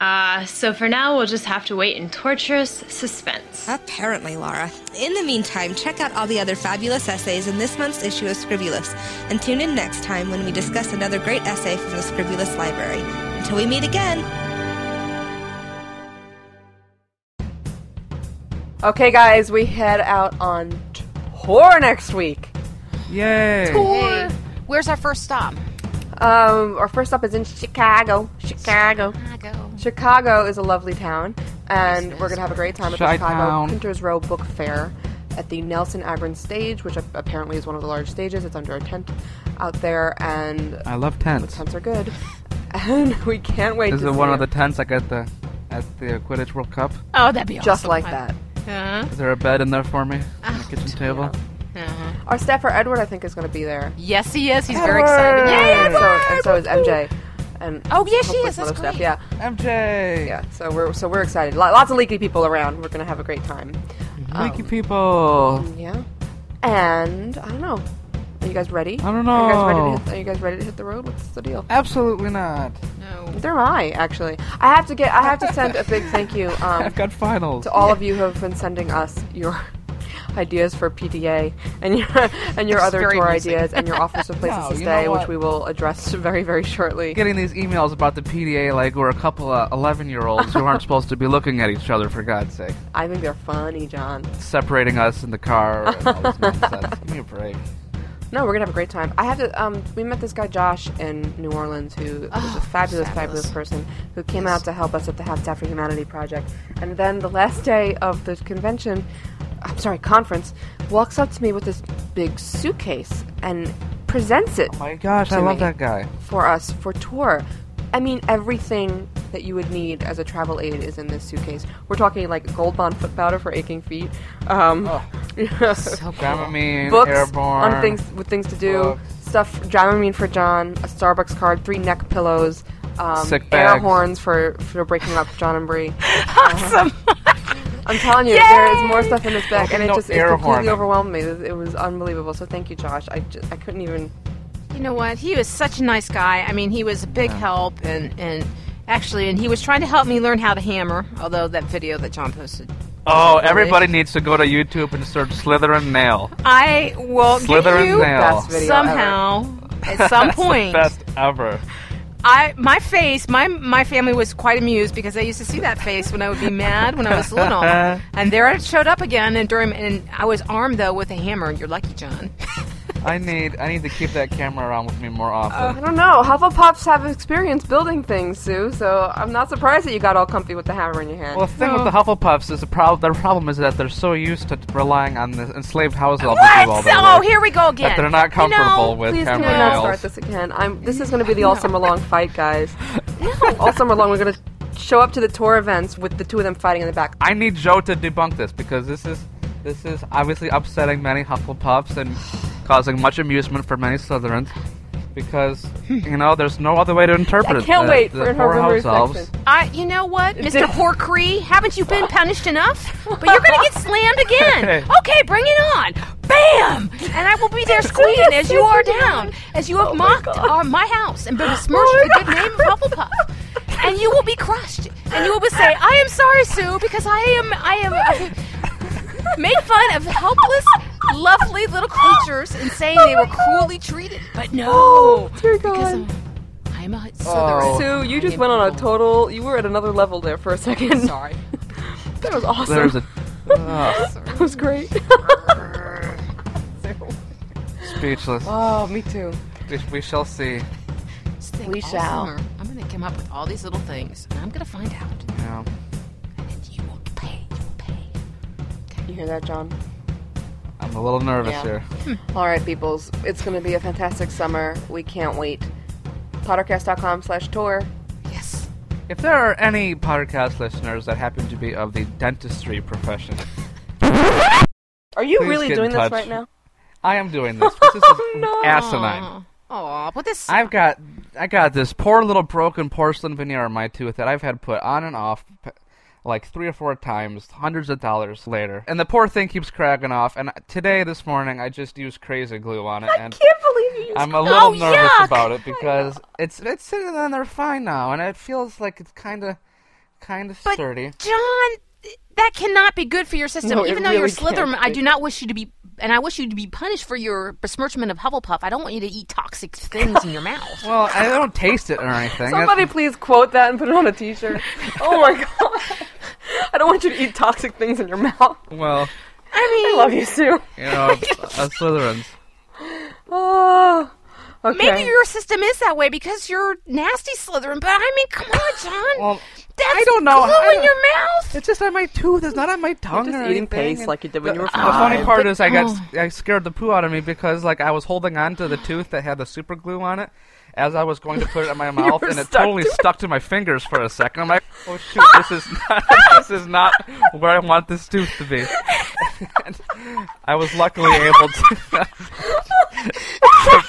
Speaker 17: Ah, so for now, we'll just have to wait in torturous suspense.
Speaker 16: Apparently, Laura. In the meantime, check out all the other fabulous essays in this month's issue of Scribulous, and tune in next time when we discuss another great essay from the Scribulous Library. Until we meet again,
Speaker 1: Okay, guys, we head out on tour next week.
Speaker 8: Yay!
Speaker 4: Tour. Where's our first stop?
Speaker 1: Um, our first stop is in Chicago. Chicago. Chicago. is a lovely town, and we're gonna have a great time at the Chicago
Speaker 8: Chi-town.
Speaker 1: Printers Row Book Fair at the Nelson Agron stage, which ap- apparently is one of the large stages. It's under a tent out there, and
Speaker 8: I love tents.
Speaker 1: tents are good. [laughs] And we can't wait.
Speaker 8: This
Speaker 1: to
Speaker 8: is
Speaker 1: see
Speaker 8: one
Speaker 1: it.
Speaker 8: of the tents like at the at the Quidditch World Cup.
Speaker 4: Oh, that'd be awesome.
Speaker 1: Just like that.
Speaker 4: Uh-huh.
Speaker 8: Is there a bed in there
Speaker 1: [laughs]
Speaker 8: for me? On the kitchen table.
Speaker 4: Uh-huh.
Speaker 1: Our staffer Edward, I think, is going to be there.
Speaker 4: Yes, he is. He's very excited. Yay,
Speaker 1: And so, and so is MJ. And
Speaker 4: Oh, yeah, she
Speaker 1: hopefully
Speaker 4: is.
Speaker 1: some
Speaker 4: That's
Speaker 1: other
Speaker 4: great.
Speaker 1: Yeah,
Speaker 8: MJ.
Speaker 1: Yeah, so we're so we're excited. Lo- Lots of leaky people around. We're gonna have a great time. Um,
Speaker 8: Leaky people.
Speaker 1: yeah, and I don't know. Are you guys ready?
Speaker 8: I don't
Speaker 1: Are you guys ready
Speaker 8: know.
Speaker 1: to hit, are you guys ready to hit the road? What's the deal?
Speaker 8: Absolutely not. [laughs]
Speaker 1: There am I actually. I have to get. I have to send a big thank you. Um,
Speaker 8: [laughs] I've got finals.
Speaker 1: to all of you who have been sending us your [laughs] ideas for PDA and your [laughs] and your
Speaker 8: It's
Speaker 1: other
Speaker 8: very
Speaker 1: tour
Speaker 8: amusing.
Speaker 1: ideas and your
Speaker 8: [laughs]
Speaker 1: offers of places
Speaker 8: No,
Speaker 1: to
Speaker 8: you know
Speaker 1: stay, which
Speaker 8: what?
Speaker 1: we will address [laughs] very very shortly.
Speaker 8: Getting these emails about the PDA like we're a couple of 11 year olds who aren't supposed to be looking at each other for God's sake.
Speaker 1: I think they're funny, John.
Speaker 8: Separating us in the car. And
Speaker 1: [laughs]
Speaker 8: all this nonsense. Give me a break.
Speaker 1: No, we're gonna have a great time. I have to. Um, we met this guy Josh in New Orleans, who was a fabulous, fabulous, person who came out to help us at the Habitat for Humanity project. And then the last day of the convention, I'm sorry, conference, walks up to me with this big suitcase and presents it. Oh
Speaker 8: my gosh, I love that guy.
Speaker 1: for us for tour. I mean, everything that you would need as a travel aid is in this suitcase. We're talking like Gold Bond foot powder for aching feet. Um, [laughs]
Speaker 8: So cool. Dramamine,
Speaker 1: books
Speaker 8: Airborne,
Speaker 1: on things with things to do,
Speaker 8: books.
Speaker 1: stuff. Dramamine for John, a Starbucks card, three neck pillows, um,
Speaker 8: Sick
Speaker 1: air
Speaker 8: bags.
Speaker 1: horns for for breaking up John and
Speaker 8: [laughs]
Speaker 1: Bree. awesome. I'm telling you, there is more stuff in this bag,
Speaker 8: Don't
Speaker 1: and it
Speaker 8: no
Speaker 1: just it
Speaker 8: air
Speaker 1: completely
Speaker 8: horn.
Speaker 1: overwhelmed me. It was unbelievable. So thank you, Josh. I just, I couldn't even.
Speaker 4: You know what? He was such a nice guy. I mean, he was a big help, and and actually, and he was trying to help me learn how to hammer. Although that video that John posted,
Speaker 8: Oh, everybody needs to go to YouTube and search Slytherin Nail.
Speaker 4: I will
Speaker 8: Slytherin's
Speaker 4: get you
Speaker 8: nail. Best video
Speaker 4: somehow
Speaker 8: [laughs]
Speaker 4: at
Speaker 8: That's
Speaker 4: some
Speaker 8: the
Speaker 4: point.
Speaker 8: best ever.
Speaker 4: I my face, my my family was quite amused because I used to see that face when I would be mad when I was
Speaker 8: [laughs]
Speaker 4: little, and there it showed up again. And during and I was armed though with a hammer. You're lucky, John.
Speaker 8: I need I need to keep that camera around with me more
Speaker 4: Oh,
Speaker 8: often.
Speaker 1: I don't know. Hufflepuffs have experience building things, Sue. So I'm not surprised that you got all comfy with the hammer in your hand.
Speaker 8: well, the thing with the Hufflepuffs is the problem. Their problem is that they're so used to relying on the enslaved house elves to
Speaker 4: [laughs]
Speaker 8: do all
Speaker 4: What?
Speaker 8: their
Speaker 4: Oh,
Speaker 8: work
Speaker 4: here we go
Speaker 8: that
Speaker 4: again.
Speaker 8: they're not
Speaker 4: You know,
Speaker 8: comfortable with
Speaker 1: Please can
Speaker 8: hammer
Speaker 1: we not
Speaker 8: nails.
Speaker 1: start this again? I'm. This is going to be the all summer long fight, [laughs] guys. All summer long, we're going to show up to the tour events with the two of them fighting in the back.
Speaker 8: I need Joe to debunk this because this is this is obviously upsetting many Hufflepuffs and causing much amusement for many Slytherins. Because you know, there's no other way to interpret
Speaker 4: Hmm. I
Speaker 8: it.
Speaker 4: can't
Speaker 8: The-
Speaker 4: wait
Speaker 8: the
Speaker 4: for her
Speaker 8: poor
Speaker 4: rumors
Speaker 8: house elves.
Speaker 4: I, you know what, Mr. Horcree, haven't
Speaker 1: [laughs]
Speaker 4: you been punished enough? But you're gonna get slammed again. Okay, bring it on, bam! And I will be
Speaker 1: [laughs]
Speaker 4: there squealing as you are down, as you have
Speaker 1: Oh
Speaker 4: mocked uh, my
Speaker 1: [gasps]
Speaker 4: house and besmirched the good name of Hufflepuff. And you will be crushed, and you will say, [laughs] "I am sorry, Sue, because I am, I am." I- Make fun of helpless lovely little creatures and saying they were cruelly treated.
Speaker 1: [gasps]
Speaker 4: But no,
Speaker 1: Oh, dear
Speaker 4: because
Speaker 1: God.
Speaker 4: I'm, I'm a
Speaker 1: Oh.
Speaker 4: Southern.
Speaker 1: Sue, you just went on a total. You were at another level there for a [laughs] second.
Speaker 4: Sorry.
Speaker 1: that was awesome.
Speaker 4: [laughs]
Speaker 8: There's a Ugh.
Speaker 1: that was great.
Speaker 8: speechless.
Speaker 1: oh, me too.
Speaker 8: We- We shall see.
Speaker 4: Just think
Speaker 1: We
Speaker 4: all
Speaker 1: shall.
Speaker 4: summer, I'm going to come up with all these little things, and I'm going to find out.
Speaker 8: Yeah.
Speaker 1: You hear that, John?
Speaker 8: I'm a little nervous
Speaker 1: Yeah.
Speaker 8: here.
Speaker 1: All right, peoples. It's going to be a fantastic summer. We can't wait. Pottercast.com slash tour.
Speaker 4: Yes.
Speaker 8: If there are any podcast listeners that happen to be of the dentistry profession,
Speaker 1: Are you
Speaker 8: Please
Speaker 1: really
Speaker 8: get in
Speaker 1: doing this
Speaker 8: touch.
Speaker 1: right now?
Speaker 8: I am doing this. 'cause
Speaker 4: [laughs]
Speaker 8: This is asinine.
Speaker 4: Oh, but this.
Speaker 8: I've got I got this poor little broken porcelain veneer on my tooth that I've had put on and off p- like three or four times, hundreds of dollars later, and the poor thing keeps cracking off. And today, this morning, I just used crazy glue on it, and I'm a little
Speaker 4: Oh,
Speaker 8: nervous
Speaker 4: yuck!
Speaker 8: about it because
Speaker 4: [laughs]
Speaker 8: it's it's sitting in there fine now, and it feels like it's kind of kind of sturdy.
Speaker 4: John, that cannot be good for your system.
Speaker 8: No, it
Speaker 4: Even though you're
Speaker 8: really can't
Speaker 4: Slytherin, I
Speaker 8: be.
Speaker 4: do not wish you to be, and I wish you to be punished for your besmirchment of Hufflepuff. I don't want you to eat toxic things in your
Speaker 8: [laughs]
Speaker 4: mouth.
Speaker 8: Well, I don't taste it or anything.
Speaker 1: Somebody please quote that and put it on a [laughs] t-shirt. oh my god. [laughs] I don't want you to eat toxic things in your mouth.
Speaker 8: well,
Speaker 1: I mean, I love you, Sue.
Speaker 8: you [laughs] know, us Slytherins.
Speaker 1: Oh, okay.
Speaker 4: Maybe your system is that way because you're nasty Slytherin. But I mean, come on, John.
Speaker 8: Well,
Speaker 4: That's
Speaker 8: I don't know.
Speaker 4: glue
Speaker 8: I
Speaker 4: in
Speaker 8: don't-
Speaker 4: your mouth.
Speaker 8: It's just on my tooth. It's not on my tongue
Speaker 1: just
Speaker 8: or
Speaker 1: eating
Speaker 8: anything.
Speaker 1: paste
Speaker 8: And
Speaker 1: like you did when
Speaker 8: the,
Speaker 1: you were
Speaker 8: The funny
Speaker 1: five.
Speaker 8: part
Speaker 1: But-
Speaker 8: is I got
Speaker 1: oh.
Speaker 8: s- I scared the poo out of me because like I was holding on to the tooth that had the super glue on it as I was going to put it
Speaker 1: [laughs]
Speaker 8: in my mouth
Speaker 1: were
Speaker 8: and it
Speaker 1: stuck
Speaker 8: totally
Speaker 1: to it.
Speaker 8: stuck to my fingers for a second. I'm like, oh
Speaker 1: [laughs]
Speaker 8: shoot, this is not this is not where I want this tooth to be. [laughs] And I was luckily able to, [laughs] to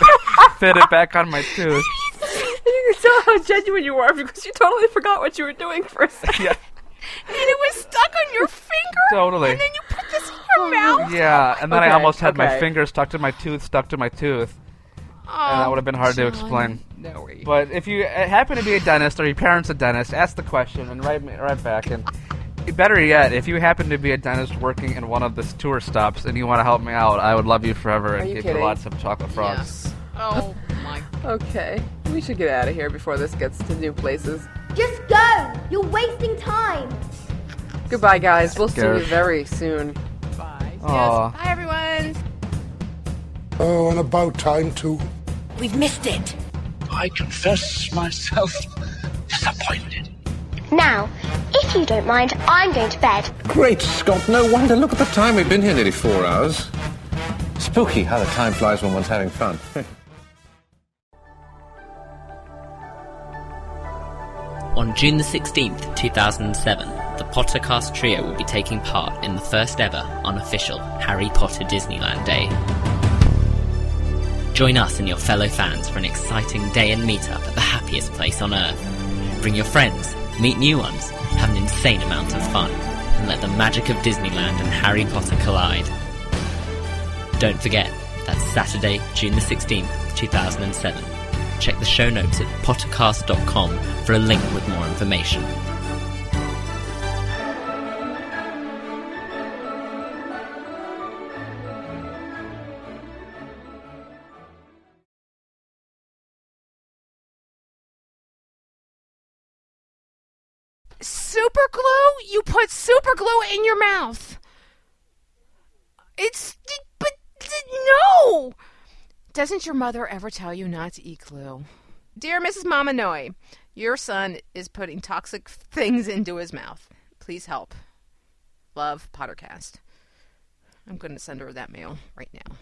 Speaker 8: fit it back on my tooth.
Speaker 1: You can tell how genuine you are because you totally forgot what you were doing for a [laughs] second.
Speaker 8: Yeah.
Speaker 4: And it was stuck on your finger.
Speaker 8: Totally.
Speaker 4: And then you put this in your mouth.
Speaker 8: Yeah, and then I
Speaker 1: Okay,
Speaker 8: almost had my
Speaker 1: okay.
Speaker 8: fingers stuck to my tooth, stuck to my tooth.
Speaker 4: Oh,
Speaker 8: and that would have been hard to
Speaker 4: John,
Speaker 8: explain.
Speaker 4: No way.
Speaker 8: But if you uh, happen to be a dentist or your parents a dentist, ask the question and write me right back. And better yet, if you happen to be a dentist working in one of the tour stops and you want to help me out, I would love you forever and
Speaker 1: you
Speaker 8: give
Speaker 1: kidding?
Speaker 8: you lots of chocolate frogs.
Speaker 4: Oh my.
Speaker 1: Okay. We should get out of here before this gets to new places.
Speaker 3: Just go! You're wasting time!
Speaker 1: Goodbye, guys. We'll see you
Speaker 8: Scared.
Speaker 1: very soon.
Speaker 8: Aw.
Speaker 4: Bye, everyone.
Speaker 18: Oh, and about time too.
Speaker 2: We've missed it. I confess myself disappointed.
Speaker 3: Now, if you don't mind, I'm going to bed.
Speaker 6: Great Scott, no wonder. Look at the time. We've been here nearly four hours. Spooky how the time flies when one's having fun. [laughs]
Speaker 9: On June the 16th, 2007, the Pottercast trio will be taking part in the first ever unofficial Harry Potter Disneyland Day. Join us and your fellow fans for an exciting day and meetup at the happiest place on earth. Bring your friends, meet new ones, have an insane amount of fun, and let the magic of Disneyland and Harry Potter collide. Don't forget, that's Saturday, June the 16th, 2007. Check the show notes at pottercast.com for a link with more information.
Speaker 4: Super glue? You put super glue in your mouth. It's but no. Doesn't your mother ever tell you not to eat glue? Dear Mrs. Mama Noe, your son is putting toxic things into his mouth. Please help. Love Pottercast. I'm going to send her that mail right now.